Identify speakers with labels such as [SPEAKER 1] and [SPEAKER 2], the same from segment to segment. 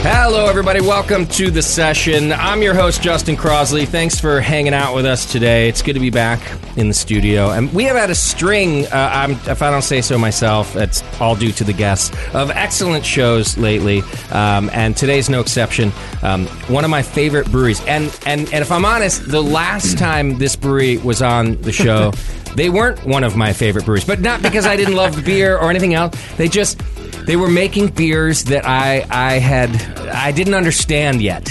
[SPEAKER 1] Hello, everybody. Welcome to the session. I'm your host, Justin Crosley. Thanks for hanging out with us today. It's good to be back in the studio. And we have had a string, uh, I'm, if I don't say so myself, it's all due to the guests, of excellent shows lately. Um, and today's no exception. Um, one of my favorite breweries. And, and, and if I'm honest, the last time this brewery was on the show, they weren't one of my favorite breweries. But not because I didn't love the beer or anything else. They just. They were making beers that I I had I didn't understand yet,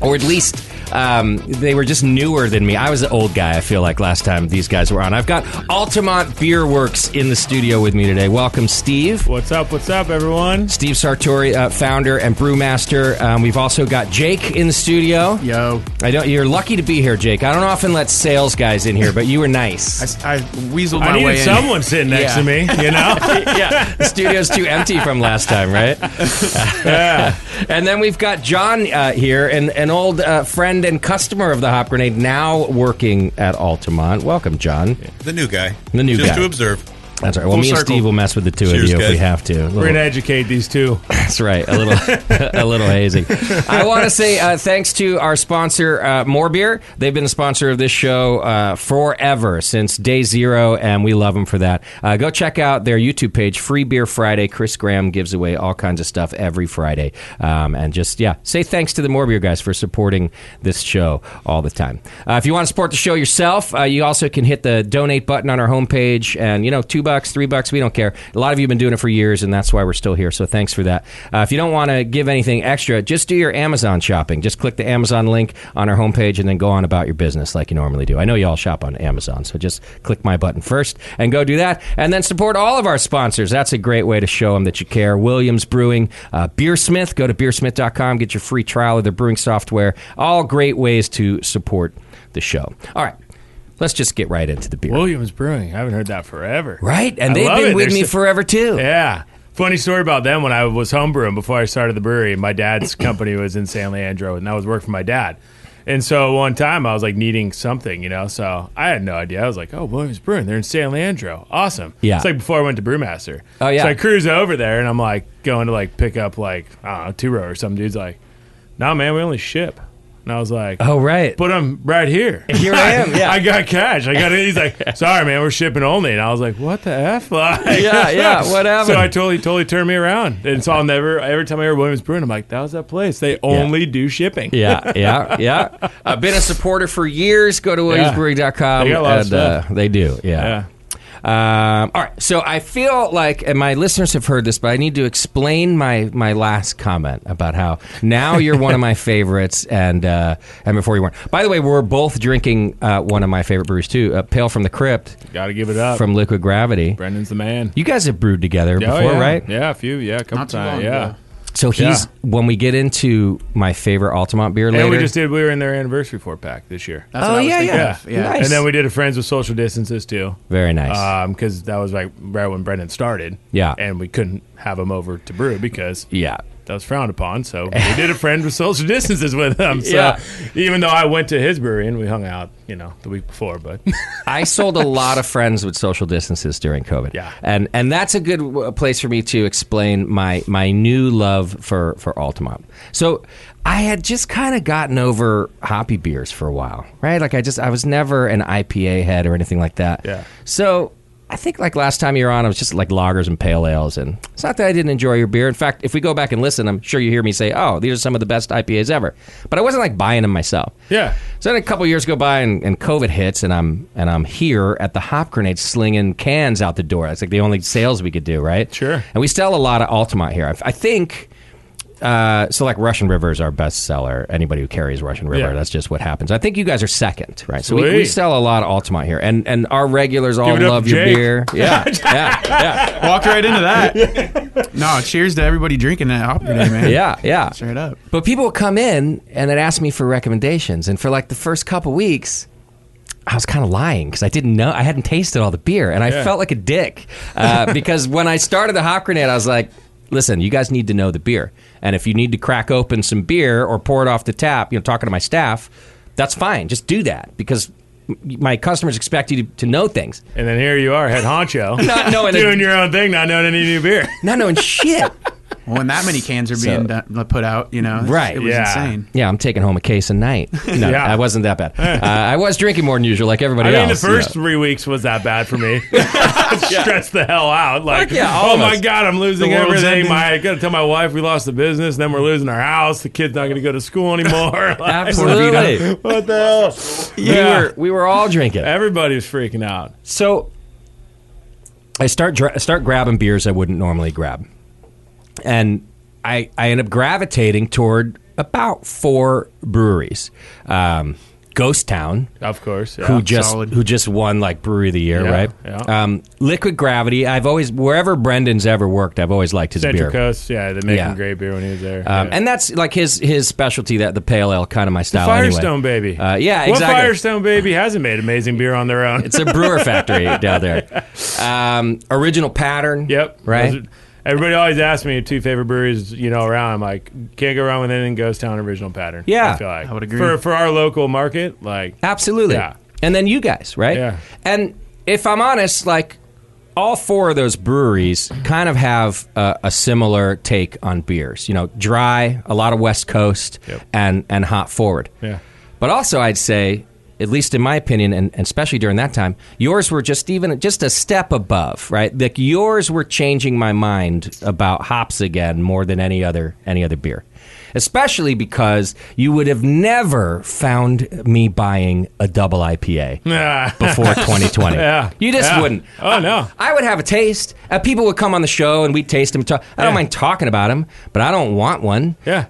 [SPEAKER 1] or at least um, they were just newer than me. I was the old guy. I feel like last time these guys were on. I've got Altamont Beer Works in the studio with me today. Welcome, Steve.
[SPEAKER 2] What's up? What's up, everyone?
[SPEAKER 1] Steve Sartori, uh, founder and brewmaster. Um, we've also got Jake in the studio.
[SPEAKER 3] Yo,
[SPEAKER 1] I don't. You're lucky to be here, Jake. I don't often let sales guys in here, but you were nice.
[SPEAKER 3] I, I weaseled my
[SPEAKER 2] I
[SPEAKER 3] way
[SPEAKER 2] needed
[SPEAKER 3] in.
[SPEAKER 2] someone sitting
[SPEAKER 1] Yeah.
[SPEAKER 2] next to me, you know?
[SPEAKER 1] yeah, the studio's too empty from last time, right? and then we've got John uh, here, an, an old uh, friend and customer of the Hop Grenade, now working at Altamont. Welcome, John.
[SPEAKER 4] The new guy.
[SPEAKER 1] The new
[SPEAKER 4] Just
[SPEAKER 1] guy.
[SPEAKER 4] to observe.
[SPEAKER 1] That's right. Well,
[SPEAKER 4] Full
[SPEAKER 1] me and
[SPEAKER 4] circle.
[SPEAKER 1] Steve will mess with the two of
[SPEAKER 4] Cheers,
[SPEAKER 1] you if
[SPEAKER 4] guys.
[SPEAKER 1] we have to. A little-
[SPEAKER 2] We're going to educate these two.
[SPEAKER 1] That's right. A little, a little hazy. I want to say uh, thanks to our sponsor, uh, More Beer. They've been a sponsor of this show uh, forever since day zero, and we love them for that. Uh, go check out their YouTube page, Free Beer Friday. Chris Graham gives away all kinds of stuff every Friday, um, and just yeah, say thanks to the More Beer guys for supporting this show all the time. Uh, if you want to support the show yourself, uh, you also can hit the donate button on our homepage, and you know, two bucks, three bucks, we don't care. A lot of you have been doing it for years, and that's why we're still here. So thanks for that. Uh, if you don't want to give anything extra, just do your Amazon shopping. Just click the Amazon link on our homepage, and then go on about your business like you normally do. I know you all shop on Amazon, so just click my button first and go do that, and then support all of our sponsors. That's a great way to show them that you care. Williams Brewing, uh, Beersmith. Go to beersmith.com, get your free trial of their brewing software. All great ways to support the show. All right. Let's just get right into the beer.
[SPEAKER 2] Williams Brewing. I haven't heard that forever.
[SPEAKER 1] Right, and
[SPEAKER 2] I
[SPEAKER 1] they've
[SPEAKER 2] love
[SPEAKER 1] been
[SPEAKER 2] it.
[SPEAKER 1] with
[SPEAKER 2] They're
[SPEAKER 1] me
[SPEAKER 2] so-
[SPEAKER 1] forever too.
[SPEAKER 2] Yeah. Funny story about them when I was homebrewing before I started the brewery. My dad's company was in San Leandro, and that was work for my dad. And so one time I was like needing something, you know. So I had no idea. I was like, "Oh, Williams Brewing, they're in San Leandro. Awesome!"
[SPEAKER 1] Yeah.
[SPEAKER 2] It's like before I went to Brewmaster.
[SPEAKER 1] Oh, yeah.
[SPEAKER 2] So I cruise over there, and I'm like going to like pick up like I don't know two row or something. Dude's like, "Nah, man, we only ship." And I was like,
[SPEAKER 1] Oh right.
[SPEAKER 2] But I'm right here.
[SPEAKER 1] Here I am, yeah.
[SPEAKER 2] I got cash. I got it. He's like, sorry, man, we're shipping only. And I was like, what the F? Like,
[SPEAKER 1] Yeah, yeah, what happened?
[SPEAKER 2] So I totally, totally turned me around. And so I'll never, every time I hear Williams Brewing, I'm like, that was that place. They only do shipping.
[SPEAKER 1] yeah, yeah, yeah. I've been a supporter for years. Go to
[SPEAKER 2] Yeah.
[SPEAKER 1] williamsbrewing.com.
[SPEAKER 2] They got a lot of
[SPEAKER 1] and, uh, they do, yeah.
[SPEAKER 2] Yeah.
[SPEAKER 1] Um, all right, so I feel like, and my listeners have heard this, but I need to explain my, my last comment about how now you're one of my favorites, and uh, and before you weren't. By the way, we're both drinking uh, one of my favorite brews too, uh, Pale from the Crypt
[SPEAKER 2] Gotta give it up.
[SPEAKER 1] from Liquid Gravity.
[SPEAKER 2] Brendan's the man.
[SPEAKER 1] You guys have brewed together
[SPEAKER 2] Uh, Oh,
[SPEAKER 1] before,
[SPEAKER 2] yeah.
[SPEAKER 1] right?
[SPEAKER 2] Yeah, a few. Yeah, a couple
[SPEAKER 3] Not too
[SPEAKER 2] times.
[SPEAKER 3] long
[SPEAKER 2] yeah.
[SPEAKER 3] ago.
[SPEAKER 1] So he's
[SPEAKER 2] Yeah.
[SPEAKER 1] when we get into my favorite Altamont beer later.
[SPEAKER 2] And we just did, we were in their anniversary four pack this year.
[SPEAKER 3] That's
[SPEAKER 1] Oh,
[SPEAKER 3] what I was
[SPEAKER 1] yeah,
[SPEAKER 3] thinking
[SPEAKER 2] yeah.
[SPEAKER 3] of. yeah.
[SPEAKER 1] Nice.
[SPEAKER 2] And then we Uh, did a Friends with Social Distances too. Um,
[SPEAKER 1] very nice.
[SPEAKER 2] because that was like right when Brendan started.
[SPEAKER 1] Yeah.
[SPEAKER 2] and we couldn't have him over to brew because
[SPEAKER 1] Yeah.
[SPEAKER 2] that was frowned upon. So we did a friend with social distances with him. So
[SPEAKER 1] Yeah.
[SPEAKER 2] even though I went to his brewery and we hung out, you know, the week before, but
[SPEAKER 1] I sold a lot of friends with social distances during COVID.
[SPEAKER 2] Yeah.
[SPEAKER 1] and and that's a good w- place for me to explain my my new love for for Altamont. So I had just kind of gotten over hoppy beers for a while, right? Like I just I was never an IPA head or anything like that.
[SPEAKER 2] Yeah.
[SPEAKER 1] So. I think like last time you were on, I was just like lagers and pale ales, and it's not that I didn't enjoy your beer. In fact, if we go back and listen, I'm sure you hear me say, "Oh, these are some of the best IPAs ever." But I wasn't like buying them myself.
[SPEAKER 2] Yeah.
[SPEAKER 1] So then a couple years go by and, and COVID hits, and I'm and I'm here at the Hop Grenade slinging cans out the door. That's like the only sales we could do, right?
[SPEAKER 2] Sure.
[SPEAKER 1] And we sell a lot of Altamont here. I, I think. Uh, so like Russian River is our best seller. Anybody who carries Russian River,
[SPEAKER 2] Yeah.
[SPEAKER 1] that's just what happens. I think you guys are second, right? So we,
[SPEAKER 2] Sweet.
[SPEAKER 1] we sell a lot of Altamont here, and and our regulars all
[SPEAKER 2] it up,
[SPEAKER 1] love your
[SPEAKER 2] Jake.
[SPEAKER 1] beer. Yeah, yeah, yeah.
[SPEAKER 3] Walked right into that. no, cheers to everybody drinking that hop grenade, man.
[SPEAKER 1] Yeah, yeah.
[SPEAKER 3] Straight up.
[SPEAKER 1] But people would come in and they'd ask me for recommendations. And for like the first couple weeks, I was kind of lying because I didn't know, I hadn't tasted all the beer. And I
[SPEAKER 2] Yeah.
[SPEAKER 1] felt like a dick uh, because when I started the hop grenade, I was like, listen, you guys need to know the beer. And if you need to crack open some beer or pour it off the tap, you know, talking to my staff, that's fine. Just do that because m- my customers expect you to, to know things.
[SPEAKER 2] and then here you are, head honcho,
[SPEAKER 1] Not knowing-
[SPEAKER 2] doing your own thing, not knowing any new beer.
[SPEAKER 1] Not knowing shit.
[SPEAKER 3] When that many cans are being done, put out, you know, it's-
[SPEAKER 1] Right.
[SPEAKER 3] It was
[SPEAKER 2] Yeah.
[SPEAKER 3] insane.
[SPEAKER 1] Yeah, I'm taking home a case a night. No,
[SPEAKER 2] Yeah.
[SPEAKER 1] I wasn't that bad. Uh, I was drinking more than usual, like everybody
[SPEAKER 2] I mean,
[SPEAKER 1] else.
[SPEAKER 2] the
[SPEAKER 1] you
[SPEAKER 2] first
[SPEAKER 1] know.
[SPEAKER 2] three weeks was that bad for me. Stressed the hell out. Like,
[SPEAKER 1] Fuck yeah, all
[SPEAKER 2] oh
[SPEAKER 1] of
[SPEAKER 2] my
[SPEAKER 1] us.
[SPEAKER 2] god, I'm losing
[SPEAKER 3] The world's
[SPEAKER 2] everything.
[SPEAKER 3] ending.
[SPEAKER 2] My, I gotta tell my wife we lost the business. Then we're losing our house. The kid's not gonna go to school anymore. Like,
[SPEAKER 1] Absolutely,
[SPEAKER 2] What the hell?
[SPEAKER 1] we
[SPEAKER 2] Yeah.
[SPEAKER 1] were we were all drinking.
[SPEAKER 2] Everybody was freaking out.
[SPEAKER 1] So I start dra- start grabbing beers I wouldn't normally grab, and I I end up gravitating toward about four breweries. Um, Ghost Town,
[SPEAKER 2] Of course. Yeah.
[SPEAKER 1] who just
[SPEAKER 3] solid.
[SPEAKER 1] who just won like brewery of the year,
[SPEAKER 2] Yeah,
[SPEAKER 1] right?
[SPEAKER 2] yeah.
[SPEAKER 1] Um, Liquid Gravity. I've always wherever Brendan's ever worked, I've always liked his
[SPEAKER 2] Central
[SPEAKER 1] beer.
[SPEAKER 2] Coast. Yeah, they make
[SPEAKER 1] Yeah.
[SPEAKER 2] him great beer when he was there.
[SPEAKER 1] Um,
[SPEAKER 2] yeah.
[SPEAKER 1] And that's like his his specialty that the pale ale kind of my style. Oh, anyway.
[SPEAKER 2] Firestone Baby.
[SPEAKER 1] Uh, yeah,
[SPEAKER 2] What
[SPEAKER 1] exactly.
[SPEAKER 2] Firestone Baby hasn't made amazing beer on their own?
[SPEAKER 1] It's a brewer factory down there. Um, original pattern.
[SPEAKER 2] Yep.
[SPEAKER 1] Right.
[SPEAKER 2] Those are- Everybody always asks me two favorite breweries, you know, around. I'm like, can't go wrong with anything Ghost Town Original Pattern.
[SPEAKER 1] Yeah.
[SPEAKER 2] I feel like
[SPEAKER 3] I would agree.
[SPEAKER 2] for for our local market. Like,
[SPEAKER 1] Absolutely.
[SPEAKER 2] Yeah.
[SPEAKER 1] And then you guys, right?
[SPEAKER 2] Yeah.
[SPEAKER 1] And if I'm honest, like all four of those breweries kind of have uh, a similar take on beers. You know, dry, a lot of West Coast,
[SPEAKER 2] Yep.
[SPEAKER 1] and and hot forward.
[SPEAKER 2] Yeah.
[SPEAKER 1] But also, I'd say, at least in my opinion, and, and especially during that time, yours were just even just a step above, right? Like yours were changing my mind about hops again more than any other any other beer, especially because you would have never found me buying a double IPA
[SPEAKER 2] nah.
[SPEAKER 1] before 2020.
[SPEAKER 2] Yeah.
[SPEAKER 1] You just
[SPEAKER 2] Yeah.
[SPEAKER 1] wouldn't.
[SPEAKER 2] Oh,
[SPEAKER 1] I-
[SPEAKER 2] no.
[SPEAKER 1] I would have a taste. Uh, people would come on the show and we'd taste them. Talk. I don't
[SPEAKER 2] Yeah.
[SPEAKER 1] mind talking about them, but I don't want one.
[SPEAKER 2] yeah.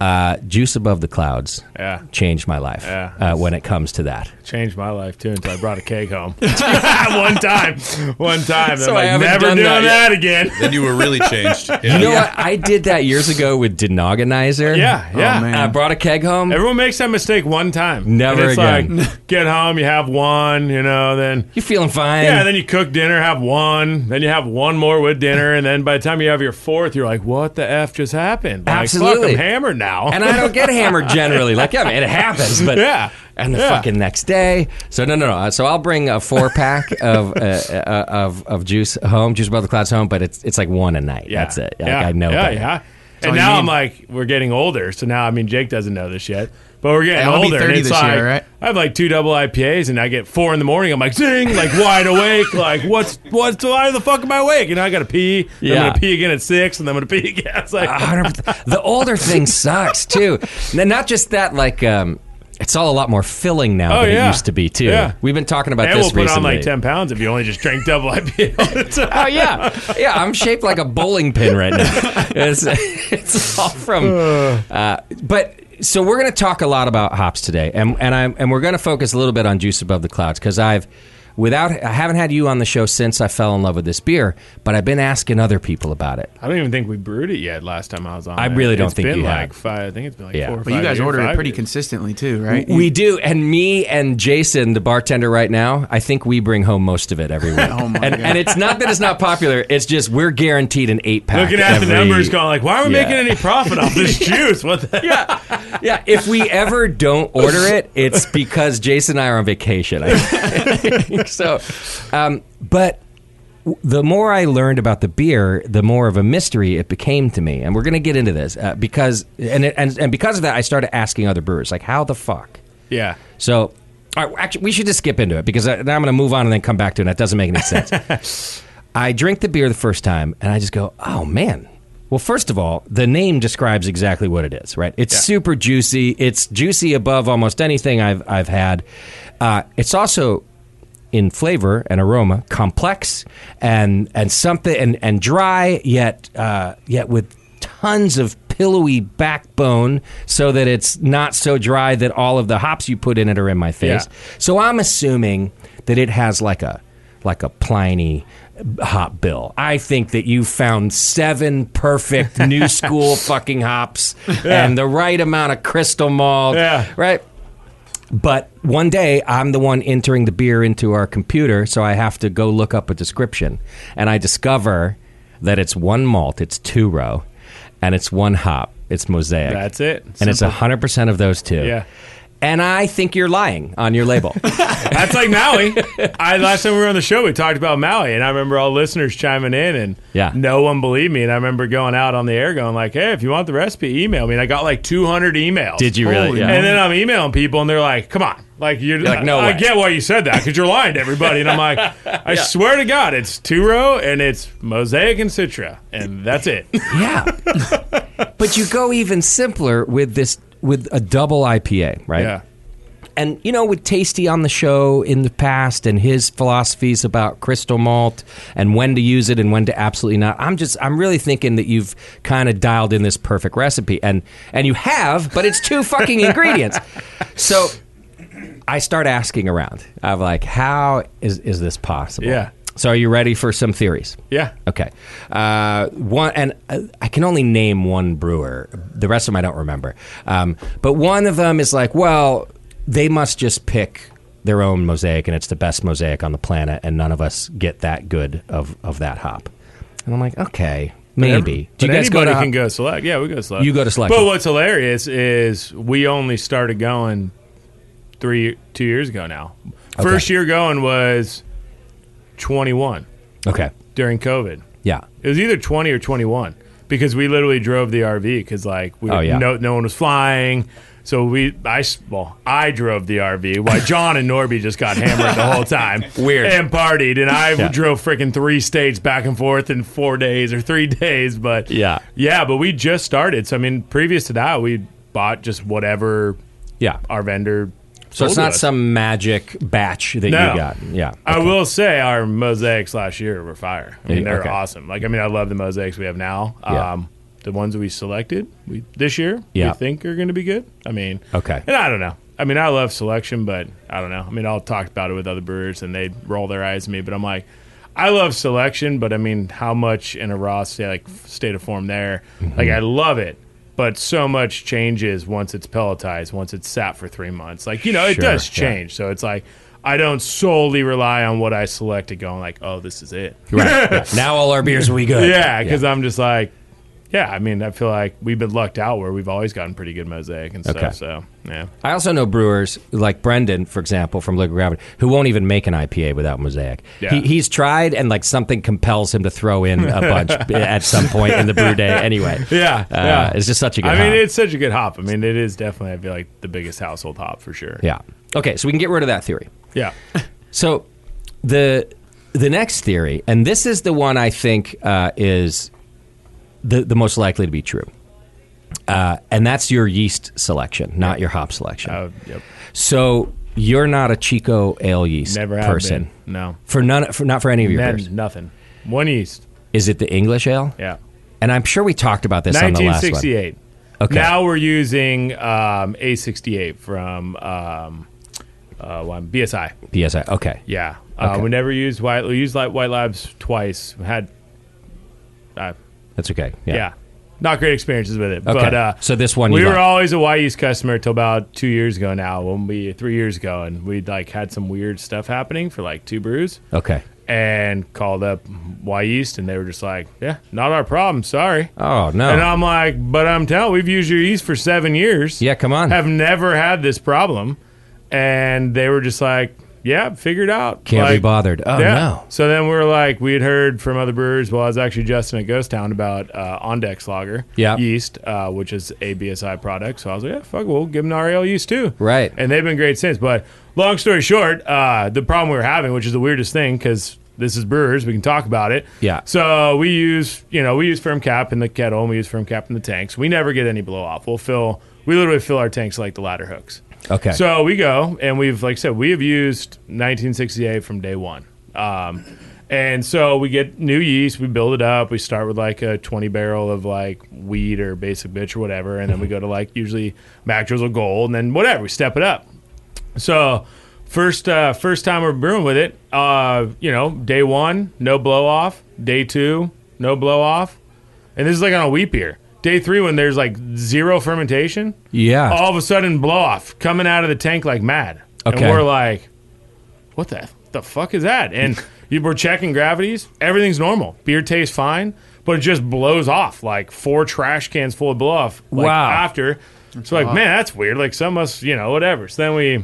[SPEAKER 1] Uh, Juice Above the Clouds
[SPEAKER 2] Yeah.
[SPEAKER 1] changed my life
[SPEAKER 2] Yeah.
[SPEAKER 1] uh, when it comes to that.
[SPEAKER 2] Changed my life too until I brought a cake home. one time. One time.
[SPEAKER 1] So
[SPEAKER 2] I'm
[SPEAKER 1] I
[SPEAKER 2] like,
[SPEAKER 1] haven't
[SPEAKER 2] never
[SPEAKER 1] done
[SPEAKER 2] doing
[SPEAKER 1] that
[SPEAKER 2] that,
[SPEAKER 1] yet.
[SPEAKER 2] again.
[SPEAKER 4] Then you were really changed. Yeah.
[SPEAKER 2] Oh,
[SPEAKER 1] You know what? I did that years ago with Denogonizer.
[SPEAKER 2] Yeah. Yeah.
[SPEAKER 3] man.
[SPEAKER 1] I brought a keg home.
[SPEAKER 2] Everyone makes that mistake one time.
[SPEAKER 1] Never
[SPEAKER 2] And it's
[SPEAKER 1] again.
[SPEAKER 2] Like, get home, you have one, you know, then
[SPEAKER 1] You're feeling fine.
[SPEAKER 2] Yeah, then you cook dinner, have one, then you have one more with dinner, and then by the time you have your fourth, you're like, "What the f just happened?" Like,
[SPEAKER 1] Absolutely.
[SPEAKER 2] fuck, I'm hammered now.
[SPEAKER 1] and I don't get hammered generally. Like, yeah, I mean, it happens, but
[SPEAKER 2] Yeah.
[SPEAKER 1] And the
[SPEAKER 2] Yeah.
[SPEAKER 1] fucking next day. So no, no, no. So I'll bring a four pack of uh, uh, of of juice home, juice above the clouds home, but it's it's like one a night.
[SPEAKER 2] yeah,
[SPEAKER 1] That's it. Like,
[SPEAKER 2] yeah,
[SPEAKER 1] I know.
[SPEAKER 2] Yeah,
[SPEAKER 1] better.
[SPEAKER 2] yeah.
[SPEAKER 3] all
[SPEAKER 2] And
[SPEAKER 3] you
[SPEAKER 2] now
[SPEAKER 3] need.
[SPEAKER 2] I'm like, we're getting older, so now I mean, Jake doesn't know this yet, but we're getting
[SPEAKER 3] Yeah, I'll be
[SPEAKER 2] older.
[SPEAKER 3] 30
[SPEAKER 2] and it's
[SPEAKER 3] this
[SPEAKER 2] like,
[SPEAKER 3] year, right?
[SPEAKER 2] I have like two double IPAs, and I get four in the morning. I'm like, zing, like wide awake, like what's what's why the fuck am I awake? You know, I got to pee. then
[SPEAKER 1] Yeah. Ah,
[SPEAKER 2] I'm gonna pee again at six, and then I'm gonna pee again. It's like,
[SPEAKER 1] A hundred percent. the older thing sucks too. And not just that, like um, it's all a lot more filling now
[SPEAKER 2] Oh,
[SPEAKER 1] than it
[SPEAKER 2] yeah.
[SPEAKER 1] used to be too.
[SPEAKER 2] Yeah.
[SPEAKER 1] We've been talking about
[SPEAKER 2] and
[SPEAKER 1] this
[SPEAKER 2] we'll put
[SPEAKER 1] recently.
[SPEAKER 2] on like ten pounds if you only just drank double IPA. all the time.
[SPEAKER 1] Oh yeah, yeah. I'm shaped like a bowling pin right now. It's, it's all from. Uh, but so we're going to talk a lot about hops today, and and I'm and we're going to focus a little bit on Juice Above the Clouds because I've without I haven't had you on the show since I fell in love with this beer, but I've been asking other people about it.
[SPEAKER 2] I don't even think we brewed it yet. Last time I was on,
[SPEAKER 1] I
[SPEAKER 2] it.
[SPEAKER 1] really don't
[SPEAKER 2] It's
[SPEAKER 1] think
[SPEAKER 2] been
[SPEAKER 1] you
[SPEAKER 2] like
[SPEAKER 1] have.
[SPEAKER 2] five. I think it's been like
[SPEAKER 1] Yeah.
[SPEAKER 2] four. Or
[SPEAKER 1] But
[SPEAKER 3] But you
[SPEAKER 2] five
[SPEAKER 3] guys
[SPEAKER 2] years,
[SPEAKER 3] order it
[SPEAKER 2] five
[SPEAKER 3] pretty
[SPEAKER 2] years.
[SPEAKER 3] consistently too, right?
[SPEAKER 1] We do, and me and Jason, the bartender right now, I think we bring home most most of it every week.
[SPEAKER 3] Oh my
[SPEAKER 1] and,
[SPEAKER 3] God.
[SPEAKER 1] and it's not that it's not popular; it's just we're guaranteed an eight pack.
[SPEAKER 2] Looking at
[SPEAKER 1] every,
[SPEAKER 2] the numbers, going like, "Why are we
[SPEAKER 1] Yeah.
[SPEAKER 2] making any profit off this juice?" What the
[SPEAKER 1] yeah, yeah. If we ever don't order it, it's because Jason and I are on vacation. I think. so, um, but w- the more I learned about the beer, the more of a mystery it became to me, and we're going to get into this uh, because and, it, and and because of that, I started asking other brewers like, "How the fuck?"
[SPEAKER 2] Yeah.
[SPEAKER 1] So, all right, actually, we should just skip into it because I, now I'm going to move on and then come back to it. And that doesn't make any sense. I drink the beer the first time and I just go, oh man. Well, first of all, the name describes exactly what it is, right? It's super juicy. It's juicy above almost anything I've, I've had. Uh, it's also in flavor and aroma complex and and something and, and dry yet uh, yet with tons of pillowy backbone so that it's not so dry that all of the hops you put in it are in my face.
[SPEAKER 2] Yeah.
[SPEAKER 1] So I'm assuming that it has like a like a Pliny hop bill. I think that you found seven perfect new school fucking hops and the right amount of crystal malt.
[SPEAKER 2] Yeah.
[SPEAKER 1] Right? But one day, I'm the one entering the beer into our computer, so I have to go look up a description. And I discover that it's one malt, it's two row, and it's one hop, it's mosaic.
[SPEAKER 2] That's it.
[SPEAKER 1] And it's 100% of those two.
[SPEAKER 2] Yeah.
[SPEAKER 1] And I think you're lying on your label.
[SPEAKER 2] That's like Maui. I last time we were on the show, we talked about Maui, and I remember all listeners chiming in, and
[SPEAKER 1] Yeah.
[SPEAKER 2] no one believed me. And I remember going out on the air, going like, "Hey, if you want the recipe, email me." And I got like 200 emails.
[SPEAKER 1] Did you really?
[SPEAKER 3] Holy
[SPEAKER 1] Yeah.
[SPEAKER 3] moly.
[SPEAKER 2] And then I'm emailing people, and they're like, "Come on, like you're,
[SPEAKER 1] You're like, no
[SPEAKER 2] I, I
[SPEAKER 1] way.
[SPEAKER 2] get why you said that because you're lying to everybody." And I'm like, "I swear to God, it's two row and it's mosaic and citra, and that's it."
[SPEAKER 1] yeah. but you go even simpler with this, with a double IPA, right?
[SPEAKER 2] yeah,
[SPEAKER 1] and you know with tasty on the show in the past and his philosophies about crystal malt and when to use it and when to absolutely not i'm just i'm really thinking that you've kind of dialed in this perfect recipe and and you have but it's two fucking ingredients so i start asking around i'm like how is is this possible
[SPEAKER 2] Yeah.
[SPEAKER 1] so are you ready for some theories
[SPEAKER 2] yeah.
[SPEAKER 1] Okay. Uh, one, and uh, I can only name one brewer. The rest of them I don't remember. Um, but one of them is like, well, they must just pick their own mosaic, and it's the best mosaic on the planet, and none of us get that good of, of that hop. And I'm like, okay, maybe.
[SPEAKER 2] But anybody
[SPEAKER 1] hop-
[SPEAKER 2] can go select. Yeah, we go select.
[SPEAKER 1] You go to select.
[SPEAKER 2] But what's hilarious is we only started going three, two years ago now. First year going was 21
[SPEAKER 1] Okay.
[SPEAKER 2] during COVID.
[SPEAKER 1] Yeah.
[SPEAKER 2] It was either 20 or 21 because we literally drove the RV because like we
[SPEAKER 1] Oh, yeah.
[SPEAKER 2] no no one was flying. So we, I s- well, I drove the RV while John and Norby just got hammered the whole time.
[SPEAKER 1] Weird.
[SPEAKER 2] and partied, and I
[SPEAKER 1] Yeah.
[SPEAKER 2] drove freaking three states back and forth in four days or three days. But
[SPEAKER 1] Yeah.
[SPEAKER 2] yeah, but we just started. So I mean, previous to that, we bought just whatever
[SPEAKER 1] Yeah.
[SPEAKER 2] our vendor.
[SPEAKER 1] So it's
[SPEAKER 2] sold to
[SPEAKER 1] not
[SPEAKER 2] us.
[SPEAKER 1] some magic batch that
[SPEAKER 2] No.
[SPEAKER 1] you got. Yeah.
[SPEAKER 2] I will say our mosaics last year were fire. I mean,
[SPEAKER 1] Yeah,
[SPEAKER 2] they're
[SPEAKER 1] okay.
[SPEAKER 2] awesome. Like, I mean, I love the mosaics we have now.
[SPEAKER 1] Yeah.
[SPEAKER 2] Um, the ones we selected we, this year,
[SPEAKER 1] Yeah.
[SPEAKER 2] we think are going to be good. I mean,
[SPEAKER 1] Okay.
[SPEAKER 2] And I don't know. I mean, I love selection, but I don't know. I mean, I'll talk about it with other brewers, and they roll their eyes at me. But I'm like, I love selection, but I mean, how much in a raw state, like state of form there?
[SPEAKER 1] Mm-hmm.
[SPEAKER 2] Like, I love it. But so much changes once it's pelletized, once it's sat for three months. Like, you know, it
[SPEAKER 1] Sure,
[SPEAKER 2] does
[SPEAKER 1] yeah.
[SPEAKER 2] change. So it's like I don't solely rely on what I selected going like, oh, this is it.
[SPEAKER 1] Right. Yeah. Now all our beers will be good.
[SPEAKER 2] Yeah, because I'm just like, yeah. I mean, I feel like we've been lucked out where we've always gotten pretty good mosaic and stuff.
[SPEAKER 1] Okay.
[SPEAKER 2] So yeah,
[SPEAKER 1] I also know brewers like Brendan, for example, from Liquid Gravity, who won't even make an IPA without mosaic.
[SPEAKER 2] Yeah.
[SPEAKER 1] He, he's tried, and like something compels him to throw in a bunch at some point in the brew day. Anyway,
[SPEAKER 2] yeah,
[SPEAKER 1] Uh, it's just such a good.
[SPEAKER 2] I mean,
[SPEAKER 1] hop.
[SPEAKER 2] it's such a good hop. I mean, it is definitely. I feel like the biggest household hop for sure.
[SPEAKER 1] yeah. Okay, so we can get rid of that theory.
[SPEAKER 2] yeah.
[SPEAKER 1] So the the next theory, and this is the one I think uh, is the the most likely to be true, uh, and that's your yeast selection, not your hop selection.
[SPEAKER 2] Oh, yep.
[SPEAKER 1] So you're not a Chico ale yeast
[SPEAKER 2] Never have
[SPEAKER 1] person.
[SPEAKER 2] been. No,
[SPEAKER 1] For none, for, not for any of your beers.
[SPEAKER 2] then nothing. One yeast.
[SPEAKER 1] Is it the English ale?
[SPEAKER 2] Yeah.
[SPEAKER 1] And I'm sure we talked about this on the last one.
[SPEAKER 2] 1968.
[SPEAKER 1] Okay.
[SPEAKER 2] Now we're using um, A68 from um, uh, one BSI.
[SPEAKER 1] PSI. Okay.
[SPEAKER 2] Yeah, uh,
[SPEAKER 1] Okay.
[SPEAKER 2] we never used White. We used like White Labs twice. We had, uh,
[SPEAKER 1] That's okay.
[SPEAKER 2] yeah.
[SPEAKER 1] Yeah.
[SPEAKER 2] not great experiences with it.
[SPEAKER 1] Okay.
[SPEAKER 2] But uh,
[SPEAKER 1] so this one,
[SPEAKER 2] we
[SPEAKER 1] you
[SPEAKER 2] were
[SPEAKER 1] like.
[SPEAKER 2] always a YU's customer till about two years ago now. When we three years ago, and we would like had some weird stuff happening for like two brews,
[SPEAKER 1] okay.
[SPEAKER 2] and called up Y Yeast, and they were just like, "Yeah, not our problem. Sorry."
[SPEAKER 1] Oh no.
[SPEAKER 2] And I'm like, "But I'm telling, we've used your yeast for seven years.
[SPEAKER 1] yeah, come on.
[SPEAKER 2] have never had this problem," and they were just like, "Yeah, figured out.
[SPEAKER 1] Can't be
[SPEAKER 2] like,
[SPEAKER 1] bothered. Oh no.
[SPEAKER 2] So then we were like, we had heard from other brewers. Well, I was actually Justin at Ghost Town about uh, Ondex Lager
[SPEAKER 1] Yeah.
[SPEAKER 2] yeast, uh, which is a BSI product. So I was like, yeah, fuck, we'll give them an RL yeast too.
[SPEAKER 1] Right.
[SPEAKER 2] And they've been great since. But long story short, uh, the problem we were having, which is the weirdest thing, because this is brewers, we can talk about it.
[SPEAKER 1] Yeah.
[SPEAKER 2] So we use, you know, we use firm cap in the kettle and we use firm cap in the tanks. We never get any blow off. We'll fill, we literally fill our tanks like the ladder hooks.
[SPEAKER 1] Okay.
[SPEAKER 2] So we go, and we've, like I said, we have used 1968 from day one. Um, and so we get new yeast, we build it up, we start with like a 20 barrel of like wheat or basic bitch or whatever, and then we go to like usually Mac Drizzle Gold, and then whatever, we step it up. So first uh, first time we're brewing with it, uh, you know, day one, no blow off. Day two, no blow off. And this is like on a wheat beer. Day three, when there's like zero fermentation,
[SPEAKER 1] yeah.
[SPEAKER 2] all of a sudden blow off coming out of the tank like mad.
[SPEAKER 1] Okay.
[SPEAKER 2] And we're like, what the the fuck is that? And you we're checking gravities. Everything's normal. Beer tastes fine, but it just blows off like four trash cans full of blow off. Like,
[SPEAKER 1] Wow.
[SPEAKER 2] After, so like, man, that's weird. Like some must, you know, whatever. So then we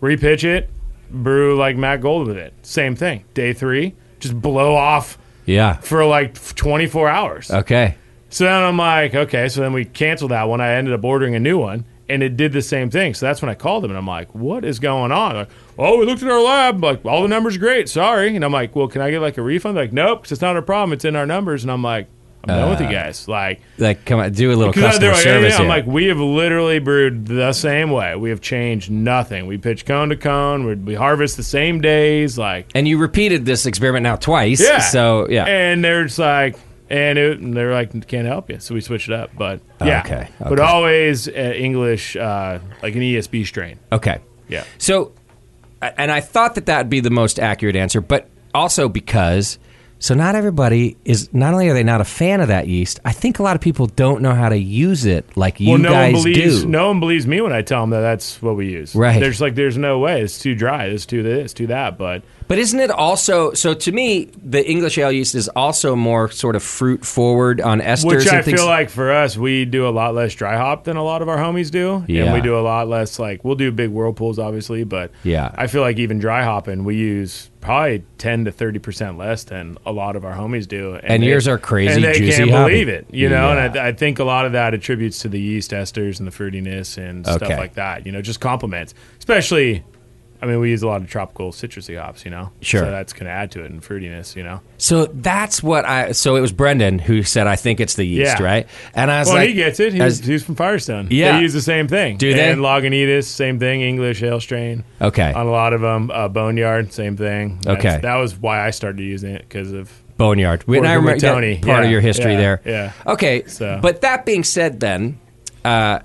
[SPEAKER 2] repitch it, brew like Matt Gold with it. Same thing. Day three, just blow off
[SPEAKER 1] yeah.
[SPEAKER 2] for like 24 hours.
[SPEAKER 1] Okay.
[SPEAKER 2] So then I'm like, okay. So then we canceled that one. I ended up ordering a new one, and it did the same thing. So that's when I called him, and I'm like, what is going on? Like, oh, we looked at our lab. Like, all the numbers are great. Sorry. And I'm like, well, can I get like a refund? Like, nope, 'cause it's not a problem. It's in our numbers. And I'm like, I'm done with you guys. Like,
[SPEAKER 1] Like, come on, do a little
[SPEAKER 2] because they're
[SPEAKER 1] Uh, customer
[SPEAKER 2] like, yeah,
[SPEAKER 1] service
[SPEAKER 2] yeah. I'm
[SPEAKER 1] here.
[SPEAKER 2] like, we have literally brewed the same way. We have changed nothing. We pitch cone to cone. We, we harvest the same days. Like,
[SPEAKER 1] and you repeated this experiment now twice.
[SPEAKER 2] yeah.
[SPEAKER 1] So yeah.
[SPEAKER 2] And they're just like, and, it, and they're like, can't help you. So we switched it up. But yeah.
[SPEAKER 1] Okay,
[SPEAKER 2] But
[SPEAKER 1] okay.
[SPEAKER 2] always uh, English, uh, like an ESB strain.
[SPEAKER 1] okay.
[SPEAKER 2] Yeah.
[SPEAKER 1] So, a- and I thought that that'd be the most accurate answer, but also because. So not everybody is. Not only are they not a fan of that yeast, I think a lot of people don't know how to use it like you
[SPEAKER 2] well, no
[SPEAKER 1] guys
[SPEAKER 2] one believes
[SPEAKER 1] do.
[SPEAKER 2] no one believes me when I tell them that that's what we use.
[SPEAKER 1] Right.
[SPEAKER 2] There's like, there's no way. It's too dry. It's too this, too that. But
[SPEAKER 1] But isn't it also so? To me, the English ale yeast is also more sort of fruit forward on esters
[SPEAKER 2] which
[SPEAKER 1] and
[SPEAKER 2] I
[SPEAKER 1] things.
[SPEAKER 2] feel like for us, we do a lot less dry hop than a lot of our homies do,
[SPEAKER 1] Yeah.
[SPEAKER 2] and we do a lot less like we'll do big whirlpools, obviously, but
[SPEAKER 1] Yeah.
[SPEAKER 2] I feel like even dry hopping, we use probably ten to thirty percent less than a lot of our homies do,
[SPEAKER 1] And
[SPEAKER 2] they-
[SPEAKER 1] yours are crazy,
[SPEAKER 2] and they
[SPEAKER 1] juicy
[SPEAKER 2] can't
[SPEAKER 1] hoppy.
[SPEAKER 2] believe it, you know. And
[SPEAKER 1] Yeah.
[SPEAKER 2] I, I think a lot of that attributes to the yeast esters and the fruitiness and
[SPEAKER 1] Okay.
[SPEAKER 2] stuff like that, you know, just compliments, especially. I mean, we use a lot of tropical citrusy hops, you know.
[SPEAKER 1] Sure.
[SPEAKER 2] so that's going to add to it and fruitiness, you know.
[SPEAKER 1] so that's what I. So it was Brendan who said, "I think it's the yeast,"
[SPEAKER 2] Yeah.
[SPEAKER 1] right? And I was
[SPEAKER 2] Well,
[SPEAKER 1] like,
[SPEAKER 2] he gets it. He
[SPEAKER 1] as-
[SPEAKER 2] was, he was from Firestone.
[SPEAKER 1] Yeah.
[SPEAKER 2] they use the same thing.
[SPEAKER 1] Do they?
[SPEAKER 2] And Lagunitas, same thing. English ale strain.
[SPEAKER 1] Okay.
[SPEAKER 2] On a lot of them, uh, Boneyard, same thing. That's-
[SPEAKER 1] Okay.
[SPEAKER 2] that was why I started using it because of
[SPEAKER 1] Boneyard. And I
[SPEAKER 2] Working
[SPEAKER 1] remember
[SPEAKER 2] with
[SPEAKER 1] that
[SPEAKER 2] Tony.
[SPEAKER 1] part of
[SPEAKER 2] Yeah,
[SPEAKER 1] your history
[SPEAKER 2] yeah,
[SPEAKER 1] there.
[SPEAKER 2] yeah.
[SPEAKER 1] Okay.
[SPEAKER 2] So-
[SPEAKER 1] But that being said, then, uh,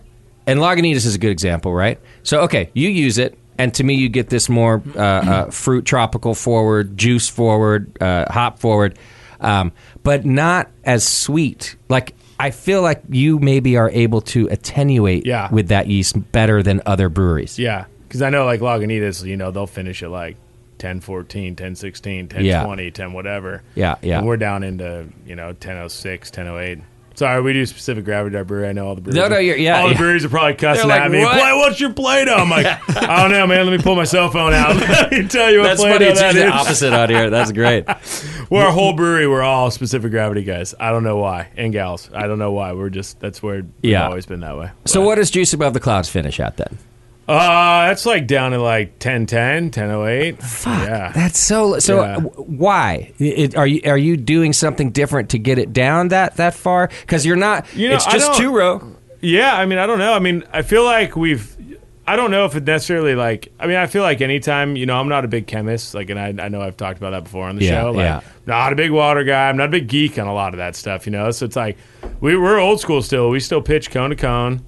[SPEAKER 1] and Lagunitas is a good example, right? So, okay, you use it, and to me, you get this more uh, uh, fruit tropical forward, juice forward, uh, hop forward, um, but not as sweet. Like, I feel like you maybe are able to attenuate
[SPEAKER 2] Yeah.
[SPEAKER 1] with that yeast better than other breweries.
[SPEAKER 2] yeah. Because I know like Lagunitas, you know, they'll finish at like 10, 14, 10, 16, 10,
[SPEAKER 1] Yeah.
[SPEAKER 2] 20, 10, whatever.
[SPEAKER 1] Yeah, yeah.
[SPEAKER 2] And we're down into you know 1006, 1008. Sorry, we do specific gravity our brewery. I know all the breweries.
[SPEAKER 1] No, no,
[SPEAKER 2] are-
[SPEAKER 1] you're- yeah,
[SPEAKER 2] all
[SPEAKER 1] yeah.
[SPEAKER 2] the breweries are probably
[SPEAKER 1] They're
[SPEAKER 2] cussing
[SPEAKER 1] like,
[SPEAKER 2] at me.
[SPEAKER 1] "What?"
[SPEAKER 2] Play, what's your Play-Doh? I'm like, I don't know, man. Let me pull my cell phone out. Let me tell you what Play-Doh that is.
[SPEAKER 1] out here. That's great.
[SPEAKER 2] We're a whole brewery. We're all specific gravity guys. I don't know why, and gals. I don't know why. We're just that's where we've
[SPEAKER 1] Yeah.
[SPEAKER 2] always been that way.
[SPEAKER 1] so, what does Juice Above the Clouds finish at then?
[SPEAKER 2] Uh, that's like down to like 1010, 1008.
[SPEAKER 1] Fuck,
[SPEAKER 2] Yeah.
[SPEAKER 1] that's so. So
[SPEAKER 2] Yeah.
[SPEAKER 1] uh, w- why it, are you are you doing something different to get it down that that far? Because you're not.
[SPEAKER 2] You know,
[SPEAKER 1] it's
[SPEAKER 2] I
[SPEAKER 1] just
[SPEAKER 2] don't-
[SPEAKER 1] two row.
[SPEAKER 2] Yeah, I mean, I don't know. I mean, I feel like we've. I don't know if it necessarily like. I mean, I feel like anytime you know, I'm not a big chemist. Like, and I, I know I've talked about that before on the
[SPEAKER 1] Yeah,
[SPEAKER 2] show. Like,
[SPEAKER 1] yeah.
[SPEAKER 2] Not a big water guy. I'm not a big geek on a lot of that stuff. You know, so it's like we, we're old school still. We still pitch cone to cone.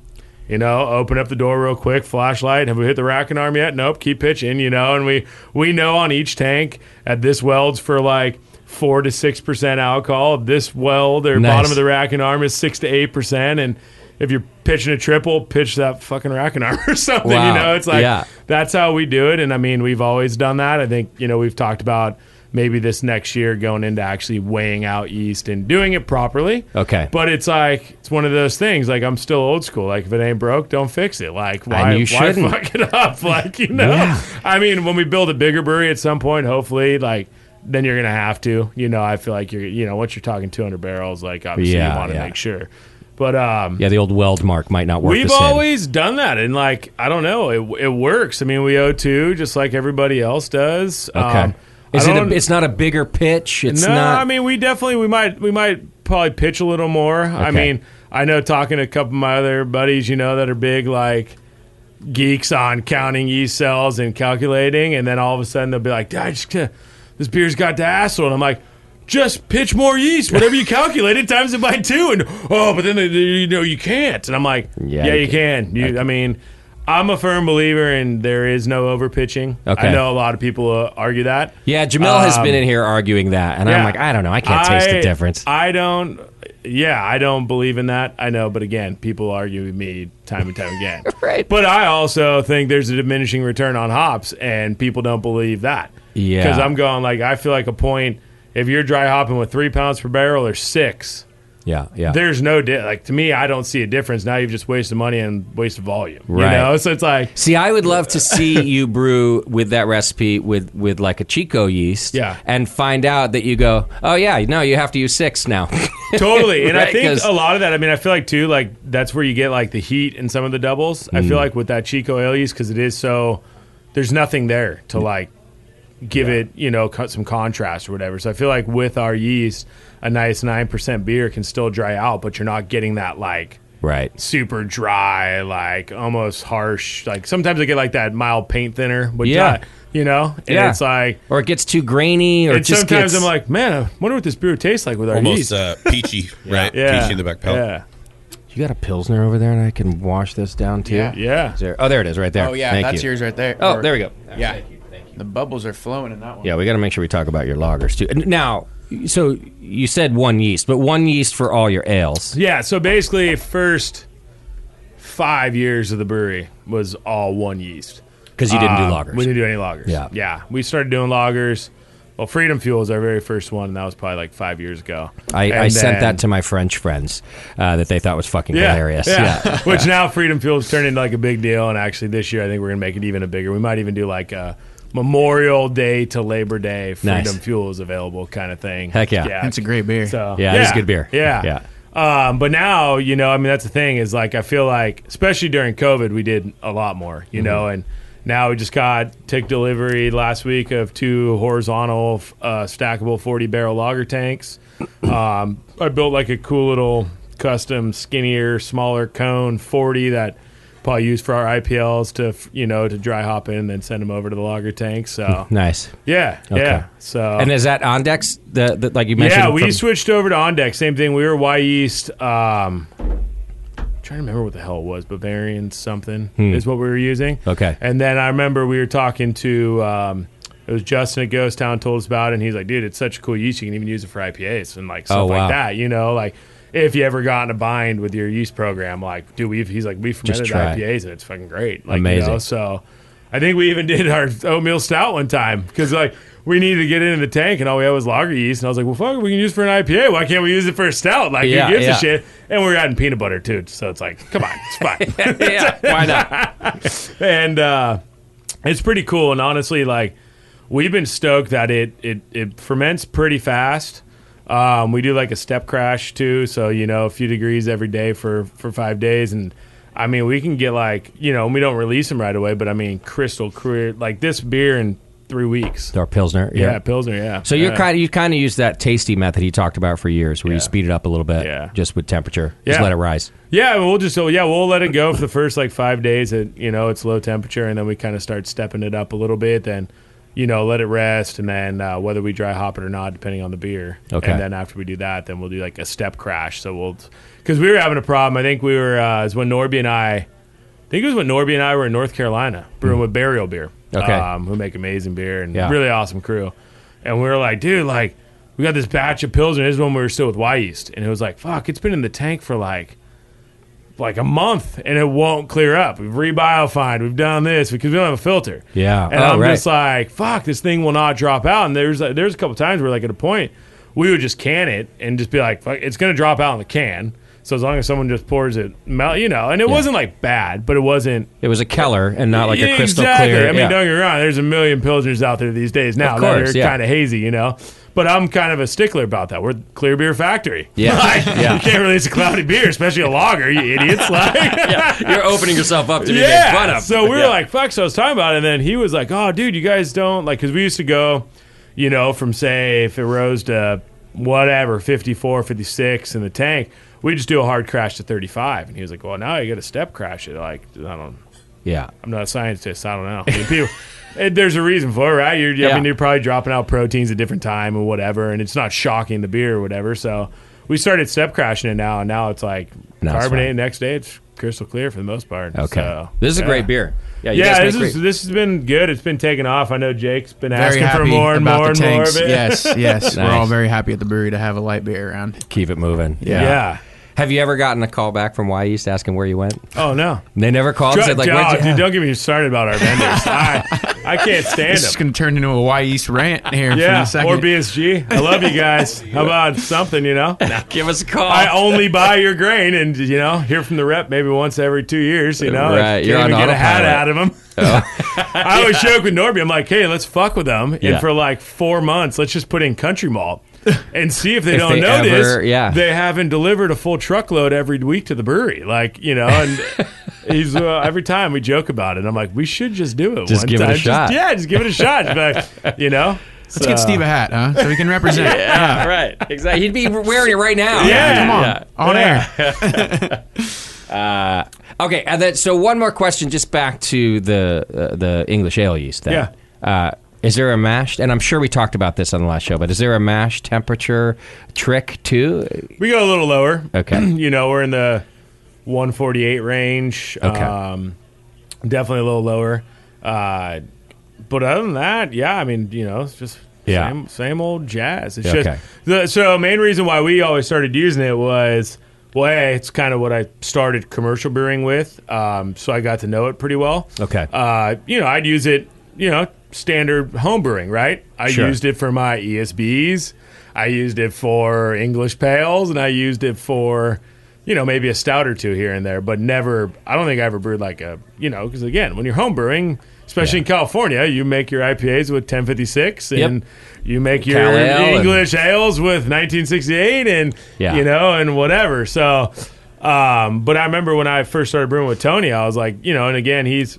[SPEAKER 2] You know, open up the door real quick, flashlight. Have we hit the racking arm yet? Nope. Keep pitching. You know, and we we know on each tank at this welds for like four to six percent alcohol. This weld or
[SPEAKER 1] Nice.
[SPEAKER 2] bottom of the racking arm is six to eight percent, and if you're pitching a triple, pitch that fucking racking arm or something.
[SPEAKER 1] Wow.
[SPEAKER 2] You know, it's like
[SPEAKER 1] Yeah.
[SPEAKER 2] that's how we do it. And I mean, we've always done that. I think, you know, we've talked about maybe this next year going into actually weighing out yeast and doing it properly.
[SPEAKER 1] Okay.
[SPEAKER 2] But it's like, it's one of those things. Like, I'm still old school. Like, if it ain't broke, don't fix it. Like, why,
[SPEAKER 1] you
[SPEAKER 2] why
[SPEAKER 1] shouldn't.
[SPEAKER 2] fuck it up? Like, you know,
[SPEAKER 1] Yeah.
[SPEAKER 2] I mean, when we build a bigger brewery at some point, hopefully, like, then you're going to have to. You know, I feel like you're, you know, once you're talking 200 barrels, like, obviously
[SPEAKER 1] Yeah,
[SPEAKER 2] you want to
[SPEAKER 1] yeah.
[SPEAKER 2] make sure. But, um,
[SPEAKER 1] Yeah, the old weld mark might not work.
[SPEAKER 2] We've
[SPEAKER 1] the same.
[SPEAKER 2] always done that, and like I don't know, it, it works. I mean, we owe two just like everybody else does.
[SPEAKER 1] Okay.
[SPEAKER 2] Um, I
[SPEAKER 1] Is it? A,
[SPEAKER 2] don't-
[SPEAKER 1] it's not a bigger pitch. It's
[SPEAKER 2] no,
[SPEAKER 1] not.
[SPEAKER 2] I mean we definitely we might we might probably pitch a little more. I
[SPEAKER 1] Okay.
[SPEAKER 2] mean, I know talking to a couple of my other buddies, you know, that are big like geeks on counting yeast cells and calculating, and then all of a sudden they'll be like, "Dude, I just can't- this beer's got to asshole," and I'm like. Just pitch more yeast, whatever you calculated, times it by two, and oh, but then they, they- you know you can't, and I'm like,
[SPEAKER 1] Yeah,
[SPEAKER 2] yeah,
[SPEAKER 1] you
[SPEAKER 2] you can. You, I mean, I'm a firm believer, in there is no over pitching.
[SPEAKER 1] Okay.
[SPEAKER 2] I know a lot of people uh, argue that.
[SPEAKER 1] yeah, Jamel has been in here arguing that, and I'm
[SPEAKER 2] um, yeah.
[SPEAKER 1] like, I don't know. I can't taste the
[SPEAKER 2] I-
[SPEAKER 1] difference.
[SPEAKER 2] I don't. Yeah, I don't believe in that. I know, but again, people argue with me time and time again.
[SPEAKER 1] Right.
[SPEAKER 2] But I also think there's a diminishing return on hops, and people don't believe that.
[SPEAKER 1] Yeah.
[SPEAKER 2] Because I'm going like I feel like a point. If you're dry hopping with three pounds per barrel or six,
[SPEAKER 1] yeah, yeah.
[SPEAKER 2] there's no di- like to me. I don't see a difference. Now you've just wasted money and wasted volume.
[SPEAKER 1] Right.
[SPEAKER 2] You know, so it's like
[SPEAKER 1] See, I would love to see you brew with that recipe with with like a Chico yeast,
[SPEAKER 2] Yeah.
[SPEAKER 1] and find out that you go, oh yeah, no, you have to use six now.
[SPEAKER 2] totally and
[SPEAKER 1] Right,
[SPEAKER 2] i think
[SPEAKER 1] 'cause-
[SPEAKER 2] a lot of that i mean i feel like too like that's where you get like the heat in some of the doubles i
[SPEAKER 1] Mm.
[SPEAKER 2] feel like with that chico alias because it is so there's nothing there
[SPEAKER 1] Mm.
[SPEAKER 2] to like give it you know cut some contrast or whatever so i feel like with our yeast a nice 9% beer can still dry out but you're not getting that like
[SPEAKER 1] right.
[SPEAKER 2] super dry like almost harsh like sometimes i get like that mild paint thinner with
[SPEAKER 1] Yeah.
[SPEAKER 2] yeah you know and
[SPEAKER 1] Yeah.
[SPEAKER 2] it's like
[SPEAKER 1] Or it gets too grainy, or it
[SPEAKER 2] and
[SPEAKER 1] just
[SPEAKER 2] sometimes
[SPEAKER 1] gets-
[SPEAKER 2] i'm like man i wonder what this beer tastes like with our yeast
[SPEAKER 4] Almost uh, peachy, right?
[SPEAKER 2] yeah
[SPEAKER 4] Peachy in the back palate.
[SPEAKER 2] yeah
[SPEAKER 1] you got a pilsner over there, and I can wash this down too.
[SPEAKER 5] Yeah.
[SPEAKER 2] yeah
[SPEAKER 1] Is there- oh, there it is, right there.
[SPEAKER 5] Oh yeah,
[SPEAKER 1] Thank
[SPEAKER 5] that's
[SPEAKER 1] you.
[SPEAKER 5] yours right there.
[SPEAKER 1] Oh,
[SPEAKER 5] Or-
[SPEAKER 1] there we go.
[SPEAKER 5] Yeah, the bubbles are flowing in that one.
[SPEAKER 1] Yeah, we got to make sure we talk about your lagers too. And Now, so you said one yeast, but one yeast for all your ales.
[SPEAKER 2] Yeah, so basically, first five years of the brewery was all one yeast.
[SPEAKER 1] Because you didn't do
[SPEAKER 2] Um,
[SPEAKER 1] lagers.
[SPEAKER 2] We didn't do any lagers.
[SPEAKER 1] Yeah.
[SPEAKER 2] yeah. We started doing lagers. Well, Freedom Fuel is our very first one, and that was probably like five years ago.
[SPEAKER 1] I, I
[SPEAKER 2] And
[SPEAKER 1] sent
[SPEAKER 2] then-
[SPEAKER 1] that to my French friends uh, that they thought was fucking
[SPEAKER 2] yeah,
[SPEAKER 1] hilarious.
[SPEAKER 2] Yeah,
[SPEAKER 1] yeah.
[SPEAKER 2] which now Freedom Fuel has turned into like a big deal, and actually this year I think we're gonna make it even a bigger. We might even do like a Memorial Day to Labor Day Freedom
[SPEAKER 1] Nice.
[SPEAKER 2] Fuel is available kind of thing.
[SPEAKER 1] Heck yeah.
[SPEAKER 3] That's a great beer.
[SPEAKER 2] So
[SPEAKER 1] Yeah, it is good beer.
[SPEAKER 2] Yeah,
[SPEAKER 1] Yeah.
[SPEAKER 2] Um, but now you know, I mean, that's the thing is like I feel like, especially during COVID, we did a lot more, you know,
[SPEAKER 1] Mm-hmm.
[SPEAKER 2] and now we just got took delivery last week of two horizontal uh, stackable forty barrel lager tanks. Um, I built like a cool little custom skinnier, smaller cone forty that probably used for our IPLs to you know to dry hop in and then send them over to the lager tank. So
[SPEAKER 1] Nice.
[SPEAKER 2] yeah, yeah. So
[SPEAKER 1] And is that on decks? The, the like you mentioned.
[SPEAKER 2] yeah, we
[SPEAKER 1] from-
[SPEAKER 2] switched over to on deck. Same thing. We were Y East. Um, trying to remember what the hell it was. Bavarian something is what we were using.
[SPEAKER 1] Hmm. Okay.
[SPEAKER 2] And then I remember we were talking to um, it was Justin at Ghost Town told us about, it, and he's like, "Dude, it's such a cool yeast. You can even use it for IPAs and like stuff
[SPEAKER 1] Oh, wow.
[SPEAKER 2] like that. You know, like." If you ever got in a bind with your yeast program, like, dude, we've, he's like, we've fermented
[SPEAKER 1] try it.
[SPEAKER 2] IPAs and it's fucking great. Like,
[SPEAKER 1] Amazing.
[SPEAKER 2] You know, so I think we even did our oatmeal stout one time because like we needed to get it in the tank and all we had was lager yeast and I was like, well, fuck, we can use it for an IPA. Why can't we use it for a stout? Like,
[SPEAKER 1] Yeah,
[SPEAKER 2] who gives
[SPEAKER 1] yeah.
[SPEAKER 2] a shit? And we were adding peanut butter too, so it's like, come on, it's fine.
[SPEAKER 1] yeah, why not?
[SPEAKER 2] and uh, it's pretty cool. And honestly, like we've been stoked that it it it ferments pretty fast. Um, we do like a step crash too, so you know a few degrees every day for for five days, and I mean we can get like you know we don't release them right away, but I mean crystal clear like this beer in three weeks.
[SPEAKER 1] Or pilsner.
[SPEAKER 2] Yeah, pilsner. Yeah.
[SPEAKER 1] So you're
[SPEAKER 2] yeah.
[SPEAKER 1] kind of you kind of use that tasty method he talked about for years, where you speed it up a little bit,
[SPEAKER 2] Yeah.
[SPEAKER 1] just with temperature, just
[SPEAKER 2] Yeah.
[SPEAKER 1] let it rise.
[SPEAKER 2] Yeah, we'll just so yeah, we'll let it go for the first like five days at you know it's low temperature, and then we kind of start stepping it up a little bit. Then you know let it rest, and then uh, whether we dry hop it or not, depending on the beer.
[SPEAKER 1] Okay.
[SPEAKER 2] And then after we do that, then we'll do like a step crash. So we'll because we were having a problem. I think we were uh, is when Norby and I think it was when Norby and I were in North Carolina brewing with Burial Beer.
[SPEAKER 1] Mm. Okay.
[SPEAKER 2] Um, who make amazing beer and
[SPEAKER 1] Yeah.
[SPEAKER 2] really awesome crew. And we were like, dude, like, we got this batch of pills, and this is when we were still with Y Yeast. And it was like, fuck, it's been in the tank for like like a month and it won't clear up. We've rebiofined, we've done this because we don't have a filter.
[SPEAKER 1] Yeah.
[SPEAKER 2] And
[SPEAKER 1] Oh,
[SPEAKER 2] I'm
[SPEAKER 1] right.
[SPEAKER 2] just like, fuck, this thing will not drop out. And there's uh, there's a couple times where like at a point we would just can it and just be like, fuck, it's gonna drop out in the can. So as long as someone just pours it, melt, you know, and it wasn't like bad, but it wasn't
[SPEAKER 1] It was a Keller and not like a
[SPEAKER 2] Yeah,
[SPEAKER 1] crystal
[SPEAKER 2] exactly.
[SPEAKER 1] clear.
[SPEAKER 2] I mean,
[SPEAKER 1] yeah.
[SPEAKER 2] don't get me wrong. There's a million pilsners out there these days now
[SPEAKER 1] course,
[SPEAKER 2] that are
[SPEAKER 1] yeah.
[SPEAKER 2] kind of hazy, you know. But I'm kind of a stickler about that. We're the Clear Beer Factory.
[SPEAKER 1] Yeah.
[SPEAKER 2] Like,
[SPEAKER 1] Yeah.
[SPEAKER 2] you can't release a cloudy beer, especially a lager. You idiots! Like,
[SPEAKER 1] You're opening yourself up to be
[SPEAKER 2] yeah.
[SPEAKER 1] brought up.
[SPEAKER 2] So we were like, fuck. So I was talking about it. And then he was like, oh, dude, you guys don't like, because we used to go, you know, from say, if it rose to whatever, 54, 56 in the tank, we just do a hard crash to 35. And he was like, well, now you got to step crash it. Like, I don't,
[SPEAKER 1] yeah.
[SPEAKER 2] I'm not a scientist. I don't know. I mean, people, and there's a reason for it, right? You're, I
[SPEAKER 1] Yeah.
[SPEAKER 2] mean, you're probably dropping out proteins at different time or whatever, and it's not shocking the beer or whatever. So we started step crashing it now, and now it's like
[SPEAKER 1] Now it's
[SPEAKER 2] carbonated. Next day, it's crystal clear for the most part.
[SPEAKER 1] Okay.
[SPEAKER 2] So,
[SPEAKER 1] this is
[SPEAKER 2] yeah.
[SPEAKER 1] a great beer. Yeah, you
[SPEAKER 2] Yeah,
[SPEAKER 1] guys
[SPEAKER 2] this
[SPEAKER 1] make
[SPEAKER 2] is
[SPEAKER 1] great.
[SPEAKER 2] this has been good. It's been taking off. I know Jake's been
[SPEAKER 3] Very
[SPEAKER 2] asking
[SPEAKER 3] happy
[SPEAKER 2] for more and
[SPEAKER 3] about
[SPEAKER 2] more
[SPEAKER 3] the
[SPEAKER 2] and more
[SPEAKER 3] tanks.
[SPEAKER 2] of it.
[SPEAKER 3] Yes, yes. We're all
[SPEAKER 1] Nice.
[SPEAKER 3] very happy at the brewery to have a light beer around.
[SPEAKER 1] Keep it moving.
[SPEAKER 2] Yeah.
[SPEAKER 1] Have you ever gotten a call back from Y East asking where you went?
[SPEAKER 2] Oh no.
[SPEAKER 1] They never called.
[SPEAKER 2] Dr-
[SPEAKER 1] said like,
[SPEAKER 2] oh,
[SPEAKER 1] where'd you-
[SPEAKER 2] dude, don't get me started about our vendors. I, I can't stand
[SPEAKER 3] It's just
[SPEAKER 2] them.
[SPEAKER 3] going to turn into a Y East rant here for
[SPEAKER 2] Yeah,
[SPEAKER 3] a second.
[SPEAKER 2] or BSG. I love you guys. How about something, you know?
[SPEAKER 1] give us a call.
[SPEAKER 2] I only buy your grain, and you know, hear from the rep maybe once every two years. You know,
[SPEAKER 1] Right,
[SPEAKER 2] Can't
[SPEAKER 1] you're on
[SPEAKER 2] even get a hat
[SPEAKER 1] autopilot. Oh.
[SPEAKER 2] out of him. I always joke with Norby. I'm like, hey, let's fuck with them,
[SPEAKER 1] Yeah.
[SPEAKER 2] and for like four months, let's just put in country malt and see if they
[SPEAKER 1] If
[SPEAKER 2] don't
[SPEAKER 1] they
[SPEAKER 2] know
[SPEAKER 1] ever-
[SPEAKER 2] this.
[SPEAKER 1] yeah.
[SPEAKER 2] they haven't delivered a full truckload every week to the brewery, like you know, and. He's uh, every time we joke about it. I'm like, we should just do it.
[SPEAKER 1] Just
[SPEAKER 2] one
[SPEAKER 1] give it a
[SPEAKER 2] time.
[SPEAKER 1] shot.
[SPEAKER 2] yeah, just give it a shot. Just be like, you know,
[SPEAKER 3] Let's get Steve a hat, huh? So he can represent.
[SPEAKER 1] yeah, right. Exactly. He'd be wearing it right now.
[SPEAKER 2] Yeah.
[SPEAKER 3] Come on, on air.
[SPEAKER 1] Okay, and then so one more question, just back to the uh, the English ale yeast. Then.
[SPEAKER 2] Yeah.
[SPEAKER 1] Uh, is there a mash? And I'm sure we talked about this on the last show, but is there a mash temperature trick too?
[SPEAKER 2] We go a little lower.
[SPEAKER 1] Okay.
[SPEAKER 2] you know, we're in the 148 range.
[SPEAKER 1] Okay.
[SPEAKER 2] Um, definitely a little lower. Uh, but other than that, yeah, I mean, you know, it's just
[SPEAKER 1] Yeah.
[SPEAKER 2] same, same old jazz. It's
[SPEAKER 1] Okay.
[SPEAKER 2] just the, so main reason why we always started using it was well, hey, it's kind of what I started commercial brewing with. Um, so I got to know it pretty well.
[SPEAKER 1] Okay.
[SPEAKER 2] Uh, you know, I'd use it, you know, standard home brewing, right? I
[SPEAKER 1] Sure.
[SPEAKER 2] used it for my ESBs. I used it for English pails and I used it for, you know, maybe a stout or two here and there, but never, I don't think I ever brewed like a, you know, because again, when you're home brewing, especially in California, you make your IPAs with 1056
[SPEAKER 1] Yep.
[SPEAKER 2] and you make your
[SPEAKER 1] Cal Ale and-
[SPEAKER 2] English ales with 1968 and,
[SPEAKER 1] Yeah.
[SPEAKER 2] you know, and whatever. So, um, but I remember when I first started brewing with Tony, I was like, you know, and again, he's,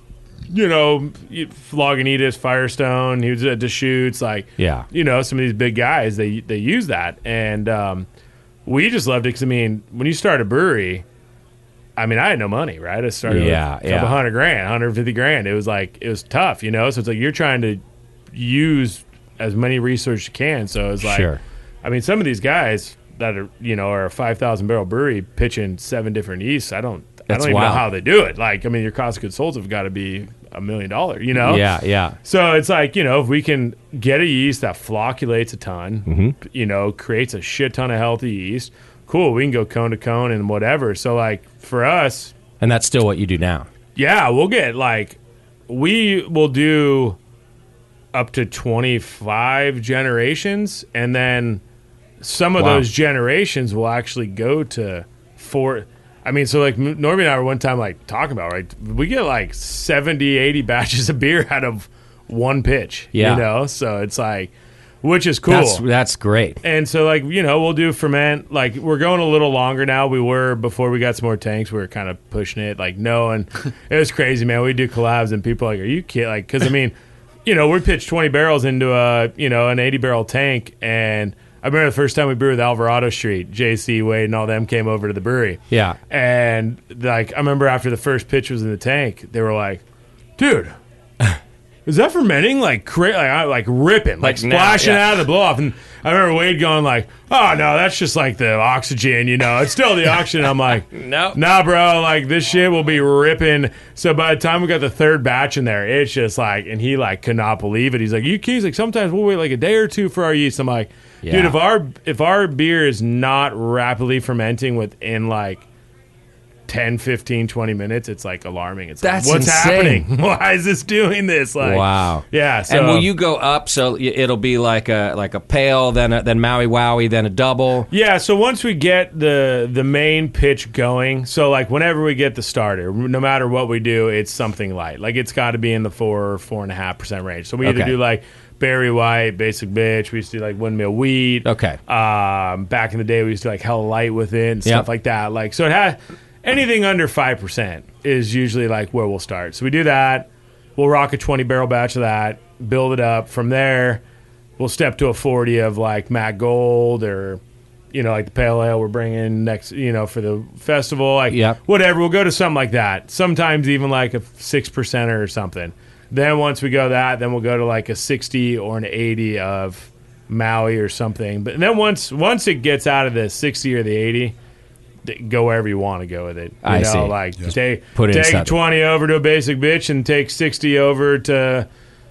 [SPEAKER 2] you know, Lagunitas, Firestone, he was at Deschutes, like,
[SPEAKER 1] Yeah.
[SPEAKER 2] you know, some of these big guys, they they use that, and um, we just loved it because I mean, when you start a brewery, I mean, I had no money, right? I started
[SPEAKER 1] Yeah,
[SPEAKER 2] with a
[SPEAKER 1] yeah.
[SPEAKER 2] couple hundred grand, hundred fifty grand. It was like it was tough, you know. So it's like you're trying to use as many resource you can. So it's like,
[SPEAKER 1] Sure.
[SPEAKER 2] I mean, some of these guys that are you know are a five thousand barrel brewery pitching seven different yeasts. I don't, I
[SPEAKER 1] That's
[SPEAKER 2] don't even know
[SPEAKER 1] wild.
[SPEAKER 2] how they do it. Like, I mean, your cost of goods sold have got to be a million dollar, you know?
[SPEAKER 1] Yeah, yeah.
[SPEAKER 2] So it's like, you know, if we can get a yeast that flocculates a ton,
[SPEAKER 1] Mm-hmm.
[SPEAKER 2] you know, creates a shit ton of healthy yeast, cool, we can go cone to cone and whatever. So, like, for us,
[SPEAKER 1] And that's still what you do now.
[SPEAKER 2] yeah, we'll get like, we will do up to 25 generations. And then some of
[SPEAKER 1] Wow.
[SPEAKER 2] those generations will actually go to four. I mean, so like M- Norby and I were one time like talking about, right? We get like 70, 80 batches of beer out of one pitch.
[SPEAKER 1] Yeah.
[SPEAKER 2] You know? So it's like, which is cool.
[SPEAKER 1] That's that's great.
[SPEAKER 2] And so, like, you know, we'll do ferment. Like, we're going a little longer now. We were before we got some more tanks. We were kind of pushing it, like, no. And it was crazy, man. We do collabs, and people are like, are you kidding? Like, because I mean, you know, we pitched 20 barrels into a, you know, an 80 barrel tank. And I remember the first time we brewed with Alvarado Street, JC Wade and all them came over to the brewery.
[SPEAKER 1] Yeah.
[SPEAKER 2] And, like, I remember after the first pitch was in the tank, they were like, dude, is that fermenting? Like, cra- like, I- like ripping, like,
[SPEAKER 1] Like now,
[SPEAKER 2] splashing
[SPEAKER 1] yeah.
[SPEAKER 2] out of the blow off. And I remember Wade going like, oh, no, that's just like the oxygen, you know. It's still the oxygen. I'm like,
[SPEAKER 1] Nope.
[SPEAKER 2] Nah, bro, like this shit will be ripping. So by the time we got the third batch in there, it's just like, and he like could not believe it. He's like, you keys, like sometimes we'll wait like a day or two for our yeast. I'm like, dude,
[SPEAKER 1] Yeah.
[SPEAKER 2] if our if our beer is not rapidly fermenting within like 10, 15, 20 minutes, it's like alarming. It's
[SPEAKER 1] That's
[SPEAKER 2] like, what's
[SPEAKER 1] insane.
[SPEAKER 2] happening? Why is this doing this? Like,
[SPEAKER 1] wow.
[SPEAKER 2] Yeah. So,
[SPEAKER 1] and will you go up so y- it'll be like a like a pale, then a, then Maui Wowie, then a double?
[SPEAKER 2] Yeah, so once we get the the main pitch going, so like whenever we get the starter, no matter what we do, it's something light. Like it's got to be in the four or four and a half percent range. So we either
[SPEAKER 1] Okay.
[SPEAKER 2] do like Barry White, Basic Bitch. We used to do like windmill wheat.
[SPEAKER 1] Okay.
[SPEAKER 2] Um, back in the day, we used to do like Hell Light with it and stuff
[SPEAKER 1] Yep.
[SPEAKER 2] like that. Like so, it has anything under five percent is usually like where we'll start. So we do that. We'll rock a twenty barrel batch of that, build it up from there. We'll step to a forty of like Matt Gold or you know like the pale ale we're bringing next you know for the festival like
[SPEAKER 1] Yep.
[SPEAKER 2] whatever we'll go to something like that sometimes even like a six percenter or something then once we go that then we'll go to like a 60 or an 80 of maui or something but then once once it gets out of the 60 or the 80 th- go wherever you want to go with it you
[SPEAKER 1] I
[SPEAKER 2] know
[SPEAKER 1] see.
[SPEAKER 2] like take,
[SPEAKER 1] put it
[SPEAKER 2] take
[SPEAKER 1] inside.
[SPEAKER 2] 20 over to a basic bitch and take 60 over to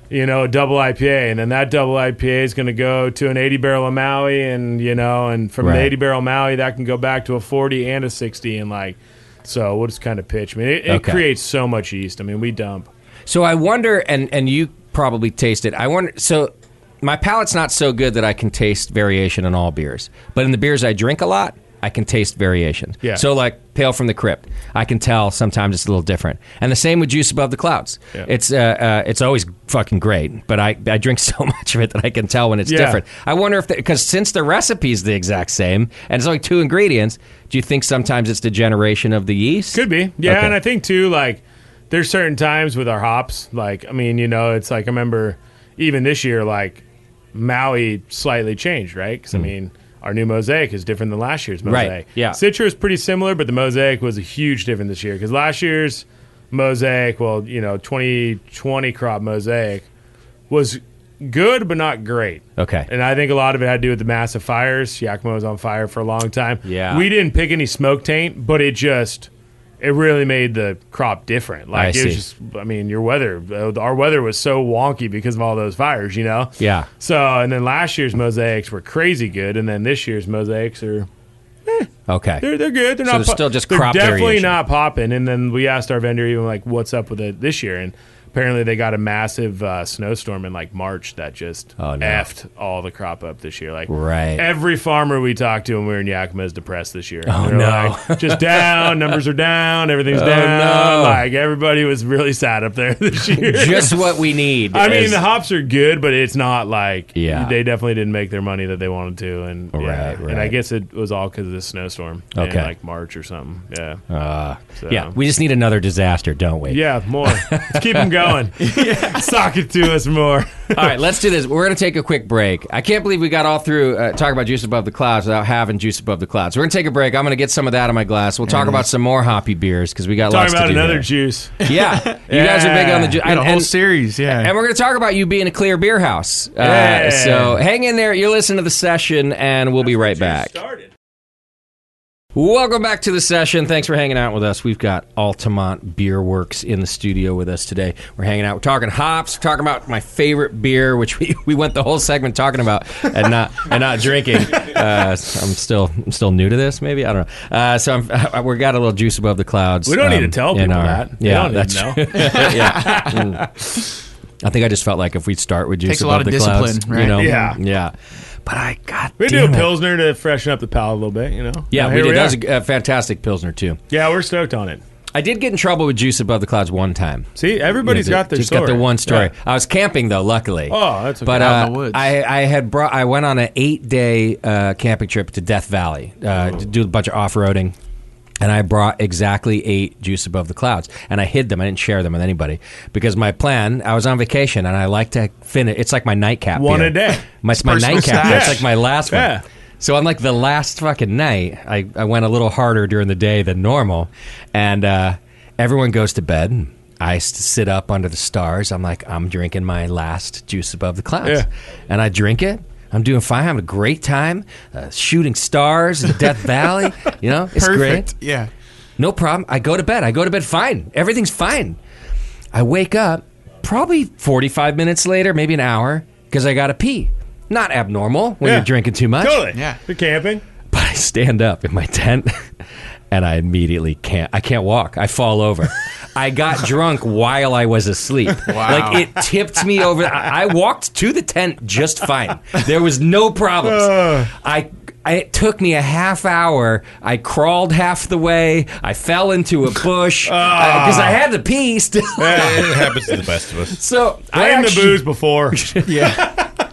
[SPEAKER 2] you know, a double IPA, and then that double IPA is going to go to an 80 barrel of Maui, and you know, and from an
[SPEAKER 1] Right.
[SPEAKER 2] 80 barrel Maui, that can go back to a 40 and a 60, and like, so we'll just kind of pitch. I mean, it, it
[SPEAKER 1] Okay.
[SPEAKER 2] creates so much yeast. I mean, we dump.
[SPEAKER 1] So I wonder, and and you probably taste it. I wonder. So my palate's not so good that I can taste variation in all beers, but in the beers I drink a lot, I can taste variations.
[SPEAKER 2] Yeah.
[SPEAKER 1] So like pale from the crypt, I can tell sometimes it's a little different, and the same with juice above the clouds.
[SPEAKER 2] Yeah.
[SPEAKER 1] It's uh, uh, it's always fucking great, but I I drink so much of it that I can tell when it's
[SPEAKER 2] Yeah.
[SPEAKER 1] different. I wonder if because since the recipe's the exact same and it's only two ingredients, do you think sometimes it's the generation of the yeast?
[SPEAKER 2] Could be, yeah.
[SPEAKER 1] Okay.
[SPEAKER 2] And I think too, like, there's certain times with our hops. Like, I mean, you know, it's like I remember even this year, like Maui slightly changed, right? Because I mean, our new mosaic is different than last year's
[SPEAKER 1] Hmm. Right,
[SPEAKER 2] mosaic.
[SPEAKER 1] yeah.
[SPEAKER 2] Citra is pretty similar, but the mosaic was a huge difference this year because last year's mosaic, well, you know, 2020 crop mosaic was good but not great.
[SPEAKER 1] Okay.
[SPEAKER 2] And I think a lot of it had to do with the massive fires. Yakima was on fire for a long time.
[SPEAKER 1] Yeah.
[SPEAKER 2] We didn't pick any smoke taint, but it just it really made the crop different. Like
[SPEAKER 1] I
[SPEAKER 2] it
[SPEAKER 1] see.
[SPEAKER 2] was just I mean, your weather uh, our weather was so wonky because of all those fires, you know.
[SPEAKER 1] Yeah.
[SPEAKER 2] So, and then last year's mosaics were crazy good and then this year's mosaics are
[SPEAKER 1] Okay.
[SPEAKER 2] they're, they're good. They're
[SPEAKER 1] So
[SPEAKER 2] not
[SPEAKER 1] there's still just
[SPEAKER 2] they're
[SPEAKER 1] crop
[SPEAKER 2] definitely
[SPEAKER 1] variation.
[SPEAKER 2] not popping. And then we asked our vendor even like, "What's up with it this year?" And apparently they got a massive uh, snowstorm in like March that just
[SPEAKER 1] Oh, no.
[SPEAKER 2] effed all the crop up this year. Like
[SPEAKER 1] Right.
[SPEAKER 2] every farmer we talked to when we were in Yakima is depressed this year. Oh
[SPEAKER 1] no. Oh,
[SPEAKER 2] just down. Numbers are down. Everything's down.
[SPEAKER 1] no.
[SPEAKER 2] Like everybody was really sad up there this year.
[SPEAKER 1] just what we need.
[SPEAKER 2] I mean,
[SPEAKER 1] is-
[SPEAKER 2] the hops are good, but it's not like
[SPEAKER 1] Yeah.
[SPEAKER 2] they definitely didn't make their money that they wanted to, and yeah.
[SPEAKER 1] Right,
[SPEAKER 2] and I
[SPEAKER 1] right.
[SPEAKER 2] guess it was all because of this snowstorm in
[SPEAKER 1] Okay.
[SPEAKER 2] like March or something. Yeah,
[SPEAKER 1] Uh,
[SPEAKER 2] So-
[SPEAKER 1] Yeah, we just need another disaster, don't we?
[SPEAKER 2] yeah, more. Let's keep them going. Sock it to us more.
[SPEAKER 1] all right, let's do this. We're going to take a quick break. I can't believe we got all through uh, talking about Juice Above the Clouds without having Juice Above the Clouds. We're going to take a break. I'm going to get some of that out of my glass. We'll talk about some more hoppy beers because we got
[SPEAKER 2] Mm-hmm.
[SPEAKER 1] lots
[SPEAKER 2] Talking about
[SPEAKER 1] to do
[SPEAKER 2] another
[SPEAKER 1] there.
[SPEAKER 2] juice.
[SPEAKER 1] Yeah, you guys are big on the juice.
[SPEAKER 3] We had a whole
[SPEAKER 1] and,
[SPEAKER 3] series, yeah.
[SPEAKER 1] and we're going to talk about you being a clear beer house. Uh,
[SPEAKER 2] Yeah.
[SPEAKER 1] So hang in there. You're listening to the session, and we'll be right back.
[SPEAKER 2] Started.
[SPEAKER 1] Welcome back to the session. Thanks for hanging out with us. We've got Altamont Beer Works in the studio with us today. We're hanging out. We're talking hops. We're talking about my favorite beer, which we, we went the whole segment talking about and not and not drinking. Uh, so I'm still I'm still new to this. Maybe I don't know. Uh, so I'm, we got a little juice above the clouds.
[SPEAKER 2] We don't need
[SPEAKER 1] um,
[SPEAKER 2] to tell
[SPEAKER 1] in
[SPEAKER 2] people
[SPEAKER 1] our-
[SPEAKER 2] that. They
[SPEAKER 1] Yeah,
[SPEAKER 2] don't need
[SPEAKER 1] that's
[SPEAKER 2] to know.
[SPEAKER 1] true. yeah. Mm. I think I just felt like if we start with juice
[SPEAKER 3] Takes a
[SPEAKER 1] above
[SPEAKER 3] lot of
[SPEAKER 1] the clouds,
[SPEAKER 3] discipline,
[SPEAKER 1] you
[SPEAKER 3] right?
[SPEAKER 1] know,
[SPEAKER 2] Yeah.
[SPEAKER 1] yeah. But I got
[SPEAKER 2] We do a pilsner to freshen up the palate a little bit. You know.
[SPEAKER 1] Yeah,
[SPEAKER 2] Now,
[SPEAKER 1] we
[SPEAKER 2] here
[SPEAKER 1] did. that
[SPEAKER 2] are.
[SPEAKER 1] was a, a fantastic pilsner too.
[SPEAKER 2] yeah, we're stoked on it.
[SPEAKER 1] I did get in trouble with Juice Above the Clouds one time.
[SPEAKER 2] See, everybody's
[SPEAKER 1] Everybody's
[SPEAKER 2] got their
[SPEAKER 1] just
[SPEAKER 2] story.
[SPEAKER 1] got the one story.
[SPEAKER 2] Yeah.
[SPEAKER 1] I was camping though, luckily.
[SPEAKER 2] Oh, that's okay.
[SPEAKER 1] But
[SPEAKER 3] Out
[SPEAKER 1] uh,
[SPEAKER 3] in the woods.
[SPEAKER 1] I, I had brought. I went on an eight-day uh, camping trip to Death Valley uh, to do a bunch of off-roading, and I brought exactly eight Juice Above the Clouds, and I hid them. I didn't share them with anybody because my plan. I was on vacation, and I like to finish. It's like my nightcap.
[SPEAKER 2] One
[SPEAKER 1] beer.
[SPEAKER 2] a day.
[SPEAKER 1] My, my
[SPEAKER 3] Personal
[SPEAKER 1] nightcap.
[SPEAKER 3] stash.
[SPEAKER 1] That's like my last one.
[SPEAKER 2] Yeah.
[SPEAKER 1] So on like the last fucking night, I, I went a little harder during the day than normal, and uh, everyone goes to bed. I s- sit up under the stars. I'm like, I'm drinking my last juice above the clouds.
[SPEAKER 2] Yeah.
[SPEAKER 1] And I drink it. I'm doing fine. I'm having a great time. Uh, shooting stars in Death Valley. You know, it's great.
[SPEAKER 3] Perfect. Yeah.
[SPEAKER 1] No problem. I go to bed. I go to bed fine. Everything's fine. I wake up probably 45 minutes later, maybe an hour, because I got to pee. Not abnormal when
[SPEAKER 2] Yeah.
[SPEAKER 1] you're drinking too much.
[SPEAKER 2] Totally.
[SPEAKER 3] Yeah.
[SPEAKER 2] You're camping.
[SPEAKER 1] But I stand up in my tent and I immediately can't I can't walk. I fall over. I got drunk while I was asleep. Like it tipped me over. I, I walked to the tent just fine. There was no problems.
[SPEAKER 2] Uh.
[SPEAKER 1] I I- it took me a half hour. I crawled half the way. I fell into a bush
[SPEAKER 2] Ah.
[SPEAKER 1] because I had to pee still.
[SPEAKER 4] it happens to the best of us.
[SPEAKER 1] So I
[SPEAKER 2] Blame the
[SPEAKER 1] actually-
[SPEAKER 2] booze before.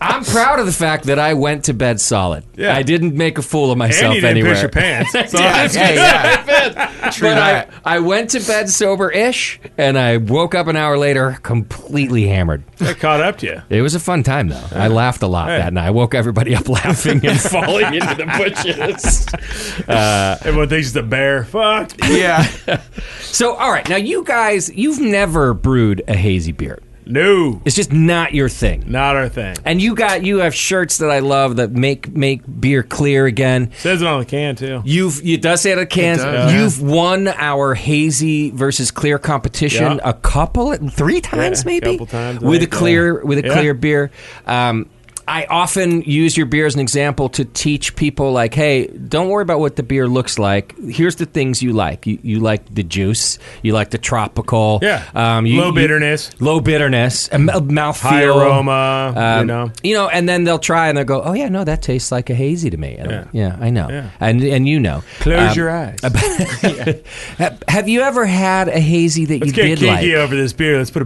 [SPEAKER 1] I'm proud of the fact that I went to bed solid.
[SPEAKER 2] Yeah.
[SPEAKER 1] I didn't make a fool of myself
[SPEAKER 2] and you didn't
[SPEAKER 1] anywhere.
[SPEAKER 2] piss your pants. So that's
[SPEAKER 1] Hey,
[SPEAKER 2] good.
[SPEAKER 1] but I,
[SPEAKER 3] that.
[SPEAKER 1] I went to bed sober ish and I woke up an hour later completely hammered.
[SPEAKER 2] That caught up to you.
[SPEAKER 1] It was a fun time though. I laughed a lot that night. I woke everybody up laughing and falling into the bushes.
[SPEAKER 2] Uh, Everyone thinks it's a bear. Fuck.
[SPEAKER 3] Yeah.
[SPEAKER 1] So, all right, now you guys, you've never brewed a hazy beer.
[SPEAKER 2] No.
[SPEAKER 1] It's just not your thing.
[SPEAKER 2] Not our thing.
[SPEAKER 1] And you got you have shirts that I love that make make beer clear again.
[SPEAKER 2] Says it on the can too.
[SPEAKER 1] You've it does say it on cans.
[SPEAKER 3] does.
[SPEAKER 1] You've won our hazy versus clear competition
[SPEAKER 2] Yeah.
[SPEAKER 1] a couple, three times
[SPEAKER 2] Yeah,
[SPEAKER 1] maybe,
[SPEAKER 2] couple times, I
[SPEAKER 1] with a
[SPEAKER 2] think,
[SPEAKER 1] clear with a
[SPEAKER 2] Yeah.
[SPEAKER 1] clear beer. Um, I often use your beer as an example to teach people, like, hey, don't worry about what the beer looks like. Here's the things you like. You, you like the juice. You like the tropical.
[SPEAKER 2] Yeah.
[SPEAKER 1] Um, you-
[SPEAKER 2] Low
[SPEAKER 1] you-
[SPEAKER 2] bitterness.
[SPEAKER 1] low bitterness. a m- a Mouthfeel.
[SPEAKER 2] High aroma. you
[SPEAKER 1] Um,
[SPEAKER 2] know.
[SPEAKER 1] and then they'll try and they'll go, "Oh yeah, no, that tastes like a hazy to me." And I'm, yeah. I know.
[SPEAKER 2] Yeah.
[SPEAKER 1] And and you know,
[SPEAKER 2] Close
[SPEAKER 1] Um,
[SPEAKER 2] your eyes.
[SPEAKER 1] ha- Have you ever had a hazy that
[SPEAKER 2] Let's
[SPEAKER 1] you
[SPEAKER 2] get
[SPEAKER 1] did
[SPEAKER 2] Kiki
[SPEAKER 1] like?
[SPEAKER 2] over this beer. Let's put a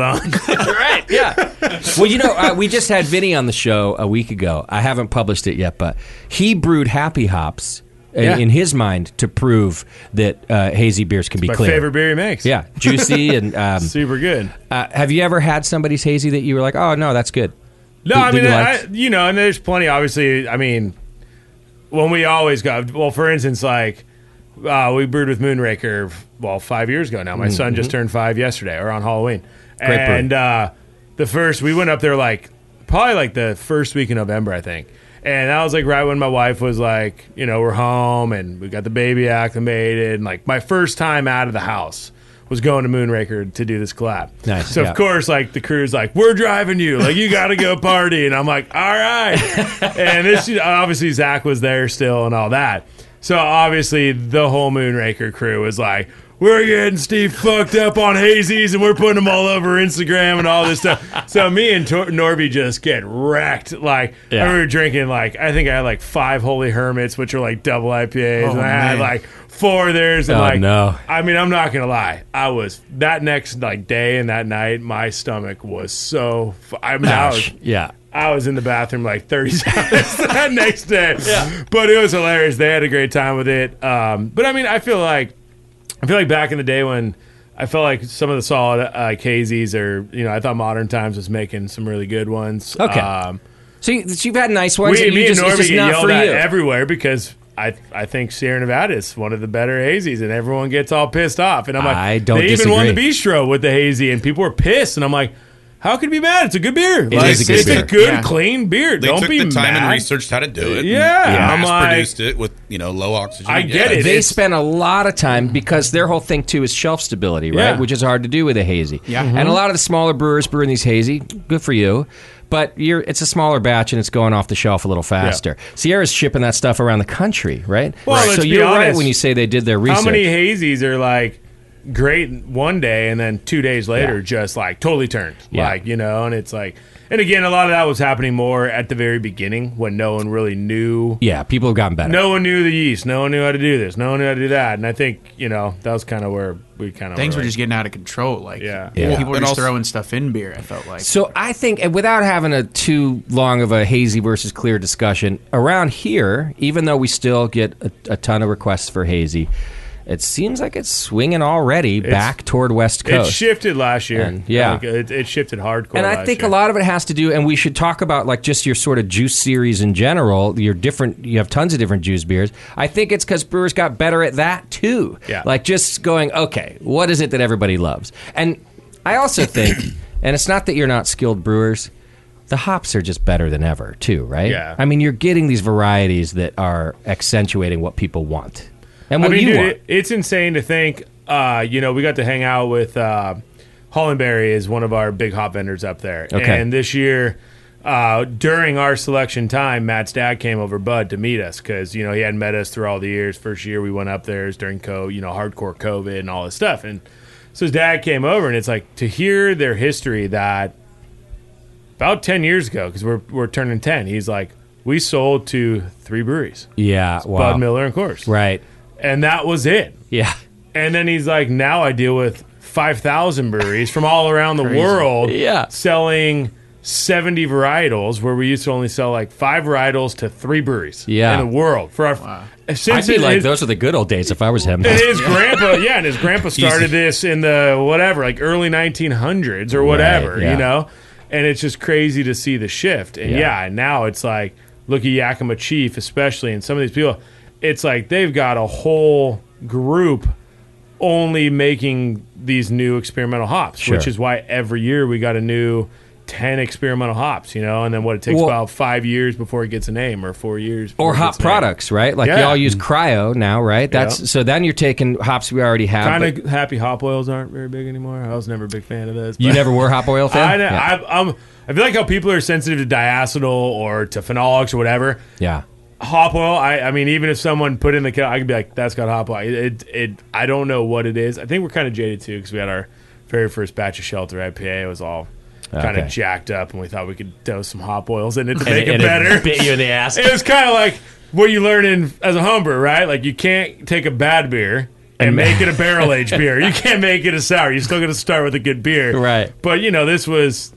[SPEAKER 2] on.
[SPEAKER 1] right. Yeah. well, you know, uh, we just had Vinny on the show a week ago. I haven't published it yet, but he brewed Happy Hops. In,
[SPEAKER 2] Yeah.
[SPEAKER 1] in his mind, to prove that uh, hazy beers can be
[SPEAKER 2] My
[SPEAKER 1] clear.
[SPEAKER 2] favorite beer he makes.
[SPEAKER 1] Yeah, juicy and um,
[SPEAKER 2] Super good.
[SPEAKER 1] uh, have you ever had somebody's hazy that you were like, oh no, that's good?
[SPEAKER 2] No,
[SPEAKER 1] Did-
[SPEAKER 2] I
[SPEAKER 1] did
[SPEAKER 2] mean,
[SPEAKER 1] you
[SPEAKER 2] I,
[SPEAKER 1] like-
[SPEAKER 2] you know, and there's plenty. Obviously, I mean, when we always got well, for instance, like uh, we brewed with Moonraker well five years ago now. My son just turned five yesterday, or on Halloween,
[SPEAKER 1] Mm-hmm. Great brew.
[SPEAKER 2] and uh, the first we went up there like probably like the first week in November, I think. And that was like right when my wife was like, you know, we're home and we got the baby acclimated. And like my first time out of the house was going to Moonraker to do this collab.
[SPEAKER 1] Nice,
[SPEAKER 2] So
[SPEAKER 1] yeah.
[SPEAKER 2] of course, like the crew's like, we're driving you. Like you got to go party. And I'm like, all right. and this obviously Zach was there still and all that. So obviously the whole Moonraker crew was like, we're getting Steve fucked up on hazies and we're putting them all over Instagram and all this stuff. So me and Tor- Norby just get wrecked. Like
[SPEAKER 1] Yeah.
[SPEAKER 2] I remember drinking like I think I had like five Holy Hermits, which are like double IPAs, and I had
[SPEAKER 3] man.
[SPEAKER 2] like four of theirs. And
[SPEAKER 1] Oh,
[SPEAKER 2] like
[SPEAKER 1] no.
[SPEAKER 2] I mean, I'm not gonna lie. I was that next like day and that night, my stomach was so. fu- I mean, I was,
[SPEAKER 1] Yeah.
[SPEAKER 2] I was in the bathroom like 30 times that next day. Yeah. But it was hilarious. They had a great time with it. Um, but I mean, I feel like I feel like back in the day when I felt like some of the solid uh, KZs or you know, I thought Modern Times was making some really good ones.
[SPEAKER 1] Okay.
[SPEAKER 2] Um,
[SPEAKER 1] So, you, so you've had nice ones.
[SPEAKER 2] we,
[SPEAKER 1] and you
[SPEAKER 2] me
[SPEAKER 1] just,
[SPEAKER 2] and
[SPEAKER 1] it's
[SPEAKER 2] Norby
[SPEAKER 1] just
[SPEAKER 2] get
[SPEAKER 1] not
[SPEAKER 2] yelled
[SPEAKER 1] for
[SPEAKER 2] at
[SPEAKER 1] you.
[SPEAKER 2] everywhere because I I think Sierra Nevada is one of the better hazies, and everyone gets all pissed off. And I'm like,
[SPEAKER 1] I don't
[SPEAKER 2] They even won the
[SPEAKER 1] disagree.
[SPEAKER 2] bistro with the hazy, and people were pissed. And I'm like, how could it be mad? It's a good beer. It
[SPEAKER 1] is a good
[SPEAKER 2] it's
[SPEAKER 1] beer.
[SPEAKER 2] a good,
[SPEAKER 3] Yeah.
[SPEAKER 2] clean beer.
[SPEAKER 4] They
[SPEAKER 2] don't
[SPEAKER 4] took
[SPEAKER 2] be
[SPEAKER 4] the time
[SPEAKER 2] mad.
[SPEAKER 4] and researched how to do it. and
[SPEAKER 2] Yeah, I'm
[SPEAKER 4] mass
[SPEAKER 2] like-
[SPEAKER 4] produced it with you know low oxygen.
[SPEAKER 2] I get it.
[SPEAKER 1] they
[SPEAKER 2] It's-
[SPEAKER 1] spend a lot of time because their whole thing too is shelf stability, right?
[SPEAKER 2] Yeah. Mm-hmm.
[SPEAKER 1] Which is hard to do with a hazy.
[SPEAKER 3] Yeah. Mhm.
[SPEAKER 1] And a lot of the smaller brewers brewing these hazy, good for you. But you're, it's a smaller batch and it's going off the shelf a little faster. Sierra's shipping that stuff around the country, right?
[SPEAKER 2] Well,
[SPEAKER 1] Right.
[SPEAKER 2] let's
[SPEAKER 1] so
[SPEAKER 2] be
[SPEAKER 1] you're right
[SPEAKER 2] honest.
[SPEAKER 1] when you say they did their research.
[SPEAKER 2] How many hazies are like great one day and then two days later
[SPEAKER 1] Yeah.
[SPEAKER 2] just like totally turned?
[SPEAKER 1] Yeah.
[SPEAKER 2] Like, you know, and it's like, and again, a lot of that was happening more at the very beginning when no one really knew.
[SPEAKER 1] yeah, people have gotten better.
[SPEAKER 2] No one knew the yeast. No one knew how to do this. No one knew how to do that. And I think, you know, that was kind of where we kind of
[SPEAKER 3] Things were just getting out of control. Like,
[SPEAKER 2] Yeah.
[SPEAKER 1] Yeah.
[SPEAKER 3] people were
[SPEAKER 4] And
[SPEAKER 3] just
[SPEAKER 4] also-
[SPEAKER 3] throwing stuff in beer, I felt like.
[SPEAKER 1] So I think, and without having a too long of a hazy versus clear discussion around here, even though we still get a, a ton of requests for hazy, It seems like it's swinging already back toward West
[SPEAKER 2] It
[SPEAKER 1] Coast.
[SPEAKER 2] shifted last year.
[SPEAKER 1] And- yeah.
[SPEAKER 2] Like, it, it shifted hardcore.
[SPEAKER 1] and I
[SPEAKER 2] last
[SPEAKER 1] think
[SPEAKER 2] year.
[SPEAKER 1] a lot of it has to do, and we should talk about like just your sort of juice series in general. Your different, you have tons of different juice beers. I think it's because brewers got better at that too.
[SPEAKER 2] Yeah.
[SPEAKER 1] like just going, okay, what is it that everybody loves? And I also think, and it's not that you're not skilled brewers. The hops are just better than ever too, right?
[SPEAKER 2] Yeah.
[SPEAKER 1] I mean, you're getting these varieties that are accentuating what people want and what
[SPEAKER 2] I mean,
[SPEAKER 1] you
[SPEAKER 2] dude,
[SPEAKER 1] want.
[SPEAKER 2] it- it's insane to think. Uh, you know, we got to hang out with uh, Hollenberry is one of our big hop vendors up there,
[SPEAKER 1] Okay.
[SPEAKER 2] and this year. Uh, during our selection time, Matt's dad came over Bud to meet us because you know he hadn't met us through all the years. First year we went up there is during co you know hardcore COVID and all this stuff, and so his dad came over and it's like to hear their history that about ten years ago because we're we're turning ten. He's like, we sold to three breweries,
[SPEAKER 1] yeah, wow.
[SPEAKER 2] Bud Miller and Coors,
[SPEAKER 1] Right.
[SPEAKER 2] and that was it.
[SPEAKER 1] Yeah.
[SPEAKER 2] And then he's like, now I deal with 5,000 breweries from all around the world
[SPEAKER 1] Yeah.
[SPEAKER 2] selling 70 varietals where we used to only sell like five varietals to three breweries
[SPEAKER 1] Yeah.
[SPEAKER 2] in the world. For our,
[SPEAKER 1] I'd
[SPEAKER 2] since
[SPEAKER 1] be
[SPEAKER 2] it-
[SPEAKER 1] like,
[SPEAKER 2] his,
[SPEAKER 1] those are the good old days if I was him.
[SPEAKER 2] his grandpa, yeah, and his grandpa started this in the whatever, like early 1900s or whatever,
[SPEAKER 1] yeah.
[SPEAKER 2] you know? And it's just crazy to see the shift. And
[SPEAKER 1] Yeah.
[SPEAKER 2] yeah, and now it's like, look at Yakima Chief, especially, and some of these people, it's like they've got a whole group only making these new experimental hops, which
[SPEAKER 1] Sure.
[SPEAKER 2] is why every year we got a new 10 experimental hops, you know? And then what it takes
[SPEAKER 1] Well-
[SPEAKER 2] about five years before it gets a name or four years. before
[SPEAKER 1] or
[SPEAKER 2] it
[SPEAKER 1] hop
[SPEAKER 2] gets a name.
[SPEAKER 1] products, right? Like
[SPEAKER 2] Yeah.
[SPEAKER 1] y'all use cryo now, right? That's so then you're taking hops we already have.
[SPEAKER 2] Kind
[SPEAKER 1] Uh, but
[SPEAKER 2] of happy hop oils aren't very big anymore. I was never a big fan of those.
[SPEAKER 1] you
[SPEAKER 2] but-
[SPEAKER 1] never were hop oil fan.
[SPEAKER 2] I, know,
[SPEAKER 1] yeah.
[SPEAKER 2] I, I'm, I feel like how people are sensitive to diacetyl or to phenolics or whatever.
[SPEAKER 1] Yeah.
[SPEAKER 2] Hop oil. I, I mean, even if someone put in the, ca- I could be like, "That's got hop oil." It, it, it- I don't know what it is. I think we're kind of jaded too because we had our very first batch of Shelter IPA. It was all kind of
[SPEAKER 1] Ah, Okay.
[SPEAKER 2] jacked up, and we thought we could dose some hop oils in it to
[SPEAKER 1] And
[SPEAKER 2] make
[SPEAKER 1] and
[SPEAKER 2] it better.
[SPEAKER 1] bit you in the ass.
[SPEAKER 2] It was kind of like what you learn in as a homebrew, right? Like you can't take a bad beer and make it a barrel aged beer. You can't make it a sour. You still got to start with a good beer,
[SPEAKER 1] Right.
[SPEAKER 2] But you know, this was.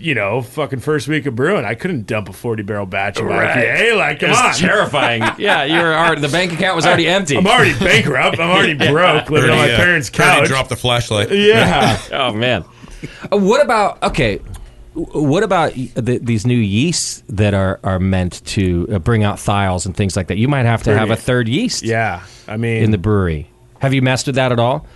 [SPEAKER 2] You know, fucking first week of brewing, I couldn't dump a forty barrel batch of IPA. Like, come on,
[SPEAKER 1] terrifying. yeah, you were already, the bank account was already empty.
[SPEAKER 2] I'm already bankrupt. I'm already broke, living on my
[SPEAKER 4] Bernie, uh,
[SPEAKER 2] parents'
[SPEAKER 4] Bernie
[SPEAKER 2] couch.
[SPEAKER 4] dropped the flashlight.
[SPEAKER 2] Yeah,
[SPEAKER 1] oh man. Uh, What about okay? w- What about y- the, these new yeasts that are are meant to uh, bring out thiols and things like that? You might have to have a third yeast
[SPEAKER 2] yeah. I mean,
[SPEAKER 1] in the brewery. Have you mastered that at all?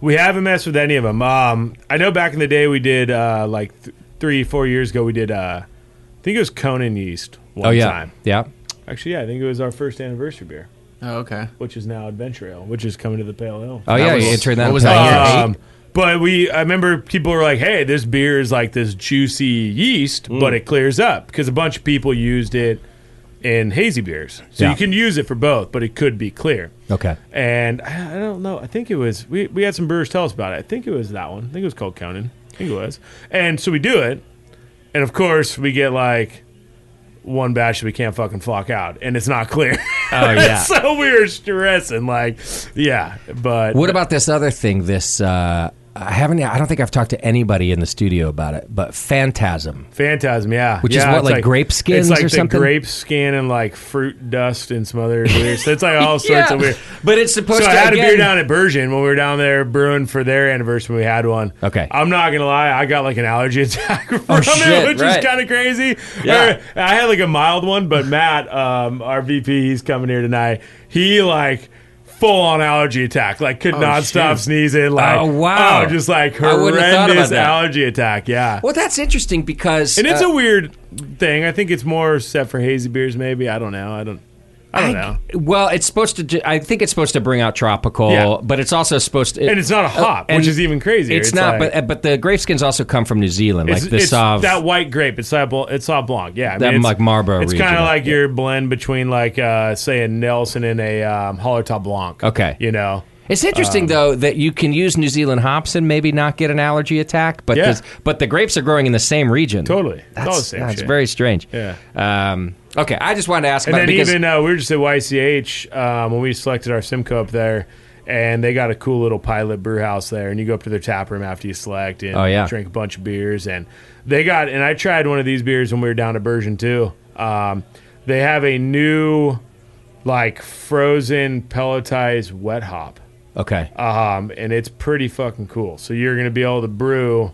[SPEAKER 2] We haven't messed with any of them. Um, I know back in the day we did uh, like th- three, four years ago we did. Uh, I think it was Conan yeast one
[SPEAKER 1] oh yeah,
[SPEAKER 2] time.
[SPEAKER 1] yeah.
[SPEAKER 2] Actually, yeah, I think it was our first anniversary beer,
[SPEAKER 3] Oh, okay.
[SPEAKER 2] which is now Adventure Ale, which is coming to the Pale Ale.
[SPEAKER 1] Oh yeah,
[SPEAKER 3] was-
[SPEAKER 1] you entered that.
[SPEAKER 3] what was
[SPEAKER 1] in-
[SPEAKER 3] that year?
[SPEAKER 1] Uh,
[SPEAKER 2] Um, but we, I remember people were like, "Hey, this beer is like this juicy yeast,
[SPEAKER 1] Mm.
[SPEAKER 2] but it clears up," because a bunch of people used it in hazy beers. So
[SPEAKER 1] Yeah.
[SPEAKER 2] you can use it for both, but it could be clear.
[SPEAKER 1] Okay.
[SPEAKER 2] And I, I don't know. I think it was we, we had some brewers tell us about it. I think it was that one. I think it was called Conan. I think it was. And so we do it, and of course we get like one batch that we can't fucking flock out, and it's not clear.
[SPEAKER 1] Oh yeah.
[SPEAKER 2] so we were stressing, like, yeah. But
[SPEAKER 1] What about this other thing? This uh, I haven't. I don't think I've talked to anybody in the studio about it. But phantasm.
[SPEAKER 2] Phantasm, yeah,
[SPEAKER 1] Which is
[SPEAKER 2] yeah,
[SPEAKER 1] what,
[SPEAKER 2] it's
[SPEAKER 1] like grape skins
[SPEAKER 2] It's like
[SPEAKER 1] or
[SPEAKER 2] the
[SPEAKER 1] something?
[SPEAKER 2] grape skin and like fruit dust and some other weird. so it's like all sorts of Oh, weird.
[SPEAKER 1] But it's supposed
[SPEAKER 2] So
[SPEAKER 1] to.
[SPEAKER 2] I had
[SPEAKER 1] again-
[SPEAKER 2] a beer down at Bergen when we were down there brewing for their anniversary. We had one.
[SPEAKER 1] Okay. Oh,
[SPEAKER 2] I'm not gonna lie, I got like an allergy attack from
[SPEAKER 1] shit,
[SPEAKER 2] it, which
[SPEAKER 1] right.
[SPEAKER 2] is kind of crazy.
[SPEAKER 1] Yeah.
[SPEAKER 2] Or, I had like a mild one, but Matt, um, our VP, he's coming here tonight. He like. Full on allergy attack, like could not stop
[SPEAKER 3] shoot.
[SPEAKER 2] sneezing, like
[SPEAKER 1] Oh, wow.
[SPEAKER 2] oh, just like
[SPEAKER 1] I wouldn't have thought about
[SPEAKER 2] horrendous
[SPEAKER 1] that.
[SPEAKER 2] allergy attack, yeah.
[SPEAKER 1] Well, that's interesting because
[SPEAKER 2] And it's
[SPEAKER 1] uh,
[SPEAKER 2] a weird thing. I think it's more set for hazy beers, maybe. I don't know. I don't. I don't know.
[SPEAKER 1] well, it's supposed to. ju- I think it's supposed to bring out tropical,
[SPEAKER 2] Yeah.
[SPEAKER 1] but it's also supposed to.
[SPEAKER 2] And it's not a hop,
[SPEAKER 1] Oh, and
[SPEAKER 2] which is even crazier.
[SPEAKER 1] it's, not.
[SPEAKER 2] like-
[SPEAKER 1] but but the grape skins also come from New Zealand, like
[SPEAKER 2] it's-
[SPEAKER 1] the
[SPEAKER 2] it's
[SPEAKER 1] Sauv.
[SPEAKER 2] that white grape. It's Sauv It's Sauv Blanc. Yeah, I
[SPEAKER 1] That,
[SPEAKER 2] it's-
[SPEAKER 1] like, Marlboro
[SPEAKER 2] It's
[SPEAKER 1] region,
[SPEAKER 2] kind of like
[SPEAKER 1] yeah.
[SPEAKER 2] your blend between like uh, say a Nelson and a um, Hollertau Blanc.
[SPEAKER 1] Okay.
[SPEAKER 2] you know.
[SPEAKER 1] it's interesting
[SPEAKER 2] Um,
[SPEAKER 1] though that you can use New Zealand hops and maybe not get an allergy attack, but
[SPEAKER 2] Yeah.
[SPEAKER 1] this- but the grapes are growing in the same region.
[SPEAKER 2] Totally. It's all
[SPEAKER 1] that's
[SPEAKER 2] the Oh, same
[SPEAKER 1] that's
[SPEAKER 2] shit.
[SPEAKER 1] very strange.
[SPEAKER 2] Yeah.
[SPEAKER 1] Um, okay, I just wanted to ask
[SPEAKER 2] And
[SPEAKER 1] about
[SPEAKER 2] then
[SPEAKER 1] it because
[SPEAKER 2] even uh, we were just at YCH um, when we selected our Simcoe up there, and they got a cool little pilot brew house there. And you go up to their tap room after you select and
[SPEAKER 1] Oh, yeah.
[SPEAKER 2] drink a bunch of beers. And they got and I tried one of these beers when we were down at Bergen too. Um, they have a new like frozen pelletized wet hop.
[SPEAKER 1] Okay.
[SPEAKER 2] Um, and it's pretty fucking cool. So you're gonna be able to brew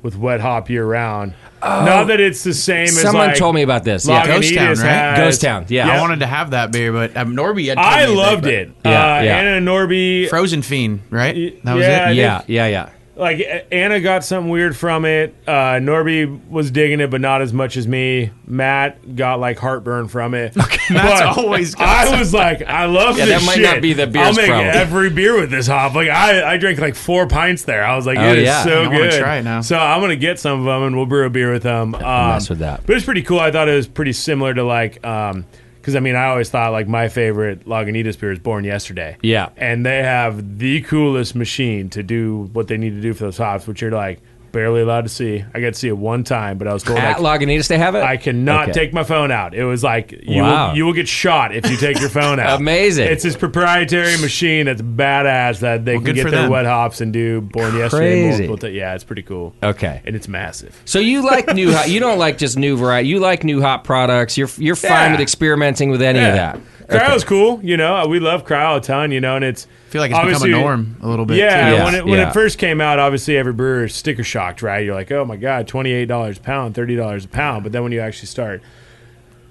[SPEAKER 2] with wet hop year round. Not that it's the same as
[SPEAKER 1] Oh. Someone
[SPEAKER 2] like,
[SPEAKER 1] told me about this. Yeah.
[SPEAKER 2] Lagunitas
[SPEAKER 3] Ghost Town, right?
[SPEAKER 2] has-
[SPEAKER 1] Ghost Town, yeah.
[SPEAKER 3] I wanted to have that beer, but um, Norby. Had told
[SPEAKER 2] I
[SPEAKER 3] me that,
[SPEAKER 2] loved
[SPEAKER 3] but-
[SPEAKER 2] it.
[SPEAKER 1] Yeah,
[SPEAKER 2] uh,
[SPEAKER 1] yeah.
[SPEAKER 2] Anna and Norby,
[SPEAKER 3] Frozen Fiend, right? That was
[SPEAKER 2] yeah.
[SPEAKER 3] it.
[SPEAKER 1] yeah, yeah, yeah.
[SPEAKER 2] like A- Anna got something weird from it. Uh, Norby was digging it, but not as much as me. Matt got like heartburn from it.
[SPEAKER 3] Matt's
[SPEAKER 2] But
[SPEAKER 3] always got
[SPEAKER 2] I was like, I love
[SPEAKER 1] Yeah,
[SPEAKER 2] this
[SPEAKER 1] that might
[SPEAKER 2] shit.
[SPEAKER 1] not be the
[SPEAKER 2] I'll
[SPEAKER 1] beer's
[SPEAKER 2] make
[SPEAKER 1] problem.
[SPEAKER 2] every beer with this hop. Like I, I drank like four pints there. I was like,
[SPEAKER 1] Oh,
[SPEAKER 2] it is
[SPEAKER 1] yeah.
[SPEAKER 2] so
[SPEAKER 3] I wanna
[SPEAKER 2] good.
[SPEAKER 3] try it now.
[SPEAKER 2] So I'm gonna get some of them and we'll brew a beer with them. Um,
[SPEAKER 1] mess with that.
[SPEAKER 2] But it's pretty cool. I thought it was pretty similar to like. Um, because I mean, I always thought like my favorite Lagunitas beer is Born Yesterday.
[SPEAKER 1] Yeah.
[SPEAKER 2] and they have the coolest machine to do what they need to do for those hops, which you're like barely allowed to see. I got to see it one time, but I was told I,
[SPEAKER 1] At Lagunitas, they have it.
[SPEAKER 2] I cannot
[SPEAKER 1] Okay.
[SPEAKER 2] take my phone out. It was like you
[SPEAKER 1] Wow.
[SPEAKER 2] will, you will get shot if you take your phone out.
[SPEAKER 1] Amazing.
[SPEAKER 2] It's this proprietary machine that's badass that they can
[SPEAKER 3] good
[SPEAKER 2] get
[SPEAKER 3] for
[SPEAKER 2] their
[SPEAKER 3] them.
[SPEAKER 2] wet hops and do Born Yesterday.
[SPEAKER 1] Crazy.
[SPEAKER 2] multiple ti- yeah, it's pretty cool.
[SPEAKER 1] Okay.
[SPEAKER 2] and it's massive.
[SPEAKER 1] So you like new hot? You don't like just new variety. You like new hot products. You're you're fine
[SPEAKER 2] Yeah.
[SPEAKER 1] with experimenting with any of that.
[SPEAKER 2] Cryo's cool, you know. We love cryo a ton, you know, and it's.
[SPEAKER 3] I feel like it's
[SPEAKER 2] obviously-
[SPEAKER 3] become a norm a little bit.
[SPEAKER 2] Yeah,
[SPEAKER 3] too.
[SPEAKER 1] Yeah,
[SPEAKER 2] when it when
[SPEAKER 1] yeah.
[SPEAKER 2] it first came out, obviously every brewer is sticker shocked, right? You're like, oh my god, twenty eight dollars a pound, thirty dollars a pound. But then when you actually start,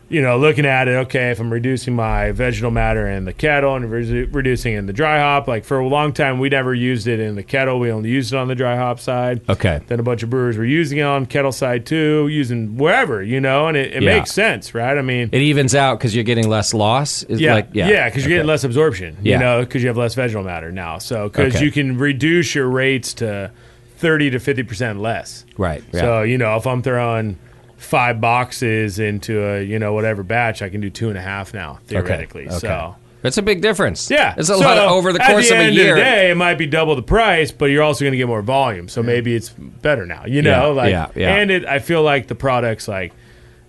[SPEAKER 2] you know, looking at it, okay, if I'm reducing my vegetal matter in the kettle and redu- reducing it in the dry hop, like for a long time we never used it in the kettle. We only used it on the dry hop side.
[SPEAKER 1] Okay.
[SPEAKER 2] Then a bunch of brewers were using it on kettle side too, using wherever, you know, and it, it
[SPEAKER 1] Yeah.
[SPEAKER 2] makes sense, right? I mean,
[SPEAKER 1] It evens out because you're getting less loss. Is
[SPEAKER 2] yeah,
[SPEAKER 1] like, yeah,
[SPEAKER 2] yeah, because you're getting less absorption.
[SPEAKER 1] Yeah.
[SPEAKER 2] You know, because you have less vegetal matter now. So because
[SPEAKER 1] Okay.
[SPEAKER 2] you can reduce your rates to thirty to fifty percent less.
[SPEAKER 1] Right,
[SPEAKER 2] So you know, if I'm throwing five boxes into a you know whatever batch, I can do two and a half now theoretically.
[SPEAKER 1] Okay.
[SPEAKER 2] So.
[SPEAKER 1] That's a big difference.
[SPEAKER 2] Yeah,
[SPEAKER 1] it's a
[SPEAKER 2] So,
[SPEAKER 1] lot of, over the
[SPEAKER 2] at
[SPEAKER 1] course of
[SPEAKER 2] end
[SPEAKER 1] a year.
[SPEAKER 2] the day, it might be double the price, but you're also going to get more volume. So maybe it's better now. You know,
[SPEAKER 1] Yeah,
[SPEAKER 2] like
[SPEAKER 1] yeah, yeah.
[SPEAKER 2] and it. I feel like the products like.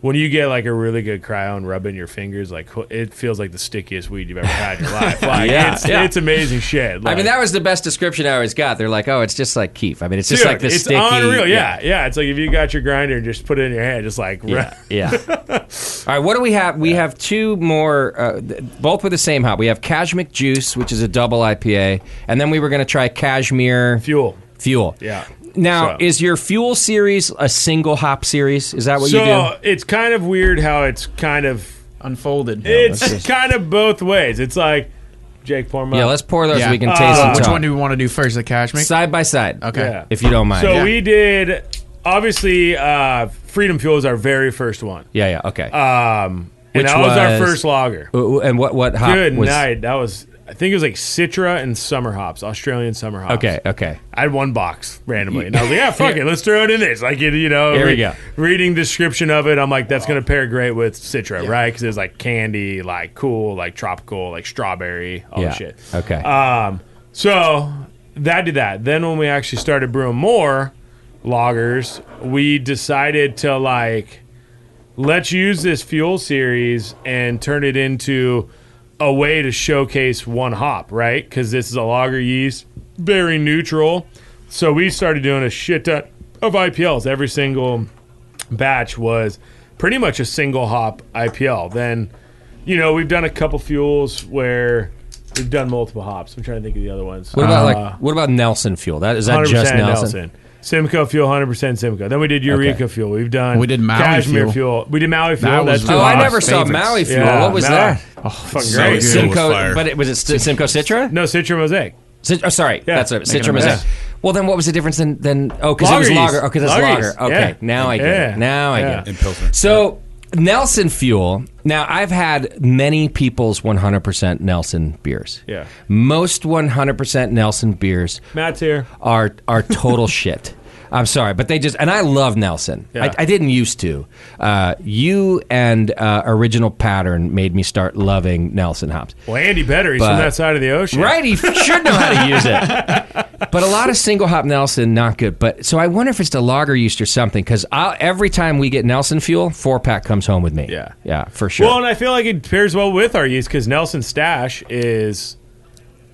[SPEAKER 2] When you get like a really good cryo and rubbing your fingers, like wh- it feels like the stickiest weed you've ever had in your life. Like
[SPEAKER 1] Yeah,
[SPEAKER 2] it's,
[SPEAKER 1] yeah.
[SPEAKER 2] it's amazing shit.
[SPEAKER 1] I
[SPEAKER 2] Like,
[SPEAKER 1] mean, that was the best description I always got. They're like, oh, it's just like Keef. I mean, it's just
[SPEAKER 2] dude,
[SPEAKER 1] like this
[SPEAKER 2] It's
[SPEAKER 1] sticky.
[SPEAKER 2] unreal. Yeah, yeah, It's like if you got your grinder and just put it in your hand, just like
[SPEAKER 1] Yeah. yeah. All right. What do we have? We have two more, uh, th- both with the same hop. We have Kashmir Juice, which is a double IPA, and then we were going to try Kashmir
[SPEAKER 2] fuel.
[SPEAKER 1] Fuel.
[SPEAKER 2] Yeah.
[SPEAKER 1] Now,
[SPEAKER 2] So-
[SPEAKER 1] is your Fuel series a single hop series? Is that what you do?
[SPEAKER 2] So uh, it's kind of weird how it's kind of
[SPEAKER 3] unfolded.
[SPEAKER 2] it's kind of both ways. It's like Jake pour 'em
[SPEAKER 1] Yeah,
[SPEAKER 2] up.
[SPEAKER 1] let's pour those.
[SPEAKER 3] Yeah.
[SPEAKER 1] so we can
[SPEAKER 3] Uh,
[SPEAKER 1] taste and
[SPEAKER 3] Which
[SPEAKER 1] talk.
[SPEAKER 3] one do we want to do first? The Cashmere.
[SPEAKER 1] side by side.
[SPEAKER 3] okay.
[SPEAKER 2] Yeah.
[SPEAKER 1] If you don't mind.
[SPEAKER 2] So
[SPEAKER 1] Uh, yeah.
[SPEAKER 2] we did. Obviously, uh, Freedom Fuel is our very first one.
[SPEAKER 1] yeah. Yeah. Okay.
[SPEAKER 2] Um,
[SPEAKER 1] Which
[SPEAKER 2] and that was,
[SPEAKER 1] was-
[SPEAKER 2] our first lager.
[SPEAKER 1] Ooh, and what what hop
[SPEAKER 2] Good
[SPEAKER 1] was?
[SPEAKER 2] night. That was. I think it was like Citra and summer hops, Australian summer hops.
[SPEAKER 1] Okay. Okay.
[SPEAKER 2] I had one box randomly, and I was like, "Yeah, fuck it, let's throw it in this." Like, you, you know,
[SPEAKER 1] Here we go.
[SPEAKER 2] reading description of it, I'm like, "That's gonna pair great with Citra, right? Because it's like candy, like cool, like tropical, like strawberry, all
[SPEAKER 1] yeah.
[SPEAKER 2] that shit."
[SPEAKER 1] Okay.
[SPEAKER 2] Um, so that did that. Then when we actually started brewing more loggers, we decided to like let's use this fuel series and turn it into a way to showcase one hop, right? Because this is a lager yeast, very neutral. So we started doing a shit ton of IPLs. Every single batch was pretty much a single hop IPL. Then, you know, we've done a couple fuels where we've done multiple hops. I'm trying to think of the other ones.
[SPEAKER 1] what about
[SPEAKER 2] Uh,
[SPEAKER 1] like what about Nelson fuel? That is that
[SPEAKER 2] 100%
[SPEAKER 1] just Nelson?
[SPEAKER 2] Simcoe fuel, 100% Simcoe. Then we did Eureka
[SPEAKER 1] Okay.
[SPEAKER 2] fuel. We've done
[SPEAKER 3] We did Maui
[SPEAKER 2] Cashmere
[SPEAKER 3] fuel.
[SPEAKER 2] fuel. We did Maui fuel. That's
[SPEAKER 3] was really
[SPEAKER 1] Oh,
[SPEAKER 2] two
[SPEAKER 1] I
[SPEAKER 2] hops.
[SPEAKER 1] never saw
[SPEAKER 3] favorites.
[SPEAKER 1] Maui fuel.
[SPEAKER 2] Yeah,
[SPEAKER 1] what was
[SPEAKER 2] Maui.
[SPEAKER 1] that?
[SPEAKER 2] Fucking
[SPEAKER 4] So
[SPEAKER 2] great.
[SPEAKER 4] good.
[SPEAKER 1] Simcoe,
[SPEAKER 4] was fire.
[SPEAKER 1] but it was it St- Simcoe Citra?
[SPEAKER 2] No, Citra Mosaic.
[SPEAKER 1] Cit- oh, sorry,
[SPEAKER 2] Yeah.
[SPEAKER 1] that's it.
[SPEAKER 2] Making
[SPEAKER 1] Citra
[SPEAKER 2] a
[SPEAKER 1] was
[SPEAKER 2] mess.
[SPEAKER 1] that. Well, then what was the difference than then? Oh, because it was
[SPEAKER 2] Lager yeast.
[SPEAKER 1] lager. Okay, that's
[SPEAKER 2] Lager
[SPEAKER 1] lager.
[SPEAKER 2] yeast.
[SPEAKER 1] Okay,
[SPEAKER 2] Yeah.
[SPEAKER 1] now I get
[SPEAKER 2] Yeah.
[SPEAKER 1] it. Now I
[SPEAKER 2] Yeah.
[SPEAKER 1] get it.
[SPEAKER 4] And Pilsner.
[SPEAKER 1] So Nelson Fuel. Now I've had many people's 100% Nelson beers.
[SPEAKER 2] Yeah.
[SPEAKER 1] Most 100% Nelson beers
[SPEAKER 2] Matt's here.
[SPEAKER 1] are are total shit. I'm sorry, but they just and I love Nelson.
[SPEAKER 2] Yeah.
[SPEAKER 1] I, I didn't used to. Uh, you and uh, original pattern made me start loving Nelson hops.
[SPEAKER 2] Well, Andy Better. He's
[SPEAKER 1] But-
[SPEAKER 2] from that side of the ocean.
[SPEAKER 1] Right, he should know how to use it. But a lot of single hop Nelson, not good. But so I wonder if it's the lager yeast or something. Because every time we get Nelson fuel, four pack comes home with me.
[SPEAKER 2] Yeah.
[SPEAKER 1] yeah, for sure.
[SPEAKER 2] Well, and I feel like it pairs well with our yeast because Nelson Stash is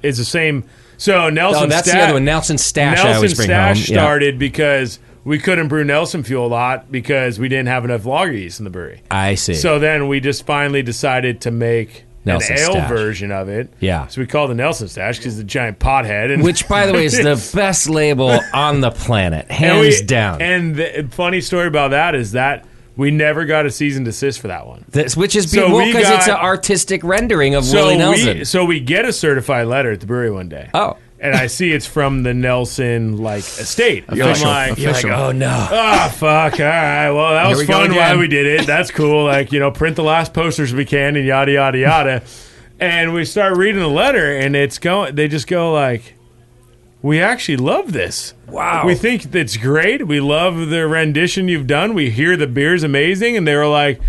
[SPEAKER 2] is the same. So Nelson
[SPEAKER 1] oh, that's
[SPEAKER 2] Stash,
[SPEAKER 1] the other one. Nelson stash. I
[SPEAKER 2] Nelson
[SPEAKER 1] always bring
[SPEAKER 2] Stash
[SPEAKER 1] home. Yeah.
[SPEAKER 2] started because we couldn't brew Nelson fuel a lot because we didn't have enough lager yeast in the brewery.
[SPEAKER 1] I see.
[SPEAKER 2] So then we just finally decided to make
[SPEAKER 1] Nelson
[SPEAKER 2] an ale
[SPEAKER 1] Stash.
[SPEAKER 2] version of it.
[SPEAKER 1] Yeah.
[SPEAKER 2] So we called the Nelson Stash because the giant pothead. And
[SPEAKER 1] Which, by the way, is the best label on the planet,
[SPEAKER 2] And
[SPEAKER 1] hands
[SPEAKER 2] we-
[SPEAKER 1] down.
[SPEAKER 2] And the funny story about that is that we never got a cease and desist for that one.
[SPEAKER 1] This- which is
[SPEAKER 2] So
[SPEAKER 1] beautiful
[SPEAKER 2] we
[SPEAKER 1] because it's an
[SPEAKER 2] got-
[SPEAKER 1] artistic rendering of Willie Nelson.
[SPEAKER 2] we so we get a certified letter at the brewery one day.
[SPEAKER 1] Oh.
[SPEAKER 2] And I see it's from the Nelson like estate.
[SPEAKER 3] You're
[SPEAKER 2] I'm
[SPEAKER 3] like-
[SPEAKER 2] like,
[SPEAKER 3] you're like,
[SPEAKER 1] oh no.
[SPEAKER 2] Ah, fuck. All right. Well, that was
[SPEAKER 3] we go
[SPEAKER 2] fun
[SPEAKER 3] again.
[SPEAKER 2] while we did it. That's cool. Like, you know, print the last posters we can and yada, yada, yada. and we start reading the letter, and it's going, they just go like, we actually love this.
[SPEAKER 1] Wow.
[SPEAKER 2] We think it's great. We love the rendition you've done. We hear the beer's amazing. And they were like,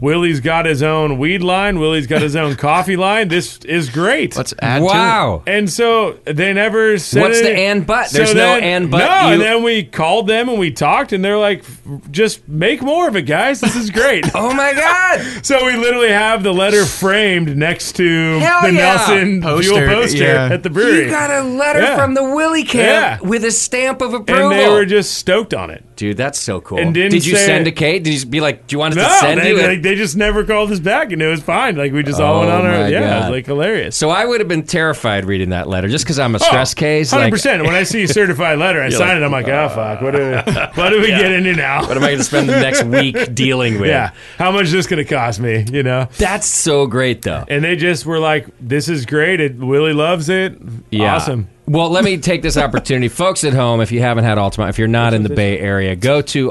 [SPEAKER 2] Willie's got his own weed line. Willie's got his own coffee line. This is great.
[SPEAKER 3] Let's add to
[SPEAKER 1] wow.
[SPEAKER 2] And so they never said.
[SPEAKER 1] What's the
[SPEAKER 2] any-
[SPEAKER 1] and but? There's no and but.
[SPEAKER 2] No,
[SPEAKER 1] You-
[SPEAKER 2] and then we called them and we talked, and they're like, "Just make more of it, guys. This is great."
[SPEAKER 1] Oh my God!
[SPEAKER 2] so we literally have the letter framed next to
[SPEAKER 1] Hell
[SPEAKER 2] the
[SPEAKER 1] yeah.
[SPEAKER 2] Nelson
[SPEAKER 3] Poster,
[SPEAKER 2] Fuel poster
[SPEAKER 3] yeah.
[SPEAKER 2] at the brewery,
[SPEAKER 1] You got a letter
[SPEAKER 2] Yeah.
[SPEAKER 1] from the Willie camp
[SPEAKER 2] Yeah.
[SPEAKER 1] with a stamp of approval.
[SPEAKER 2] and they were just stoked on it.
[SPEAKER 1] Dude, that's so cool.
[SPEAKER 2] And didn't
[SPEAKER 1] Did you
[SPEAKER 2] say-
[SPEAKER 1] send to Kate? Did you be like, do you want us to
[SPEAKER 2] No,
[SPEAKER 1] send
[SPEAKER 2] they,
[SPEAKER 1] you? a-
[SPEAKER 2] like, they just never called us back, and it was fine. Like we just all went
[SPEAKER 1] Oh
[SPEAKER 2] on
[SPEAKER 1] my
[SPEAKER 2] our yeah, it
[SPEAKER 1] God.
[SPEAKER 2] was like hilarious.
[SPEAKER 1] so I would have been terrified reading that letter just because I'm a stress case.
[SPEAKER 2] Oh, Hundred
[SPEAKER 1] like, uh,
[SPEAKER 2] percent. When I see a certified letter, I sign it. I'm like, oh fuck, what do we, what do we get into now?
[SPEAKER 1] What am I going to spend the next week dealing with?
[SPEAKER 2] yeah, how much is this going to cost me? You know.
[SPEAKER 1] That's so great, though.
[SPEAKER 2] and they just were like, "This is great. It, Willie loves it.
[SPEAKER 1] Yeah.
[SPEAKER 2] Awesome."
[SPEAKER 1] Well, let me take this opportunity. Folks at home, if you haven't had Altamont, if you're not in the Bay Area, go to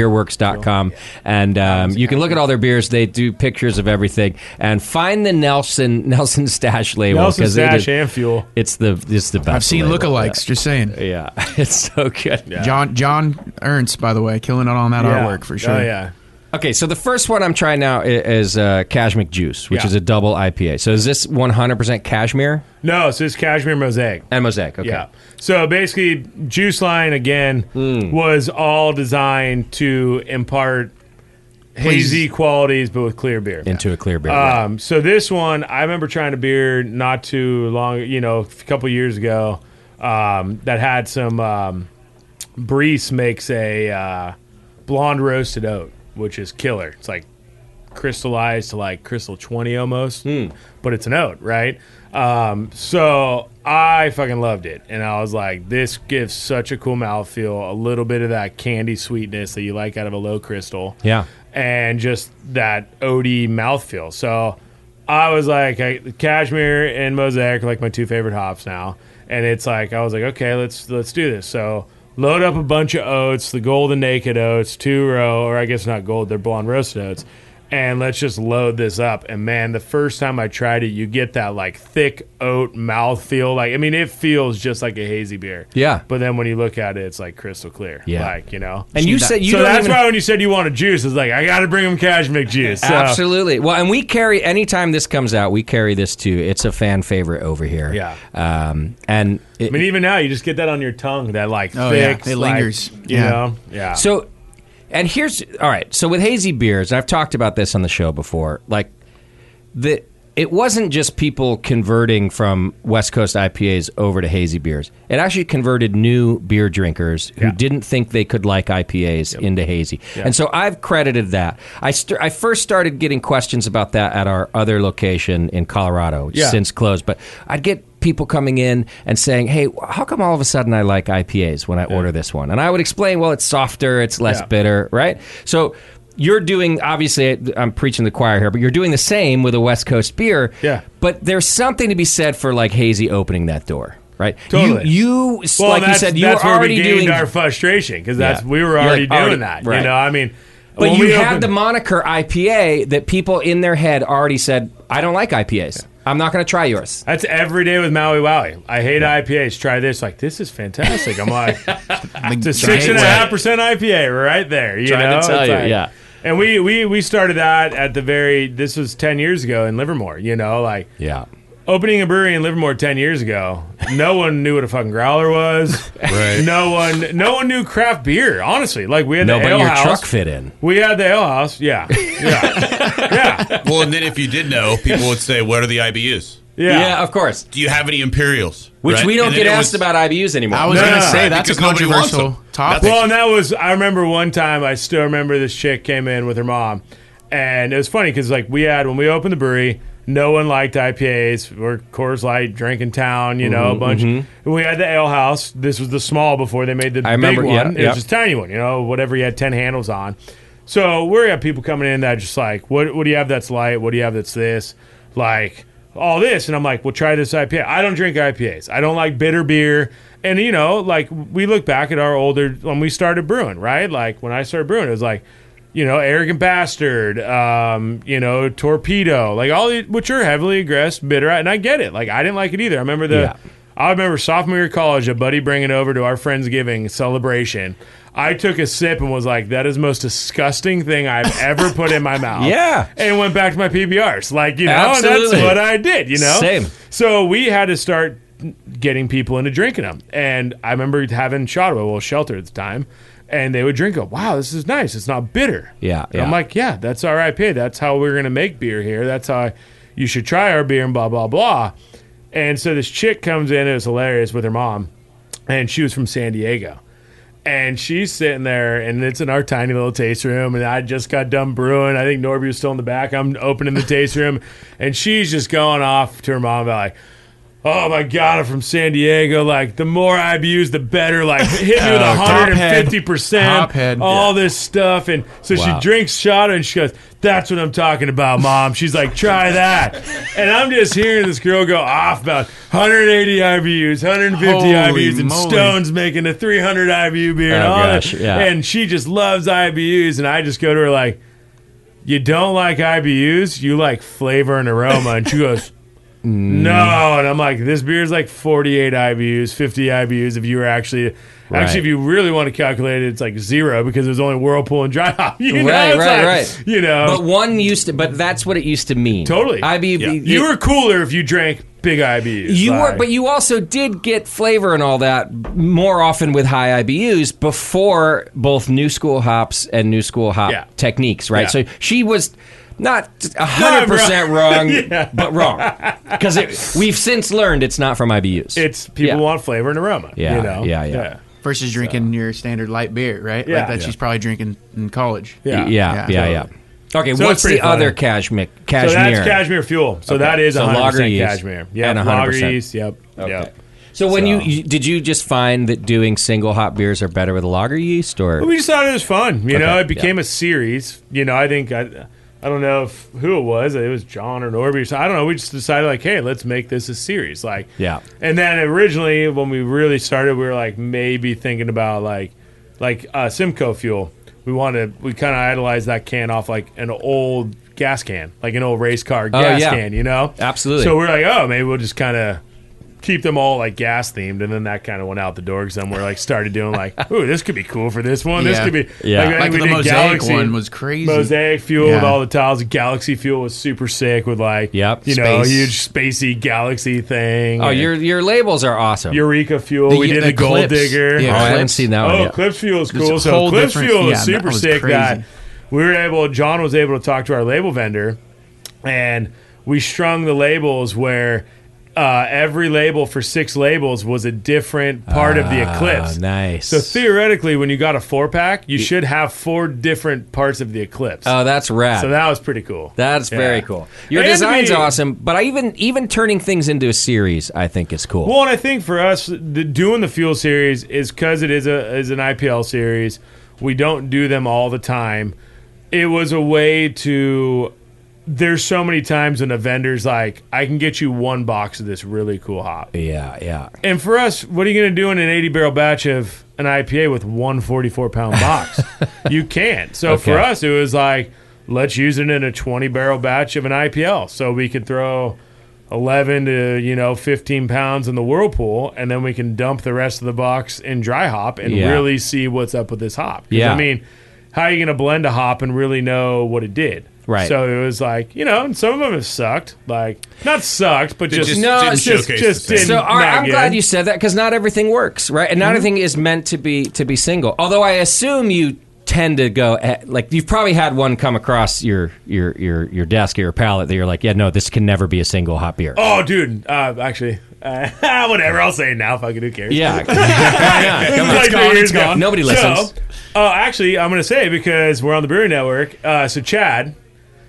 [SPEAKER 1] altamontbeerworks.com and um, you can look at all their beers. They do pictures of everything and find the Nelson Nelson Stash label.
[SPEAKER 2] Nelson
[SPEAKER 1] 'cause it
[SPEAKER 2] Stash
[SPEAKER 1] is-
[SPEAKER 2] and Fuel.
[SPEAKER 1] It's the, it's the best.
[SPEAKER 3] I've seen
[SPEAKER 1] label.
[SPEAKER 3] lookalikes. Just saying.
[SPEAKER 1] Yeah. It's so good.
[SPEAKER 3] John John Ernst, by the way, killing it on that
[SPEAKER 2] Yeah.
[SPEAKER 3] artwork for sure.
[SPEAKER 2] Oh yeah.
[SPEAKER 1] Okay, so the first one I'm trying now i- is uh, Cashmic Juice, which
[SPEAKER 2] Yeah.
[SPEAKER 1] is a double IPA. So is this 100% cashmere
[SPEAKER 2] No, so it's cashmere mosaic.
[SPEAKER 1] and mosaic? Okay.
[SPEAKER 2] Yeah. So basically, Juice Line again
[SPEAKER 1] Hmm.
[SPEAKER 2] was all designed to impart hazy qualities, but with clear beer.
[SPEAKER 1] Into a clear beer. right.
[SPEAKER 2] Um, so this one, I remember trying a beer not too long, you know, a couple years ago, um, that had some. Um, Brees makes a uh, blonde roasted oat, which is killer. It's like crystallized to like crystal twenty almost, but it's an oat, right? Um, so I fucking loved it, and I was like, this gives such a cool mouthfeel, a little bit of that candy sweetness that you like out of a low crystal,
[SPEAKER 1] Yeah.
[SPEAKER 2] and just that oaty mouthfeel. So I was like, I, cashmere and mosaic are like my two favorite hops now, and it's like I was like, okay, let's let's do this. So load up a bunch of oats, the golden naked oats, two row, or I guess not gold, they're blonde roasted oats, and let's just load this up. And man, the first time I tried it, you get that like thick oat mouthfeel. Like I mean, it feels just like a hazy beer.
[SPEAKER 1] Yeah.
[SPEAKER 2] But then when you look at it, it's like crystal clear.
[SPEAKER 1] Yeah.
[SPEAKER 2] Like you know.
[SPEAKER 1] and you said you
[SPEAKER 2] so
[SPEAKER 1] don't
[SPEAKER 2] that's
[SPEAKER 1] even-
[SPEAKER 2] why when Oh, you said you wanted juice, it's like I got to bring them cashmere juice. So-
[SPEAKER 1] Absolutely. Well, and we carry anytime this comes out, we carry this too. It's a fan favorite over here.
[SPEAKER 2] Yeah.
[SPEAKER 1] Um, and it,
[SPEAKER 2] I mean, even now you just get that on your tongue, that like
[SPEAKER 3] Oh, yeah.
[SPEAKER 2] thick,
[SPEAKER 3] It
[SPEAKER 2] like,
[SPEAKER 3] lingers.
[SPEAKER 2] you
[SPEAKER 3] Yeah.
[SPEAKER 2] know, yeah.
[SPEAKER 1] so, and here's all right. So with hazy beers, I've talked about this on the show before. Like the it wasn't just people converting from West Coast IPAs over to hazy beers. It actually converted new beer drinkers who
[SPEAKER 2] Yeah.
[SPEAKER 1] didn't think they could like IPAs into hazy. And so I've credited that. I st- I first started getting questions about that at our other location in Colorado, which
[SPEAKER 2] Yeah.
[SPEAKER 1] since closed, but I'd get people coming in and saying, "Hey, how come all of a sudden I like IPAs when I order this one?" And I would explain, "Well, it's softer, it's less
[SPEAKER 2] Yeah.
[SPEAKER 1] bitter, right?" So you're doing obviously I'm preaching to the choir here, but you're doing the same with a West Coast beer.
[SPEAKER 2] Yeah.
[SPEAKER 1] But there's something to be said for like hazy opening that door, right?
[SPEAKER 2] Totally.
[SPEAKER 1] You, you
[SPEAKER 2] well,
[SPEAKER 1] like you
[SPEAKER 2] that's,
[SPEAKER 1] said, you were
[SPEAKER 2] that's where we
[SPEAKER 1] already
[SPEAKER 2] gained
[SPEAKER 1] doing.
[SPEAKER 2] our frustration because that's
[SPEAKER 1] Yeah.
[SPEAKER 2] we
[SPEAKER 1] You're
[SPEAKER 2] were
[SPEAKER 1] like,
[SPEAKER 2] already doing
[SPEAKER 1] already-
[SPEAKER 2] that.
[SPEAKER 1] right.
[SPEAKER 2] You know, I mean,
[SPEAKER 1] but
[SPEAKER 2] when
[SPEAKER 1] you
[SPEAKER 2] we
[SPEAKER 1] had
[SPEAKER 2] opened-
[SPEAKER 1] the moniker IPA that people in their head already said, "I don't like IPAs. I'm not going to try yours."
[SPEAKER 2] That's every day with Maui Wowie. I hate IPAs. Try this. Like this is fantastic. I'm like it's a six and a half percent IPA right there. You
[SPEAKER 1] Trying to
[SPEAKER 2] know,
[SPEAKER 1] tell
[SPEAKER 2] It's
[SPEAKER 1] you,
[SPEAKER 2] like-
[SPEAKER 1] yeah.
[SPEAKER 2] And we we we started that at the very. This was ten years ago in Livermore. You know, like
[SPEAKER 1] Yeah.
[SPEAKER 2] opening a brewery in Livermore ten years ago, no one knew what a fucking growler was.
[SPEAKER 4] Right.
[SPEAKER 2] No one, no one knew craft beer. Honestly, like we had
[SPEAKER 1] No,
[SPEAKER 2] the
[SPEAKER 1] but
[SPEAKER 2] ale
[SPEAKER 1] your
[SPEAKER 2] house.
[SPEAKER 1] truck fit in.
[SPEAKER 2] We had the ale house. Yeah, yeah, yeah,
[SPEAKER 4] Well, and then if you did know, people would say, "What are the IBUs?
[SPEAKER 2] yeah.
[SPEAKER 1] of course.
[SPEAKER 4] Do you have any Imperials?"
[SPEAKER 1] Which
[SPEAKER 4] Right?
[SPEAKER 1] we don't
[SPEAKER 4] And
[SPEAKER 1] get
[SPEAKER 4] then it
[SPEAKER 1] asked
[SPEAKER 4] was-
[SPEAKER 1] about IBUs anymore.
[SPEAKER 3] I was
[SPEAKER 2] No,
[SPEAKER 3] gonna
[SPEAKER 2] no, no,
[SPEAKER 3] say
[SPEAKER 4] right,
[SPEAKER 3] that's a
[SPEAKER 4] because nobody wants them.
[SPEAKER 3] controversial topic.
[SPEAKER 4] That's-
[SPEAKER 2] Well, and that was I remember one time I still remember this chick came in with her mom, and it was funny because like we had when we opened the brewery, No one liked IPAs. We're Coors Light drinking town, you know, a
[SPEAKER 1] Mhm,
[SPEAKER 2] bunch.
[SPEAKER 1] mhm.
[SPEAKER 2] We had the ale house. This was the small before they made the
[SPEAKER 1] I
[SPEAKER 2] big
[SPEAKER 1] remember,
[SPEAKER 2] one.
[SPEAKER 1] yeah,
[SPEAKER 2] it
[SPEAKER 1] yeah.
[SPEAKER 2] was just a tiny one, you know, whatever you had ten handles on. So we have people coming in that are just like, what what do you have that's light? What do you have that's this? Like all this, and I'm like, well, try this IPA. I don't drink IPAs. I don't like bitter beer. And you know, like we look back at our older when we started brewing, right? Like when I started brewing, it was like, you know, arrogant bastard, um, you know, torpedo, like all the, which are heavily aggressive, bitter. And I get it. Like I didn't like it either. I remember the.
[SPEAKER 1] Yeah.
[SPEAKER 2] I remember sophomore year of college, a buddy bringing over to our Friendsgiving celebration. I took a sip and was like, that is the most disgusting thing I've ever put in my mouth.
[SPEAKER 1] Yeah.
[SPEAKER 2] And went back to my PBRs. Like, you know, and
[SPEAKER 1] Absolutely.
[SPEAKER 2] that's what I did, you know?
[SPEAKER 1] Same.
[SPEAKER 2] So we had to start getting people into drinking them. And I remember having Shotwell, well, Shelter at the time, and they would drink them. Wow, this is nice. It's not bitter.
[SPEAKER 1] Yeah,
[SPEAKER 2] And I'm
[SPEAKER 1] yeah.
[SPEAKER 2] like, yeah, that's our IPA. That's how we're going to make beer here. That's how you should try our beer and blah, blah, blah. And so this chick comes in, it was hilarious with her mom, and she was from San Diego. And she's sitting there, and it's in our tiny little taste room. And I just got done brewing. I think Norby was still in the back. I'm opening the taste room, and she's just going off to her mom about like, "Oh my god, I'm from San Diego. Like the more IBUs, the better. Like hit me with
[SPEAKER 3] Oh, top
[SPEAKER 2] 150
[SPEAKER 3] Hophead.
[SPEAKER 2] percent. All this stuff." And so
[SPEAKER 1] Wow.
[SPEAKER 2] she drinks shot, and she goes, "That's what I'm talking about, mom." She's like, "Try that," and I'm just hearing this girl go off about 180 IBUs, 150
[SPEAKER 3] Holy
[SPEAKER 2] IBUs, and
[SPEAKER 3] moly.
[SPEAKER 2] Stone. Jones making a 300 IBU beer and
[SPEAKER 1] Oh,
[SPEAKER 2] all
[SPEAKER 1] gosh,
[SPEAKER 2] that.
[SPEAKER 1] yeah.
[SPEAKER 2] And she just loves IBUs. And I just go to her like, you don't like IBUs, you like flavor and aroma. And she goes,
[SPEAKER 1] Mm.
[SPEAKER 2] no. And I'm like, this beer is like 48 IBUs, 50 IBUs if you were actually...
[SPEAKER 1] Right.
[SPEAKER 2] Actually, if you really want to calculate it, it's like zero because there's only whirlpool and dry hop. You know?
[SPEAKER 1] Right,
[SPEAKER 2] It's
[SPEAKER 1] right,
[SPEAKER 2] like,
[SPEAKER 1] right.
[SPEAKER 2] You know,
[SPEAKER 1] But one used to, but that's what it used to mean.
[SPEAKER 2] Totally.
[SPEAKER 1] I mean,
[SPEAKER 4] Yeah.
[SPEAKER 1] it-
[SPEAKER 2] you were cooler if you drank big IBUs.
[SPEAKER 1] You
[SPEAKER 2] like-
[SPEAKER 1] were, but you also did get flavor and all that more often with high IBUs before both new school hops and new school hop
[SPEAKER 2] Yeah.
[SPEAKER 1] techniques, right? So
[SPEAKER 2] Yeah.
[SPEAKER 1] she was not hundred percent wrong, but wrong because we've since learned it's not from IBUs.
[SPEAKER 2] It's
[SPEAKER 1] Yeah.
[SPEAKER 2] people want flavor and aroma.
[SPEAKER 1] Yeah,
[SPEAKER 2] you know?
[SPEAKER 1] yeah, yeah.
[SPEAKER 3] Versus drinking your standard light beer, right?
[SPEAKER 2] Yeah.
[SPEAKER 3] Like that
[SPEAKER 2] Yeah.
[SPEAKER 3] she's probably drinking in college.
[SPEAKER 1] yeah,
[SPEAKER 2] Yeah.
[SPEAKER 1] yeah, yeah.
[SPEAKER 3] Yeah.
[SPEAKER 1] yeah. Okay,
[SPEAKER 2] So
[SPEAKER 1] what's
[SPEAKER 2] it's pretty
[SPEAKER 1] the
[SPEAKER 2] funny.
[SPEAKER 1] other cashmere?
[SPEAKER 2] So
[SPEAKER 1] Cashmere.
[SPEAKER 2] that's cashmere fuel. So that is
[SPEAKER 1] So
[SPEAKER 2] 100%
[SPEAKER 1] lager yeast
[SPEAKER 2] cashmere. Yeah,
[SPEAKER 1] and 100%.
[SPEAKER 2] lager yeast. Yep.
[SPEAKER 1] Okay.
[SPEAKER 2] Yep.
[SPEAKER 1] So when you
[SPEAKER 2] So-
[SPEAKER 1] you did you just find that doing single hop beers are better with lager yeast or
[SPEAKER 2] We just thought it was fun. You know,
[SPEAKER 1] Okay,
[SPEAKER 2] it became a series. You know, I think I, I don't know if who it was. It was John or Norby. or So I don't know. We just decided like, hey, let's make this a series. Like,
[SPEAKER 1] Yeah.
[SPEAKER 2] And then originally, when we really started, we were like maybe thinking about like, like uh, Simcoe fuel. We wanted we kind of idolized that can off like an old gas can, like an old race car gas
[SPEAKER 1] Oh, yeah.
[SPEAKER 2] can. You know,
[SPEAKER 1] Absolutely.
[SPEAKER 2] So we're like, oh, maybe we'll just kind of keep them all like gas themed, and then that kind of went out the door because then we're like started doing like, ooh, this could be cool for this one. This
[SPEAKER 3] Yeah.
[SPEAKER 2] could be
[SPEAKER 1] Yeah.
[SPEAKER 2] I
[SPEAKER 3] Like
[SPEAKER 2] think
[SPEAKER 3] the
[SPEAKER 2] we did
[SPEAKER 3] mosaic
[SPEAKER 2] Galaxy.
[SPEAKER 3] one was crazy.
[SPEAKER 2] Mosaic fuel with
[SPEAKER 3] Yeah.
[SPEAKER 2] all the tiles. Galaxy fuel was super sick with like,
[SPEAKER 1] Yep.
[SPEAKER 2] you know,
[SPEAKER 3] Space.
[SPEAKER 2] huge spacey galaxy thing.
[SPEAKER 1] Oh,
[SPEAKER 2] and
[SPEAKER 1] your your labels are awesome.
[SPEAKER 2] Eureka fuel. we did the, Gold
[SPEAKER 3] Clips.
[SPEAKER 2] Digger.
[SPEAKER 3] Yeah,
[SPEAKER 1] oh, I haven't
[SPEAKER 3] Clips.
[SPEAKER 1] seen that one
[SPEAKER 2] Oh,
[SPEAKER 1] yet.
[SPEAKER 2] Clips Fuel is
[SPEAKER 3] There's
[SPEAKER 2] cool.
[SPEAKER 3] a
[SPEAKER 2] So
[SPEAKER 3] whole
[SPEAKER 2] Clips
[SPEAKER 3] different-
[SPEAKER 2] Fuel
[SPEAKER 3] yeah,
[SPEAKER 2] is
[SPEAKER 3] that
[SPEAKER 2] super
[SPEAKER 3] was
[SPEAKER 2] sick.
[SPEAKER 3] crazy.
[SPEAKER 2] That we were able. John was able to talk to our label vendor, and we strung the labels where. Uh, every label for six labels was a different part of the eclipse.
[SPEAKER 1] Ah, nice.
[SPEAKER 2] So theoretically, when you got a four pack, you should have four different parts of the eclipse.
[SPEAKER 3] Uh,
[SPEAKER 1] oh, that's rad.
[SPEAKER 2] so that was pretty cool.
[SPEAKER 1] that's
[SPEAKER 2] Yeah.
[SPEAKER 1] very cool. Your
[SPEAKER 2] And
[SPEAKER 1] design's
[SPEAKER 2] we-
[SPEAKER 1] awesome, but I even even turning things into a series, I think is cool.
[SPEAKER 2] Well, and I think for us, the, doing the fuel series is because it is a is an IPL series. We don't do them all the time. It was a way to. There's so many times when a vendor's like, "I can get you one box of this really cool hop,"
[SPEAKER 1] yeah, yeah.
[SPEAKER 2] and for us, what are you going to do in an 80 barrel batch of an IPA with one 44 pound box? you can't. So for
[SPEAKER 1] Okay.
[SPEAKER 2] us, it was like, let's use it in a 20 barrel batch of an IPL. So we could throw 11 to, you know, 15 pounds in the whirlpool, and then we can dump the rest of the box in dry hop and
[SPEAKER 1] Yeah.
[SPEAKER 2] really see what's up with this hop. 'Cause,
[SPEAKER 1] Yeah.
[SPEAKER 2] I mean, how are you going to blend a hop and really know what it did?
[SPEAKER 1] Right.
[SPEAKER 2] So it was like, you know, and some of them have sucked. Like, not sucked, but just,
[SPEAKER 4] just
[SPEAKER 1] No,
[SPEAKER 4] didn't
[SPEAKER 1] it's
[SPEAKER 2] just-
[SPEAKER 4] showcase
[SPEAKER 2] just
[SPEAKER 4] the same.
[SPEAKER 1] So
[SPEAKER 2] didn't- Mm-hmm.
[SPEAKER 1] all right,
[SPEAKER 2] not
[SPEAKER 1] I'm glad
[SPEAKER 2] good.
[SPEAKER 1] you said that because not everything works, right? And not everything is meant to be to be single. Although I assume you tend to go eh, like you've probably had one come across your your your your desk or your palette that you're like, yeah, no, this can never be a single hot beer.
[SPEAKER 2] Oh, dude. Uh, actually, uh, whatever. I'll say it now. Fucking who cares?
[SPEAKER 1] Yeah, Why not? Come on.
[SPEAKER 2] Like, years ago.
[SPEAKER 1] Nobody
[SPEAKER 2] So,
[SPEAKER 1] listens.
[SPEAKER 2] uh, actually, I'm going to say because we're on the Brewery Network. Uh, so Chad,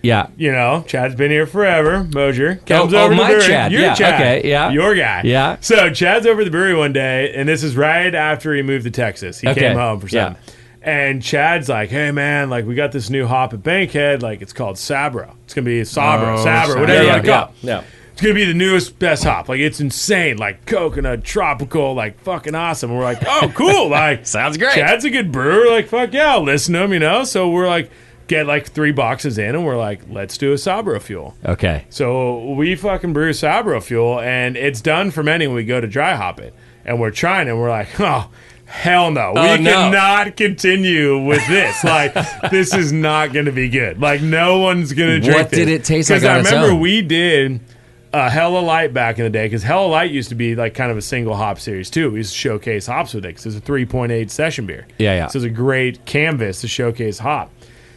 [SPEAKER 1] Yeah.
[SPEAKER 2] You know, Chad's been here forever. Mosier comes
[SPEAKER 1] oh,
[SPEAKER 2] over to
[SPEAKER 1] my
[SPEAKER 2] the brewery.
[SPEAKER 1] Chad.
[SPEAKER 2] Your
[SPEAKER 1] Yeah,
[SPEAKER 2] Chad.
[SPEAKER 1] okay, yeah.
[SPEAKER 2] Your guy.
[SPEAKER 1] Yeah.
[SPEAKER 2] So Chad's over to the brewery one day, and this is right after he moved to Texas. He
[SPEAKER 1] Okay,
[SPEAKER 2] came home for
[SPEAKER 1] yeah.
[SPEAKER 2] something. And Chad's like, hey, man, like, we got this new hop at Bankhead. Like, it's called Sabra. It's going to be Sabra,
[SPEAKER 3] Oh,
[SPEAKER 2] Sabra,
[SPEAKER 3] Sabra.
[SPEAKER 2] whatever you
[SPEAKER 3] Yeah,
[SPEAKER 2] want to call it.
[SPEAKER 1] yeah.
[SPEAKER 2] It's gonna be the newest best hop. Like it's insane. Like coconut, tropical, like fucking awesome. And we're like, oh cool. Like
[SPEAKER 1] Sounds great.
[SPEAKER 2] Chad's a good brewer. Like fuck yeah, I'll listen to him. You know. So we're like, get like three boxes in, and we're like, let's do a Sabro fuel.
[SPEAKER 1] Okay.
[SPEAKER 2] So we fucking brew Sabro fuel, and it's done fermenting. when We go to dry hop it, and we're trying, and we're like, oh. Hell no.
[SPEAKER 1] Oh,
[SPEAKER 2] we
[SPEAKER 1] no.
[SPEAKER 2] cannot continue with this. Like, this is not going to be good. Like, no one's going to drink
[SPEAKER 1] What did
[SPEAKER 2] this.
[SPEAKER 1] it taste like
[SPEAKER 2] 'Cause
[SPEAKER 1] on
[SPEAKER 2] I
[SPEAKER 1] its
[SPEAKER 2] remember
[SPEAKER 1] own?
[SPEAKER 2] we did uh, Hella Light back in the day because Hella Light used to be like kind of a single hop series too. We used to showcase hops with it 'cause it's a 3.8 session beer.
[SPEAKER 1] Yeah, yeah.
[SPEAKER 2] So it's a great canvas to showcase hop.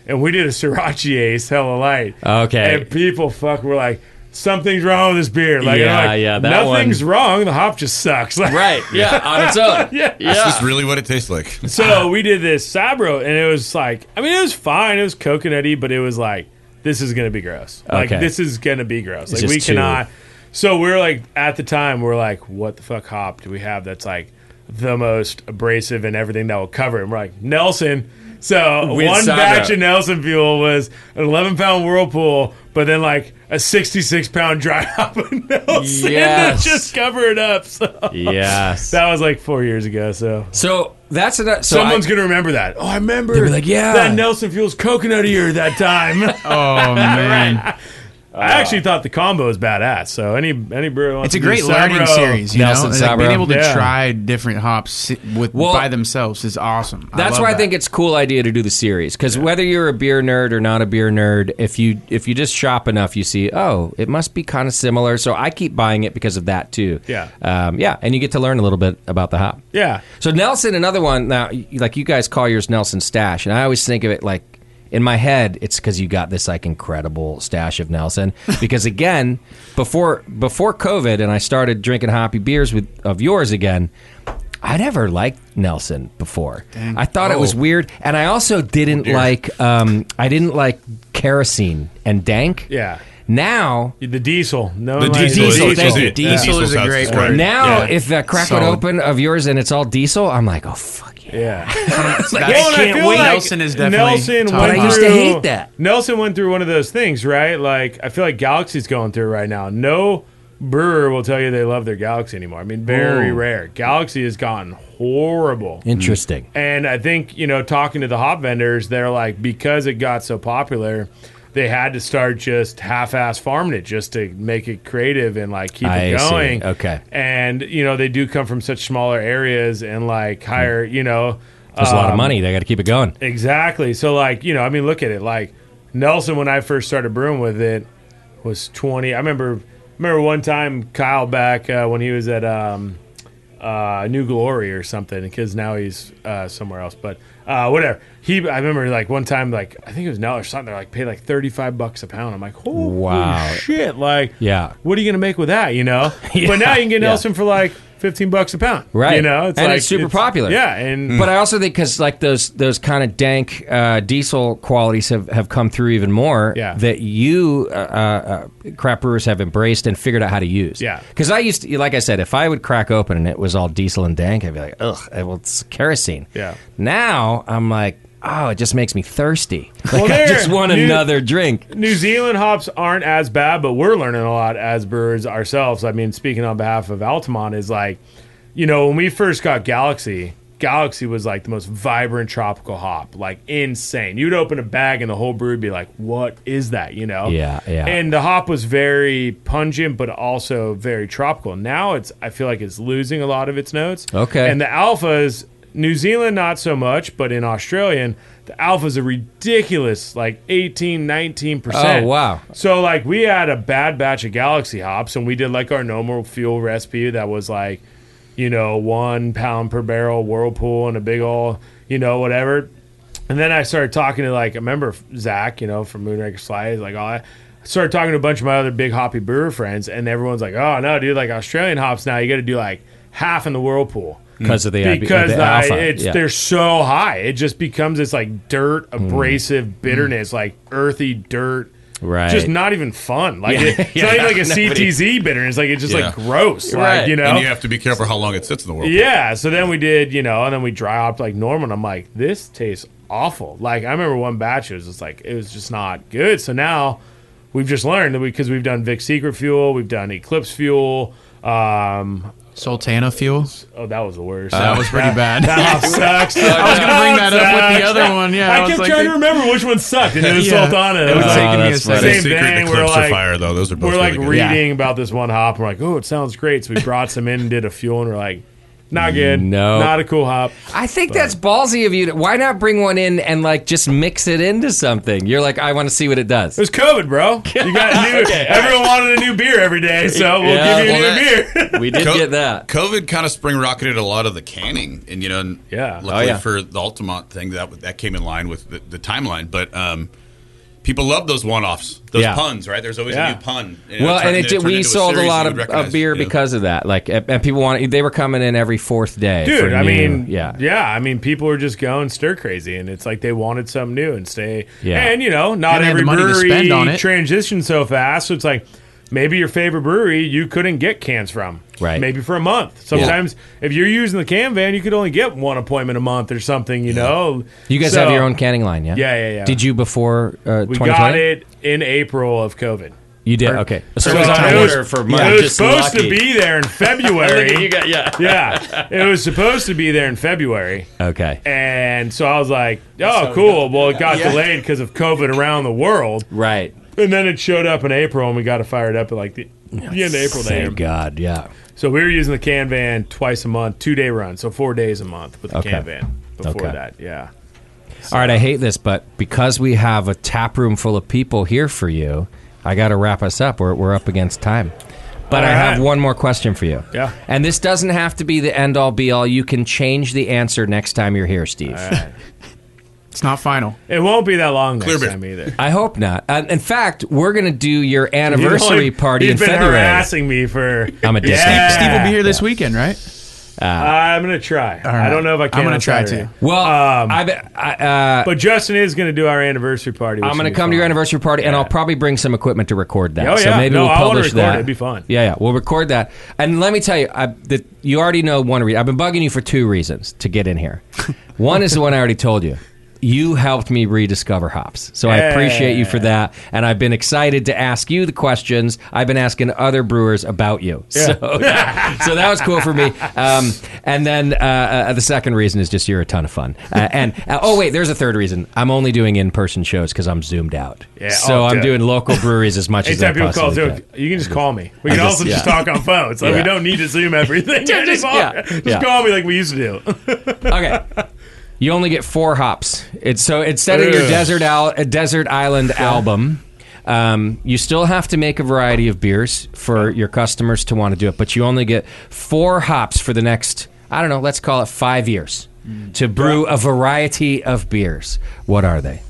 [SPEAKER 2] And we did a Sriracha Ace Hella Light.
[SPEAKER 1] Okay.
[SPEAKER 2] And people fuck were like, something's wrong with this beer. Like, and I'm
[SPEAKER 1] Yeah,
[SPEAKER 2] like,
[SPEAKER 1] yeah, that
[SPEAKER 2] nothing's wrong. The hop just sucks. Like,
[SPEAKER 1] Right. Yeah. on its own.
[SPEAKER 2] Yeah.
[SPEAKER 4] That's just really what it tastes like.
[SPEAKER 2] so we did this Sabro, and it was like, I mean, it was fine. It was coconutty, but it was like, this is gonna be gross. Like
[SPEAKER 1] Okay.
[SPEAKER 2] this is gonna be gross. Like
[SPEAKER 1] just
[SPEAKER 2] we
[SPEAKER 1] too-
[SPEAKER 2] cannot. So we're like, at the time, we're like, what the fuck hop do we have that's like the most abrasive and everything that will cover it? And we're like Nelson. So
[SPEAKER 1] With
[SPEAKER 2] one
[SPEAKER 1] Sabro.
[SPEAKER 2] batch of Nelson fuel was an 11 pound whirlpool, but then like a 66 pound dry hop of Nelson
[SPEAKER 1] Yes.
[SPEAKER 2] to just cover it up. So
[SPEAKER 1] Yes.
[SPEAKER 2] that was like four years ago. So
[SPEAKER 1] so that's another. So
[SPEAKER 2] Someone's
[SPEAKER 1] I,
[SPEAKER 2] gonna remember that. Oh, I remember.
[SPEAKER 1] They'll be like, "Yeah."
[SPEAKER 2] that Nelson Fuels coconut ear that time.
[SPEAKER 3] Oh man,
[SPEAKER 2] I actually thought the combo was badass. So any any brewer wants
[SPEAKER 3] it's a
[SPEAKER 2] to do
[SPEAKER 3] great learning
[SPEAKER 2] Sabro-
[SPEAKER 3] series. You
[SPEAKER 1] Nelson
[SPEAKER 3] know, like being
[SPEAKER 1] Sabro.
[SPEAKER 3] able to
[SPEAKER 2] Yeah.
[SPEAKER 3] try different hops with
[SPEAKER 1] Well,
[SPEAKER 3] by themselves is awesome.
[SPEAKER 1] That's
[SPEAKER 3] love
[SPEAKER 1] why I
[SPEAKER 3] that.
[SPEAKER 1] think it's a cool idea to do the series because whether you're a beer nerd or not a beer nerd, if you if you just shop enough, you see oh it must be kind of similar. So I keep buying it because of that too.
[SPEAKER 2] Yeah.
[SPEAKER 1] um, yeah, and you get to learn a little bit about the hop.
[SPEAKER 2] Yeah,
[SPEAKER 1] So Nelson, another one now, y- like you guys call yours Nelson stash, and I always think of it like in my head, it's because you got this like incredible stash of Nelson. Because again, before before COVID, and I started drinking hoppy beers with of yours again. I never liked Nelson before. I thought it
[SPEAKER 3] Oh.
[SPEAKER 1] was weird, and I also didn't like um, I didn't like kerosene and dank.
[SPEAKER 2] yeah.
[SPEAKER 1] Now
[SPEAKER 2] The diesel. No,
[SPEAKER 4] The
[SPEAKER 2] one likes
[SPEAKER 4] diesel,
[SPEAKER 1] Diesel,
[SPEAKER 4] is-
[SPEAKER 1] thank you.
[SPEAKER 4] it.
[SPEAKER 3] Diesel is a
[SPEAKER 4] sounds
[SPEAKER 3] great
[SPEAKER 4] described.
[SPEAKER 3] word.
[SPEAKER 1] now
[SPEAKER 3] Yeah.
[SPEAKER 1] if that crack would
[SPEAKER 3] Solid.
[SPEAKER 1] open of yours and it's all diesel, I'm like, oh fuck yeah.
[SPEAKER 2] Yeah.
[SPEAKER 3] That's-
[SPEAKER 2] Well, and I feel like
[SPEAKER 3] Nelson is definitely
[SPEAKER 2] Nelson
[SPEAKER 3] top
[SPEAKER 2] went
[SPEAKER 1] I
[SPEAKER 3] hop.
[SPEAKER 1] used to
[SPEAKER 2] through,
[SPEAKER 1] hate that.
[SPEAKER 2] Nelson went through one of those things, right? Like I feel like Galaxy's going through right now. No brewer will tell you they love their Galaxy anymore. I mean, very rare. Galaxy has gone horrible.
[SPEAKER 3] Mm.
[SPEAKER 1] Interesting.
[SPEAKER 2] And I think, you know, talking to the hop vendors, they're like, because it got so popular, they had to start just half ass farming it just to make it creative and like keep
[SPEAKER 1] I
[SPEAKER 2] it
[SPEAKER 1] see.
[SPEAKER 2] going.
[SPEAKER 1] Okay.
[SPEAKER 2] And, you know, they do come from such smaller areas and like higher, you know.
[SPEAKER 1] There's a lot of
[SPEAKER 2] um,
[SPEAKER 1] money. They got to keep it going.
[SPEAKER 2] Exactly. So like, you know, I mean, look at it. Like Nelson, when I first started brewing with it, was twenty. I remember, remember one time Kyle back uh, when he was at um, uh, New Glory or something, because now he's uh, somewhere else. But uh, whatever. He, I remember like one time, like I think it was Nell or something. They're like paid like thirty five bucks a pound. I'm like, holy
[SPEAKER 1] Wow.
[SPEAKER 2] shit! Like,
[SPEAKER 1] Yeah.
[SPEAKER 2] what are you gonna make with that? You know. but now you can get
[SPEAKER 1] Yeah.
[SPEAKER 2] Nelson for like fifteen bucks a pound.
[SPEAKER 1] Right.
[SPEAKER 2] You know, it's
[SPEAKER 1] And
[SPEAKER 2] like
[SPEAKER 1] it's super popular. Mm-hmm.
[SPEAKER 2] Yeah, and
[SPEAKER 1] But I also think because like those those kind of dank uh, diesel qualities have, have come through even more
[SPEAKER 2] Yeah.
[SPEAKER 1] that you uh, uh, crap brewers have embraced and figured out how to use.
[SPEAKER 2] Yeah.
[SPEAKER 1] Because I used to, like I said, if I would crack open and it was all diesel and dank, I'd be like, ugh, eh, well, it's kerosene.
[SPEAKER 2] Yeah.
[SPEAKER 1] Now I'm like, oh, it just makes me thirsty. Like
[SPEAKER 2] Well,
[SPEAKER 1] I
[SPEAKER 2] there-
[SPEAKER 1] just want
[SPEAKER 2] you-
[SPEAKER 1] another drink.
[SPEAKER 2] New Zealand hops aren't as bad, but we're learning a lot as birds ourselves. I mean, speaking on behalf of Altamont, is like, you know, when we first got Galaxy, Galaxy was like the most vibrant tropical hop, like insane. You'd open a bag and the whole brew would be like, what is that, you know?
[SPEAKER 1] Yeah, yeah.
[SPEAKER 2] And the hop was very pungent, but also very tropical. Now it's, I feel like it's losing a lot of its notes.
[SPEAKER 1] Okay.
[SPEAKER 2] And the alphas, New Zealand not so much, but in Australian, the alphas are ridiculous, like 18, 19%.
[SPEAKER 1] Oh, wow.
[SPEAKER 2] So like we had a bad batch of Galaxy hops, and we did like our normal fuel recipe that was like, you know, one pound per barrel whirlpool and a big ol' you know whatever. And then I started talking to like I remember Zach, you know, from Moonraker Slides, like all that. I started talking to a bunch of my other big hoppy brewer friends, and everyone's like, "Oh no, dude! Like Australian hops now, you got to do like half in the whirlpool."
[SPEAKER 1] Because of the, IB
[SPEAKER 2] because
[SPEAKER 1] the
[SPEAKER 2] the-
[SPEAKER 1] alpha.
[SPEAKER 2] it's
[SPEAKER 1] Yeah. Mm-hmm.
[SPEAKER 2] they're so high. It just becomes this like dirt abrasive bitterness, like earthy dirt
[SPEAKER 1] Right.
[SPEAKER 2] just not even fun. Like
[SPEAKER 1] Yeah.
[SPEAKER 2] it- it's
[SPEAKER 1] Yeah,
[SPEAKER 2] not even like a
[SPEAKER 1] nobody-
[SPEAKER 2] CTZ bitter. It's like it's just
[SPEAKER 4] Yeah.
[SPEAKER 2] like gross. Like
[SPEAKER 1] Right.
[SPEAKER 2] you know.
[SPEAKER 4] And you have to be careful how long it sits in the world.
[SPEAKER 2] Yeah. So then we did, you know, and then we dropped like normal. And I'm like, this tastes awful. Like I remember one batch, it was just like it was just not good. So now we've just learned that we because we've done Vic Secret Fuel, we've done Eclipse Fuel. Um,
[SPEAKER 3] Sultana fuel.
[SPEAKER 2] oh, that was the worst.
[SPEAKER 3] That was pretty bad.
[SPEAKER 2] That sucks.
[SPEAKER 3] Uh, I was gonna bring that up with the other one. Yeah,
[SPEAKER 2] I,
[SPEAKER 3] was
[SPEAKER 2] kept
[SPEAKER 3] like,
[SPEAKER 2] trying to remember which one sucked, and it was
[SPEAKER 3] Yeah.
[SPEAKER 2] Sultana.
[SPEAKER 3] It was
[SPEAKER 2] Uh,
[SPEAKER 3] taking me a
[SPEAKER 1] that's funny.
[SPEAKER 3] second.
[SPEAKER 4] Big
[SPEAKER 2] Same
[SPEAKER 4] Secret
[SPEAKER 2] thing,
[SPEAKER 4] and
[SPEAKER 2] we're
[SPEAKER 4] Eclipse
[SPEAKER 2] like-
[SPEAKER 4] are fire though. Those are both
[SPEAKER 2] we're like
[SPEAKER 4] really good.
[SPEAKER 2] reading about this one hop. and We're like, oh, it sounds great. So we brought some in and did a fuel, and we're like, not good.
[SPEAKER 1] No.
[SPEAKER 2] Not a cool hop.
[SPEAKER 1] I think that's ballsy of you. To, why not bring one in and like just mix it into something? You're like, I want to see what it does.
[SPEAKER 2] It was COVID, bro. You got new. everyone wanted a new beer every day, so we'll
[SPEAKER 1] Yeah,
[SPEAKER 2] give you a
[SPEAKER 4] well,
[SPEAKER 2] new beer.
[SPEAKER 1] We did
[SPEAKER 4] Co-
[SPEAKER 1] get that.
[SPEAKER 4] COVID kind of spring rocketed a lot of the canning, and you know, and
[SPEAKER 2] Yeah. Oh,
[SPEAKER 4] Luckily
[SPEAKER 1] yeah.
[SPEAKER 4] for the Altamont thing, that that came in line with the, the timeline. But um, people love those one-offs, those
[SPEAKER 1] Yeah.
[SPEAKER 4] puns, right? There's always
[SPEAKER 2] Yeah.
[SPEAKER 4] a new pun.
[SPEAKER 1] Well, and it did,
[SPEAKER 4] turned- turned
[SPEAKER 1] we
[SPEAKER 4] into
[SPEAKER 1] sold a
[SPEAKER 4] series
[SPEAKER 1] lot
[SPEAKER 4] you
[SPEAKER 1] of,
[SPEAKER 4] would
[SPEAKER 1] of
[SPEAKER 4] recognize,
[SPEAKER 1] beer
[SPEAKER 4] yeah.
[SPEAKER 1] because of that. Like, and and people wanted. They were coming in every fourth day.
[SPEAKER 2] Dude,
[SPEAKER 1] for
[SPEAKER 2] I
[SPEAKER 1] new-
[SPEAKER 2] mean,
[SPEAKER 1] yeah,
[SPEAKER 2] yeah. I mean, people are just going stir crazy, and it's like they wanted something new and stay.
[SPEAKER 1] Yeah.
[SPEAKER 2] And, you know, not
[SPEAKER 3] And they had
[SPEAKER 2] every
[SPEAKER 3] the money to
[SPEAKER 2] brewery
[SPEAKER 3] spend on it.
[SPEAKER 2] transitioned so fast. So it's like maybe your favorite brewery you couldn't get cans from.
[SPEAKER 1] Right.
[SPEAKER 2] Maybe for a month. Sometimes if you're using the can van, you could only get one appointment a month or something, you know?
[SPEAKER 1] You guys
[SPEAKER 2] So-
[SPEAKER 1] have your own canning line, yeah?
[SPEAKER 2] Yeah, yeah, yeah.
[SPEAKER 1] Did you before uh,
[SPEAKER 2] We
[SPEAKER 1] 2020?
[SPEAKER 2] got it in April of COVID.
[SPEAKER 1] You did. Okay.
[SPEAKER 2] So it was, it was supposed to be there in February.
[SPEAKER 1] yeah.
[SPEAKER 2] yeah, it was supposed to be there in February,
[SPEAKER 1] Okay.
[SPEAKER 2] and so I was like, "Oh, cool." Well, it got delayed because of COVID around the world,
[SPEAKER 1] Right.
[SPEAKER 2] and then it showed up in April, and we got it fired up at like the, the end of April there.
[SPEAKER 1] Thank God. Yeah.
[SPEAKER 2] So we were using the can van twice a month, two day run, so four days a month with the
[SPEAKER 1] Okay.
[SPEAKER 2] can van. Before
[SPEAKER 1] Okay.
[SPEAKER 2] that, yeah,
[SPEAKER 1] All right. I hate this, but because we have a tap room full of people here for you, I got to wrap us up. We're, we're up against time. But
[SPEAKER 2] All
[SPEAKER 1] I have
[SPEAKER 2] right.
[SPEAKER 1] one more question for you.
[SPEAKER 2] Yeah.
[SPEAKER 1] And this doesn't have to be the end all be all. You can change the answer next time you're here, Steve.
[SPEAKER 3] It's not final.
[SPEAKER 2] it won't be that long next
[SPEAKER 4] beer.
[SPEAKER 2] time either.
[SPEAKER 1] I hope not. Uh, in fact, we're going to do your anniversary
[SPEAKER 2] He's only-
[SPEAKER 1] party
[SPEAKER 2] he's
[SPEAKER 1] in
[SPEAKER 2] been
[SPEAKER 1] February.
[SPEAKER 2] harassing me for.
[SPEAKER 1] I'm a dick.
[SPEAKER 2] Yeah.
[SPEAKER 3] Steve will be here this weekend, right?
[SPEAKER 2] I'm gonna try. I don't know if I can.
[SPEAKER 3] I'm gonna
[SPEAKER 2] on
[SPEAKER 3] try
[SPEAKER 2] Saturday.
[SPEAKER 3] to.
[SPEAKER 1] Well,
[SPEAKER 2] Um,
[SPEAKER 1] I, be- I, uh,
[SPEAKER 2] But Justin is gonna do our anniversary party. which
[SPEAKER 1] I'm going to
[SPEAKER 2] will be
[SPEAKER 1] come to your
[SPEAKER 2] fun.
[SPEAKER 1] anniversary party, and I'll probably bring some equipment to record that.
[SPEAKER 2] Oh,
[SPEAKER 1] So
[SPEAKER 2] yeah.
[SPEAKER 1] maybe
[SPEAKER 2] No,
[SPEAKER 1] we'll
[SPEAKER 2] I wanna
[SPEAKER 1] publish
[SPEAKER 2] record
[SPEAKER 1] that.
[SPEAKER 2] it. It'd be fun.
[SPEAKER 1] Yeah, yeah. We'll record that. And let me tell you, I, the, you already know one reason. I've been bugging you for two reasons to get in here. one is the one I already told you. You helped me rediscover hops. So I appreciate you for that. And I've been excited to ask you the questions I've been asking other brewers about you. So, so that was cool for me. Um, and then uh, uh, the second reason is just you're a ton of fun. Uh, and uh, oh, wait, there's a third reason. I'm only doing in person shows because I'm zoomed out.
[SPEAKER 2] Yeah,
[SPEAKER 1] so
[SPEAKER 2] oh,
[SPEAKER 1] I'm
[SPEAKER 2] dude.
[SPEAKER 1] doing local breweries as much as I
[SPEAKER 2] Anytime people call,
[SPEAKER 1] possibly
[SPEAKER 2] Zoom,
[SPEAKER 1] can.
[SPEAKER 2] you can just call me. We can
[SPEAKER 1] just-
[SPEAKER 2] also just
[SPEAKER 1] yeah.
[SPEAKER 2] talk on phones. Like
[SPEAKER 1] Yeah.
[SPEAKER 2] we don't need to Zoom everything.
[SPEAKER 1] Just-
[SPEAKER 2] just
[SPEAKER 1] yeah,
[SPEAKER 2] just
[SPEAKER 1] yeah.
[SPEAKER 2] call me like we used to do.
[SPEAKER 1] Okay. You only get four hops. It's so instead of your
[SPEAKER 2] Ugh.
[SPEAKER 1] desert al- uh, desert island album, um, you still have to make a variety of beers for your customers to want to do it, but you only get four hops for the next I don't know, let's call it five years
[SPEAKER 2] Mm.
[SPEAKER 1] to brew a variety of beers. What are they?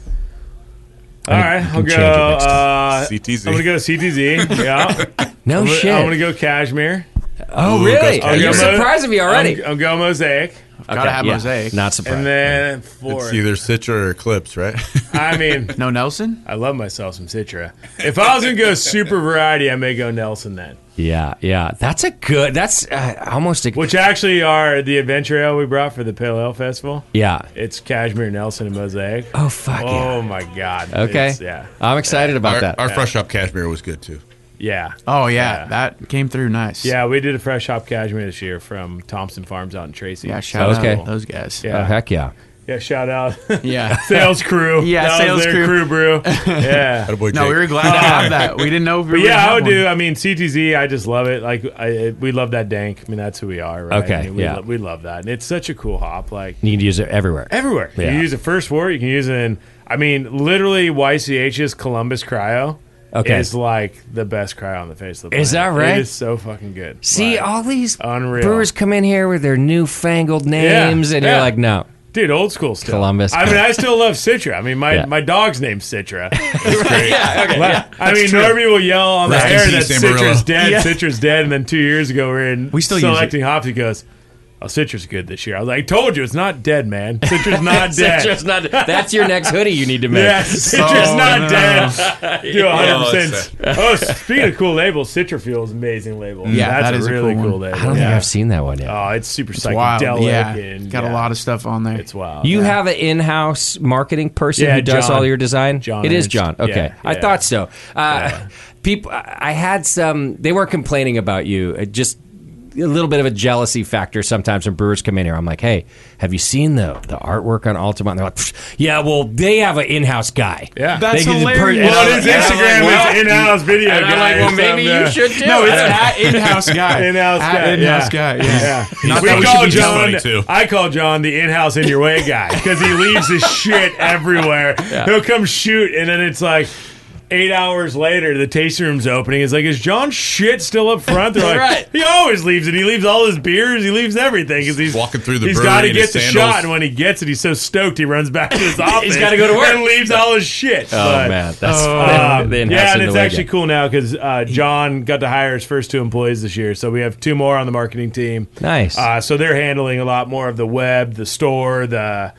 [SPEAKER 2] All right,
[SPEAKER 1] can
[SPEAKER 2] I'll
[SPEAKER 1] change
[SPEAKER 2] go.
[SPEAKER 1] it next
[SPEAKER 2] Uh,
[SPEAKER 4] CTZ.
[SPEAKER 2] I'm gonna go CTZ. Yeah.
[SPEAKER 1] No
[SPEAKER 2] I'm,
[SPEAKER 1] shit.
[SPEAKER 2] Gonna, I'm gonna go Cashmere.
[SPEAKER 1] oh really?
[SPEAKER 4] I'll
[SPEAKER 1] You're
[SPEAKER 4] go-
[SPEAKER 1] surprised me already.
[SPEAKER 2] I'm, I'm going Mosaic,
[SPEAKER 3] Gotta have
[SPEAKER 1] yeah.
[SPEAKER 3] mosaic.
[SPEAKER 1] Not surprised.
[SPEAKER 2] and then four.
[SPEAKER 4] It's either Citra or Eclipse, right?
[SPEAKER 2] I mean,
[SPEAKER 3] No Nelson.
[SPEAKER 2] I love myself some Citra. If I was gonna go super variety, I may go Nelson then.
[SPEAKER 1] yeah, yeah. That's a good. That's uh, almost a
[SPEAKER 2] Which actually are the adventure ale we brought for the Pale Ale Festival.
[SPEAKER 1] yeah.
[SPEAKER 2] It's Cashmere Nelson and Mosaic.
[SPEAKER 1] Oh fuck yeah.
[SPEAKER 2] Oh my god.
[SPEAKER 1] Okay.
[SPEAKER 2] It's- yeah.
[SPEAKER 1] I'm excited about
[SPEAKER 4] our,
[SPEAKER 1] that.
[SPEAKER 4] our fresh up cashmere was good too.
[SPEAKER 2] Yeah.
[SPEAKER 3] Oh yeah, that came through nice.
[SPEAKER 2] Yeah, we did a fresh hop cashmere this year from Thompson Farms out in Tracy.
[SPEAKER 3] yeah. Shout
[SPEAKER 1] Okay.
[SPEAKER 3] out those guys.
[SPEAKER 1] Oh,
[SPEAKER 2] Yeah.
[SPEAKER 1] heck yeah.
[SPEAKER 2] Yeah, shout out
[SPEAKER 3] yeah.
[SPEAKER 2] sales crew.
[SPEAKER 3] Yeah,
[SPEAKER 2] that
[SPEAKER 3] sales
[SPEAKER 2] was their
[SPEAKER 3] crew.
[SPEAKER 2] crew. brew. Yeah.
[SPEAKER 4] Attaboy,
[SPEAKER 3] No,
[SPEAKER 4] Oh, Jake.
[SPEAKER 3] we were glad to have that. We didn't know. If we
[SPEAKER 2] But
[SPEAKER 3] were
[SPEAKER 2] yeah,
[SPEAKER 3] gonna
[SPEAKER 2] I would
[SPEAKER 3] have
[SPEAKER 2] do.
[SPEAKER 3] one.
[SPEAKER 2] I mean, CTZ. I just love it. Like, I, we love that dank. I mean, that's who we are. Right?
[SPEAKER 1] Okay,
[SPEAKER 2] I mean, we,
[SPEAKER 1] yeah.
[SPEAKER 2] lo- we love that, and it's such a cool hop. Like,
[SPEAKER 1] You can use it everywhere.
[SPEAKER 2] everywhere. You
[SPEAKER 1] Yeah.
[SPEAKER 2] can use it first war. You can use it in. I mean, literally, YCH's Columbus Cryo
[SPEAKER 1] Okay.
[SPEAKER 2] is like the best cryo on the face of the planet.
[SPEAKER 1] Is that right?
[SPEAKER 2] It is so fucking good.
[SPEAKER 1] See,
[SPEAKER 2] Like,
[SPEAKER 1] all these
[SPEAKER 2] Unreal.
[SPEAKER 1] brewers come in here with their newfangled names, and you're
[SPEAKER 2] yeah.
[SPEAKER 1] like, no.
[SPEAKER 2] dude, old school still.
[SPEAKER 1] Columbus
[SPEAKER 2] I mean, I still love Citra. I mean, my,
[SPEAKER 1] Yeah.
[SPEAKER 2] my dog's name's Citra. yeah, okay, I mean, Norby will yell on
[SPEAKER 4] Rest
[SPEAKER 2] the
[SPEAKER 4] in
[SPEAKER 2] air that
[SPEAKER 4] peace, Amarillo.
[SPEAKER 2] Citra's dead, Citra's dead, and then two years ago we're in
[SPEAKER 3] We still use
[SPEAKER 2] selecting hops. He goes, Oh, citrus good this year. I was like, I told you, it's not dead, man. Citrus not dead.
[SPEAKER 1] Citrus not- that's your next hoodie you need to make.
[SPEAKER 2] Yeah, citrus
[SPEAKER 1] Oh,
[SPEAKER 2] not
[SPEAKER 1] no.
[SPEAKER 2] dead. Dude,
[SPEAKER 1] Yeah.
[SPEAKER 2] 100%. Oh, speaking of cool labels, Citrofuel is an amazing label.
[SPEAKER 3] Yeah,
[SPEAKER 2] that's
[SPEAKER 3] that
[SPEAKER 2] a
[SPEAKER 3] is a cool
[SPEAKER 2] really
[SPEAKER 3] one.
[SPEAKER 2] cool, label.
[SPEAKER 1] I don't
[SPEAKER 2] Yeah.
[SPEAKER 1] think I've seen that one yet.
[SPEAKER 2] Oh, it's super
[SPEAKER 3] It's
[SPEAKER 2] psychedelic.
[SPEAKER 3] wild. Yeah.
[SPEAKER 2] and-
[SPEAKER 3] Got a
[SPEAKER 2] yeah.
[SPEAKER 3] lot of stuff on there.
[SPEAKER 2] It's wild.
[SPEAKER 1] You have an in-house marketing person
[SPEAKER 2] Yeah,
[SPEAKER 1] who does
[SPEAKER 2] John.
[SPEAKER 1] all your design.
[SPEAKER 2] John
[SPEAKER 1] it is
[SPEAKER 2] Ernst.
[SPEAKER 1] John.
[SPEAKER 2] Yeah,
[SPEAKER 1] Okay, I
[SPEAKER 2] yeah.
[SPEAKER 1] thought so. Uh, People, I I had some. They were complaining about you. It just a little bit of a jealousy factor sometimes when brewers come in here. I'm like, hey, have you seen the the artwork on Altamont? And they're like, "Pfft, yeah, well, they have an in-house guy.
[SPEAKER 2] Yeah.
[SPEAKER 3] That's
[SPEAKER 1] They can just
[SPEAKER 3] hilarious.
[SPEAKER 1] put-
[SPEAKER 3] Well,
[SPEAKER 2] Well, his
[SPEAKER 1] And I'm like,
[SPEAKER 2] Instagram
[SPEAKER 1] well-
[SPEAKER 2] is in-house uh, video
[SPEAKER 1] And I'm
[SPEAKER 2] guy.
[SPEAKER 1] like,
[SPEAKER 2] or
[SPEAKER 1] well, maybe you
[SPEAKER 2] something.
[SPEAKER 1] should too.
[SPEAKER 3] No, it's
[SPEAKER 1] I don't know.
[SPEAKER 3] at in-house guy.
[SPEAKER 2] In-house
[SPEAKER 3] At
[SPEAKER 2] guy,
[SPEAKER 3] In-house
[SPEAKER 2] yeah.
[SPEAKER 3] guy. Yeah.
[SPEAKER 4] Not
[SPEAKER 2] we
[SPEAKER 4] that we should
[SPEAKER 2] call
[SPEAKER 4] be
[SPEAKER 2] John.
[SPEAKER 4] somebody, too.
[SPEAKER 2] I call John the in-house in your way guy because he leaves his shit everywhere. He'll come shoot, and then it's like. Eight hours later, the tasting room's opening. It's like, is John's shit still up front? They're like,
[SPEAKER 1] Right.
[SPEAKER 2] he always leaves it. He leaves all his beers. He leaves everything because he's
[SPEAKER 4] Walking through the
[SPEAKER 2] He's
[SPEAKER 4] brewery
[SPEAKER 2] gotta
[SPEAKER 4] in
[SPEAKER 2] get
[SPEAKER 4] his
[SPEAKER 2] the
[SPEAKER 4] sandals.
[SPEAKER 2] shot, and when he gets it, he's so stoked he runs back to his office.
[SPEAKER 1] gotta go to work.
[SPEAKER 2] and leaves all his shit.
[SPEAKER 1] Oh
[SPEAKER 2] But-
[SPEAKER 1] man, that's
[SPEAKER 2] um,
[SPEAKER 1] the in-house
[SPEAKER 2] yeah, and
[SPEAKER 1] in
[SPEAKER 2] it's
[SPEAKER 1] the way
[SPEAKER 2] actually
[SPEAKER 1] guy.
[SPEAKER 2] cool now because uh, John got to hire his first two employees this year, so we have two more on the marketing team.
[SPEAKER 1] Nice.
[SPEAKER 2] Uh, so they're handling a lot more of the web, the store, the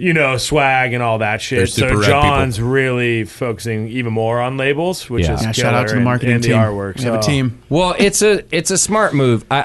[SPEAKER 2] you know swag and all that shit.
[SPEAKER 4] They're super
[SPEAKER 2] So
[SPEAKER 4] rad
[SPEAKER 2] John's really focusing even more on labels, which
[SPEAKER 1] Yeah.
[SPEAKER 2] is
[SPEAKER 3] Yeah, shout out
[SPEAKER 2] killer,
[SPEAKER 3] to the
[SPEAKER 2] and-
[SPEAKER 3] marketing
[SPEAKER 2] and
[SPEAKER 3] team.
[SPEAKER 2] the artwork.
[SPEAKER 3] We have a
[SPEAKER 2] So-
[SPEAKER 3] team.
[SPEAKER 1] Well, it's a it's a smart move. I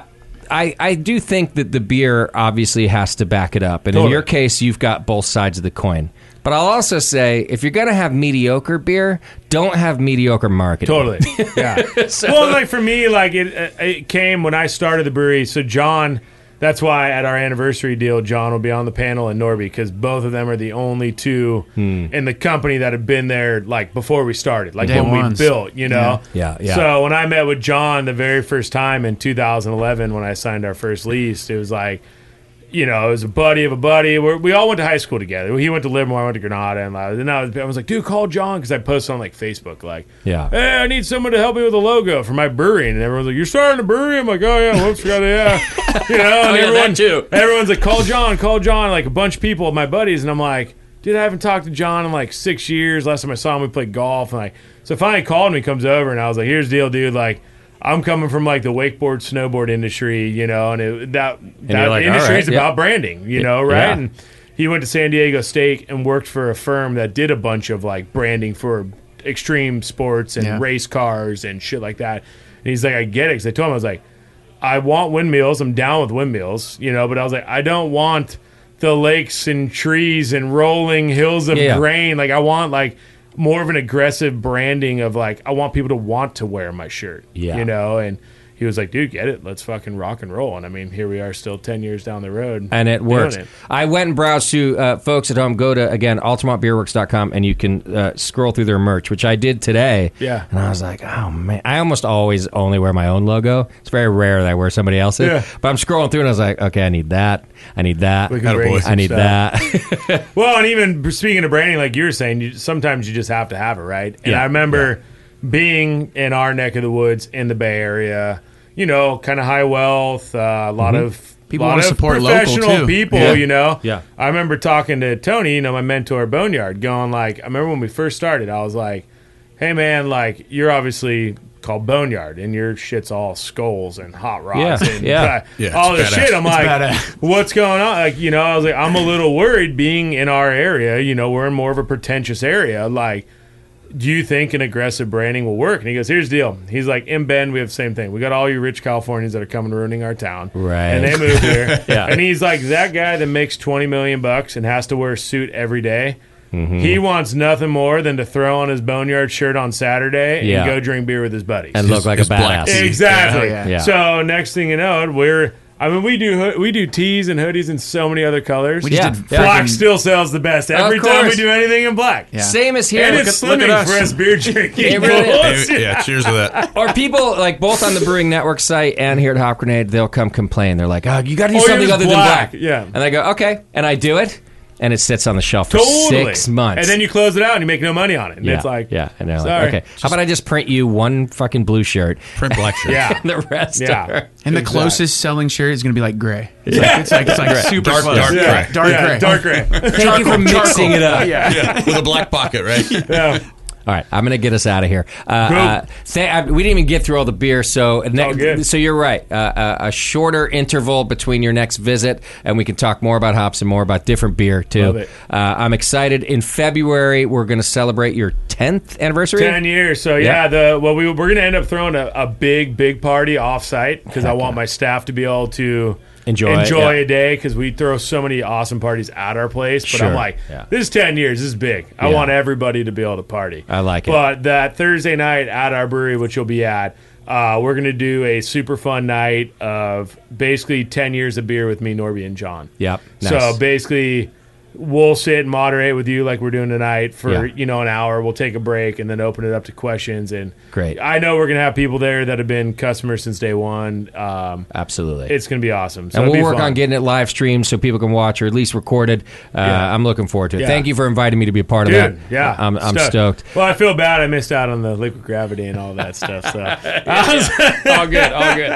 [SPEAKER 1] I, I do think that the beer obviously has to back it up, and in
[SPEAKER 2] Totally.
[SPEAKER 1] your case, you've got both sides of the coin. But I'll also say, if you're going to have mediocre beer, don't have mediocre marketing.
[SPEAKER 2] Totally. Yeah. well, like for me, like it, uh, it came when I started the brewery. So John, that's why at our anniversary deal, John will be on the panel and Norby because both of them are the only two
[SPEAKER 1] Hmm.
[SPEAKER 2] in the company that have been there like before we started, like
[SPEAKER 3] Day
[SPEAKER 2] when
[SPEAKER 3] ones.
[SPEAKER 2] we built. You know.
[SPEAKER 1] Yeah, yeah.
[SPEAKER 2] So when I met with John the very first time in 2011 when I signed our first lease, it was like you know, it was a buddy of a buddy. We're, we all went to high school together. He went to Livermore, I went to Granada, and I was, and I was, I was like, dude, call John because I posted on like Facebook, like,
[SPEAKER 1] Yeah.
[SPEAKER 2] hey, I need someone to help me with a logo for my brewery, and everyone's like, you're starting a brewery? I'm like, oh yeah, whoops, forgot yeah, you
[SPEAKER 1] Oh,
[SPEAKER 2] know, and
[SPEAKER 1] yeah, that
[SPEAKER 2] everyone
[SPEAKER 1] too.
[SPEAKER 2] everyone's like, call John, call John, like a bunch of people, my buddies, and I'm like, dude, I haven't talked to John in like six years. Last time I saw him, we played golf, and like, so finally he called me, comes over, and I was like, here's the deal, dude, like. I'm coming from like the wakeboard snowboard industry, you know, and it, that that
[SPEAKER 1] you're like,
[SPEAKER 2] industry is
[SPEAKER 1] "All right,
[SPEAKER 2] about branding, you know, right?
[SPEAKER 1] yeah.
[SPEAKER 2] And he went to San Diego State and worked for a firm that did a bunch of like branding for extreme sports and
[SPEAKER 3] Yeah.
[SPEAKER 2] race cars and shit like that. And he's like, I get it. Cause I told him, I was like, I want windmills. I'm down with windmills, you know, but I was like, I don't want the lakes and trees and rolling hills of
[SPEAKER 1] Yeah.
[SPEAKER 2] grain. Like, I want like more of an aggressive branding of like, I want people to want to wear my shirt,
[SPEAKER 1] Yeah.
[SPEAKER 2] you know, and he was like, dude, get it. Let's fucking rock and roll. And I mean, here we are still 10 years down the road.
[SPEAKER 1] and it
[SPEAKER 2] doing
[SPEAKER 1] works.
[SPEAKER 2] it.
[SPEAKER 1] I went and browsed to uh, folks at home. Go to again altamontbeerworks.com and you can uh, scroll through their merch, which I did today.
[SPEAKER 2] Yeah.
[SPEAKER 1] and I was like, oh man, I almost always only wear my own logo. It's very rare that I wear somebody else's.
[SPEAKER 2] Yeah.
[SPEAKER 1] But I'm scrolling through and I was like, okay, I need that. I need that.
[SPEAKER 2] We can bring
[SPEAKER 4] Attaboy.
[SPEAKER 2] some
[SPEAKER 1] I need
[SPEAKER 2] stuff.
[SPEAKER 1] that.
[SPEAKER 2] Well, and even speaking of branding, like you were saying, you, sometimes you just have to have it, right? And
[SPEAKER 1] Yeah,
[SPEAKER 2] I remember being in our neck of the woods in the Bay Area, you know, kind of high wealth, uh, a lot of
[SPEAKER 3] People
[SPEAKER 2] lot
[SPEAKER 3] wanna
[SPEAKER 2] of
[SPEAKER 3] support local,
[SPEAKER 2] professional
[SPEAKER 3] too.
[SPEAKER 2] people,
[SPEAKER 3] Yeah.
[SPEAKER 2] you know.
[SPEAKER 1] Yeah.
[SPEAKER 2] I remember talking to Tony, you know, my mentor Boneyard, going like, I remember when we first started, I was like, "Hey, man, like you're obviously." Called Boneyard, and your shit's all skulls and hot rods
[SPEAKER 1] Yeah,
[SPEAKER 2] and
[SPEAKER 1] yeah.
[SPEAKER 4] Yeah, it's
[SPEAKER 2] all this
[SPEAKER 4] badass.
[SPEAKER 2] shit. I'm
[SPEAKER 3] It's
[SPEAKER 2] like,
[SPEAKER 3] badass.
[SPEAKER 2] what's going on? Like, you know, I was like, I'm a little worried being in our area. You know, we're in more of a pretentious area. Like, do you think an aggressive branding will work? And he goes, here's the deal. He's like, in Bend, we have the same thing. We got all you rich Californians that are coming ruining our town.
[SPEAKER 1] Right.
[SPEAKER 2] And they move here.
[SPEAKER 1] Yeah.
[SPEAKER 2] And he's like, that guy that makes 20 million bucks and has to wear a suit every day,
[SPEAKER 1] Mm-hmm.
[SPEAKER 2] He wants nothing more than to throw on his boneyard shirt on Saturday and
[SPEAKER 1] Yeah.
[SPEAKER 2] go drink beer with his buddies.
[SPEAKER 1] and look like a
[SPEAKER 4] It's black.
[SPEAKER 1] badass.
[SPEAKER 2] Exactly.
[SPEAKER 3] Yeah.
[SPEAKER 1] Yeah.
[SPEAKER 2] So next thing you know, we're I mean we do ho- we do tees and hoodies in so many other colors.
[SPEAKER 3] We just
[SPEAKER 1] Yeah.
[SPEAKER 3] did
[SPEAKER 1] Yeah.
[SPEAKER 2] Black
[SPEAKER 3] fucking-
[SPEAKER 2] still sells the best every time we
[SPEAKER 1] course.
[SPEAKER 2] do anything in black.
[SPEAKER 3] Yeah.
[SPEAKER 1] Same as here.
[SPEAKER 2] And
[SPEAKER 1] Look
[SPEAKER 2] it's
[SPEAKER 1] at- look at
[SPEAKER 2] slimming
[SPEAKER 1] us.
[SPEAKER 2] for us beer drinking.
[SPEAKER 1] It really
[SPEAKER 2] fools.
[SPEAKER 4] Hey, yeah, cheers to that.
[SPEAKER 1] or people like both on the Brewing Network site and here at Hop Grenade, they'll come complain. They're like, "Oh, you got to do
[SPEAKER 2] Oh, you're
[SPEAKER 1] something
[SPEAKER 2] just
[SPEAKER 1] other
[SPEAKER 2] black."
[SPEAKER 1] than black."
[SPEAKER 2] Yeah.
[SPEAKER 1] and I go, "Okay," and I do it, and it sits on the shelf for
[SPEAKER 2] Totally.
[SPEAKER 1] six months.
[SPEAKER 2] And then you close it out and you make no money on it. And
[SPEAKER 1] yeah,
[SPEAKER 2] it's like
[SPEAKER 1] yeah, and they're
[SPEAKER 2] sorry.
[SPEAKER 1] like, "Okay, how about I just print you one fucking blue shirt,
[SPEAKER 4] Print black shirt.
[SPEAKER 2] Yeah.
[SPEAKER 1] and the rest
[SPEAKER 2] Yeah.
[SPEAKER 1] are."
[SPEAKER 3] And the closest selling shirt is going to be like gray. It's like, it's like, it's like super
[SPEAKER 4] Dark-
[SPEAKER 3] close.
[SPEAKER 4] dark
[SPEAKER 2] Yeah.
[SPEAKER 4] gray.
[SPEAKER 3] Dark
[SPEAKER 2] Yeah,
[SPEAKER 3] gray.
[SPEAKER 2] Dark gray.
[SPEAKER 1] Thank you for mixing it up.
[SPEAKER 4] With a black pocket, right?
[SPEAKER 2] yeah.
[SPEAKER 1] All right, I'm gonna get us out of here. Uh, uh, say, I, we didn't even get through all the beer, so ne- so you're right. Uh, uh, a shorter interval between your next visit, and we can talk more about hops and more about different beer too.
[SPEAKER 2] Love it.
[SPEAKER 1] Uh, I'm excited. In February, we're gonna celebrate your 10th anniversary.
[SPEAKER 2] Ten years. So yeah, the well, we we're gonna end up throwing a, a big, big party offsite because I want my staff to be able to
[SPEAKER 1] Enjoy it,
[SPEAKER 2] enjoy
[SPEAKER 1] yeah.
[SPEAKER 2] a day because we throw so many awesome parties at our place. But
[SPEAKER 1] Sure,
[SPEAKER 2] I'm like,
[SPEAKER 1] yeah.
[SPEAKER 2] this is ten years. This is big. I
[SPEAKER 1] Yeah.
[SPEAKER 2] want everybody to be able to party.
[SPEAKER 1] I like it.
[SPEAKER 2] But that Thursday night at our brewery, which you'll be at. Uh, we're gonna do a super fun night of basically ten years of beer with me, Norby, and John.
[SPEAKER 1] Yep.
[SPEAKER 2] So
[SPEAKER 1] Nice.
[SPEAKER 2] basically, we'll sit and moderate with you like we're doing tonight for
[SPEAKER 1] Yeah.
[SPEAKER 2] you know an hour. We'll take a break and then open it up to questions. And
[SPEAKER 1] Great.
[SPEAKER 2] I know we're gonna have people there that have been customers since day one. Um,
[SPEAKER 1] Absolutely.
[SPEAKER 2] it's gonna be awesome. So
[SPEAKER 1] and
[SPEAKER 2] it'll
[SPEAKER 1] we'll
[SPEAKER 2] be
[SPEAKER 1] work
[SPEAKER 2] fun.
[SPEAKER 1] on getting it live streamed so people can watch or at least recorded. Uh, I'm looking forward to it.
[SPEAKER 2] Yeah.
[SPEAKER 1] Thank you for inviting me to be a part
[SPEAKER 2] Dude,
[SPEAKER 1] of that.
[SPEAKER 2] yeah,
[SPEAKER 1] I'm, I'm stoked.
[SPEAKER 2] Well, I feel bad I missed out on the liquid gravity and all that stuff. So
[SPEAKER 1] all good, all good.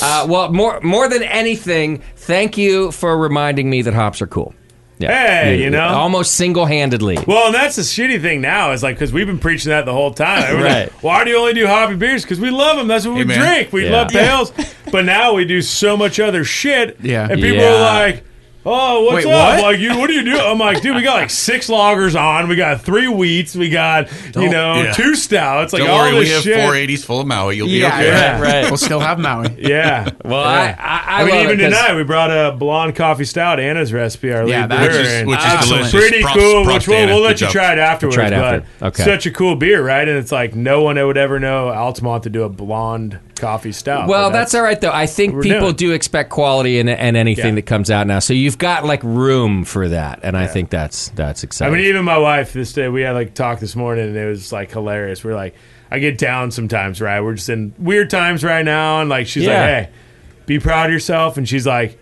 [SPEAKER 1] Uh, well, more more than anything, thank you for reminding me that hops are cool. Yeah.
[SPEAKER 2] Hey, you know?
[SPEAKER 1] almost single handedly.
[SPEAKER 2] Well, and that's the shitty thing now is like because we've been preaching that the whole time. Everyone's
[SPEAKER 1] Right.
[SPEAKER 2] like, Why do you only do hoppy beers? Because we love them. That's what we
[SPEAKER 4] man.
[SPEAKER 2] drink. We
[SPEAKER 1] Yeah.
[SPEAKER 2] love pails. but now we do so much other shit.
[SPEAKER 3] Yeah.
[SPEAKER 2] And people
[SPEAKER 1] Yeah.
[SPEAKER 2] are like. Oh, what's
[SPEAKER 3] Wait,
[SPEAKER 2] up?
[SPEAKER 3] what?
[SPEAKER 2] Like you, what do you do? I'm like, dude, we got like six loggers on. We got three wheats. We got you know
[SPEAKER 4] yeah.
[SPEAKER 2] two stouts. Like
[SPEAKER 4] Don't
[SPEAKER 2] all
[SPEAKER 4] worry,
[SPEAKER 2] this
[SPEAKER 4] we have
[SPEAKER 2] shit.
[SPEAKER 4] 480s full of Maui. You'll be
[SPEAKER 3] Yeah,
[SPEAKER 4] okay.
[SPEAKER 3] yeah.
[SPEAKER 1] right.
[SPEAKER 3] We'll still have Maui.
[SPEAKER 2] Yeah.
[SPEAKER 1] Well, I- I- I
[SPEAKER 2] mean,
[SPEAKER 1] love it
[SPEAKER 2] even
[SPEAKER 1] 'cause-
[SPEAKER 2] tonight we brought a blonde coffee stout, Anna's recipe, our
[SPEAKER 3] Yeah,
[SPEAKER 2] lead
[SPEAKER 3] that-
[SPEAKER 2] brewer,
[SPEAKER 3] Which is-
[SPEAKER 2] and-
[SPEAKER 4] which is
[SPEAKER 2] Absolutely.
[SPEAKER 4] delicious.
[SPEAKER 2] Pretty
[SPEAKER 4] Props-
[SPEAKER 2] cool.
[SPEAKER 4] props
[SPEAKER 2] which
[SPEAKER 4] to
[SPEAKER 2] we'll,
[SPEAKER 4] Anna.
[SPEAKER 2] we'll
[SPEAKER 4] Good
[SPEAKER 2] let you
[SPEAKER 4] job.
[SPEAKER 2] try it afterwards.
[SPEAKER 1] Try it after.
[SPEAKER 2] But
[SPEAKER 1] Okay.
[SPEAKER 2] Such a cool beer, right? And it's like no one would ever know Altamont to do a blonde coffee stout.
[SPEAKER 1] Well,
[SPEAKER 2] but
[SPEAKER 1] that's, all right though. I think
[SPEAKER 2] we're
[SPEAKER 1] people
[SPEAKER 2] doing.
[SPEAKER 1] do expect quality in, in anything
[SPEAKER 2] Yeah.
[SPEAKER 1] that comes out now. So you've got like room for that, and I think that's that's
[SPEAKER 2] I
[SPEAKER 1] exciting.
[SPEAKER 2] mean, even my wife this day, we had like talk this morning and it was like hilarious. We're like, I get down sometimes, right? We're just in weird times right now. And like, she's
[SPEAKER 1] Yeah.
[SPEAKER 2] like, hey, be proud of yourself. And she's like,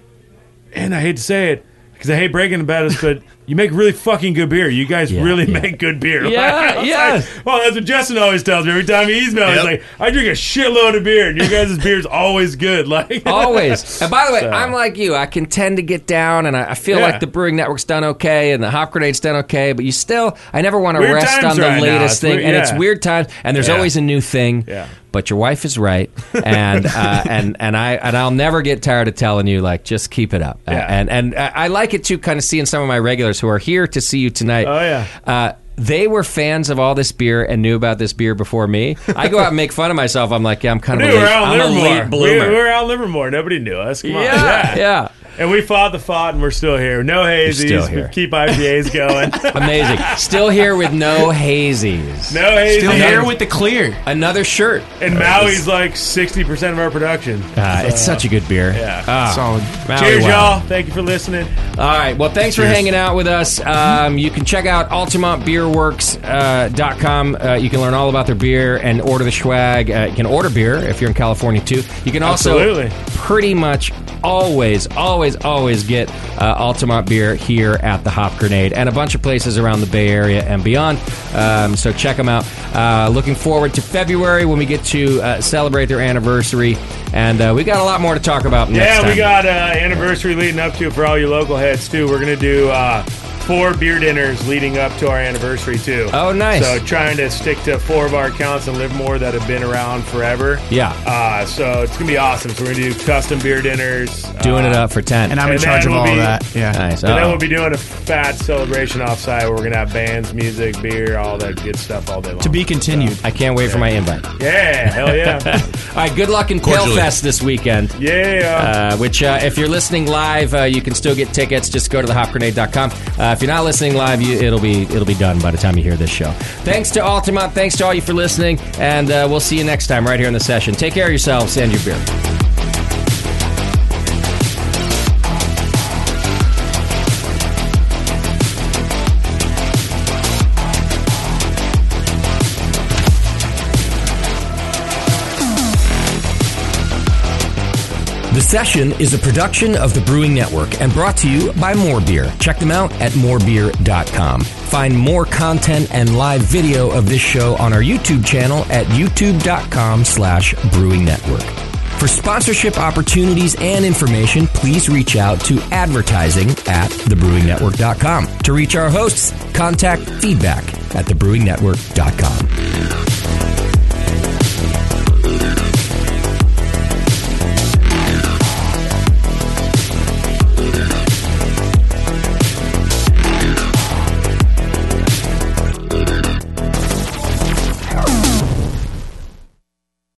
[SPEAKER 2] and I hate to say it because I hate breaking about this, but you make really fucking good beer. You guys
[SPEAKER 1] Yeah,
[SPEAKER 2] really
[SPEAKER 1] yeah.
[SPEAKER 2] make good beer.
[SPEAKER 1] Yeah,
[SPEAKER 2] I was
[SPEAKER 1] yeah.
[SPEAKER 2] like, well, that's what Justin always tells me every time he emails.
[SPEAKER 4] Yep.
[SPEAKER 2] He's like, I drink a shitload of beer and your guys' beer's always good. Like,
[SPEAKER 1] Oh, Always. And by the way, I'm like you. I can tend to get down, and I, I feel
[SPEAKER 2] Yeah.
[SPEAKER 1] like the Brewing Network's done okay, and the Hop Grenade's done okay, but you still, I never want to
[SPEAKER 2] Weird
[SPEAKER 1] rest
[SPEAKER 2] times
[SPEAKER 1] on the
[SPEAKER 2] right now.
[SPEAKER 1] latest
[SPEAKER 2] It's
[SPEAKER 1] thing.
[SPEAKER 2] weird-
[SPEAKER 1] And it's
[SPEAKER 2] yeah.
[SPEAKER 1] weird times, and there's
[SPEAKER 2] Yeah.
[SPEAKER 1] always a new thing.
[SPEAKER 2] Yeah.
[SPEAKER 1] But your wife is right, and uh, and and I and I'll never get tired of telling you like just keep it up. Uh,
[SPEAKER 2] Yeah.
[SPEAKER 1] and and I I like it too, kind of seeing some of my regulars who are here to see you tonight.
[SPEAKER 2] Oh, yeah.
[SPEAKER 1] Uh, they were fans of all this beer and knew about this beer before me. I go out and make fun of myself. I'm like, yeah, I'm kind of
[SPEAKER 2] Dude,
[SPEAKER 1] a late,
[SPEAKER 2] we're out
[SPEAKER 1] I'm
[SPEAKER 2] in
[SPEAKER 1] a late
[SPEAKER 2] Livermore. We-
[SPEAKER 1] bloomer.
[SPEAKER 2] We're out in Livermore. Nobody knew us. Come on.
[SPEAKER 1] yeah, yeah.
[SPEAKER 2] And we fought the fought, and we're still here. No hazies.
[SPEAKER 1] still here.
[SPEAKER 2] We keep IPAs going.
[SPEAKER 1] Amazing. Still here with no hazies.
[SPEAKER 2] no hazies.
[SPEAKER 3] Still here with the clear.
[SPEAKER 1] Another shirt.
[SPEAKER 2] and Maui's like 60% of our production.
[SPEAKER 1] Uh, it's such a good beer.
[SPEAKER 2] Yeah.
[SPEAKER 3] Solid.
[SPEAKER 1] Maui
[SPEAKER 2] Cheers,
[SPEAKER 1] Wild.
[SPEAKER 2] y'all. Thank you for listening.
[SPEAKER 1] All right. Well, thanks for hanging out with us. Um, you can check out altamontbeerworks.com. Uh, you can learn all about their beer and order the swag. Uh, you can order beer if you're in California, too. You can also
[SPEAKER 2] Absolutely.
[SPEAKER 1] pretty much always, always, always get uh, Altamont beer here at the Hop Grenade and a bunch of places around the Bay Area and beyond. Um, so check them out. Uh, looking forward to February when we get to uh, celebrate their anniversary. And uh, we got a lot more to talk about next
[SPEAKER 2] Yeah,
[SPEAKER 1] time.
[SPEAKER 2] we got uh, anniversary leading up to it for all your local heads, too. We're going to do uh, four beer dinners leading up to our anniversary, too.
[SPEAKER 1] Oh, nice.
[SPEAKER 2] So trying to stick to four of our accounts in Livermore that have been around forever.
[SPEAKER 1] Yeah.
[SPEAKER 2] Uh, so it's going to be awesome. So we're going to do custom beer dinners.
[SPEAKER 1] Doing
[SPEAKER 2] uh,
[SPEAKER 1] it up for 10.
[SPEAKER 3] And I'm in
[SPEAKER 2] And
[SPEAKER 3] charge
[SPEAKER 2] that
[SPEAKER 3] of
[SPEAKER 2] will
[SPEAKER 3] all
[SPEAKER 2] be-
[SPEAKER 3] of that. Yeah.
[SPEAKER 1] Nice. Oh,
[SPEAKER 2] And
[SPEAKER 1] Uh-oh.
[SPEAKER 2] then we'll be doing a fat celebration offsite where we're gonna have bands, music, beer, all that good stuff all day long.
[SPEAKER 3] To be continued.
[SPEAKER 1] I can't wait for my invite. All
[SPEAKER 2] yeah, hell yeah,
[SPEAKER 1] right, good luck in
[SPEAKER 4] Cordially.
[SPEAKER 1] Palefest this weekend.
[SPEAKER 2] yeah.
[SPEAKER 1] Uh, which, uh, if you're listening live, uh, you can still get tickets. Just go to thehopgrenade.com. Uh, if you're not listening live, you, it'll be it'll be done by the time you hear this show. Thanks to Altamont. Thanks to all you for listening, and uh, we'll see you next time right here in the session. Take care of yourselves and your beer. The Session is a production of the Brewing Network and brought to you by More Beer. Check them out at morebeer.com. Find more content and live video of this show on our YouTube channel at youtube.com slash brewing network. For sponsorship opportunities and information, please reach out to advertising at thebrewingnetwork.com. To reach our hosts, contact feedback at thebrewingnetwork.com.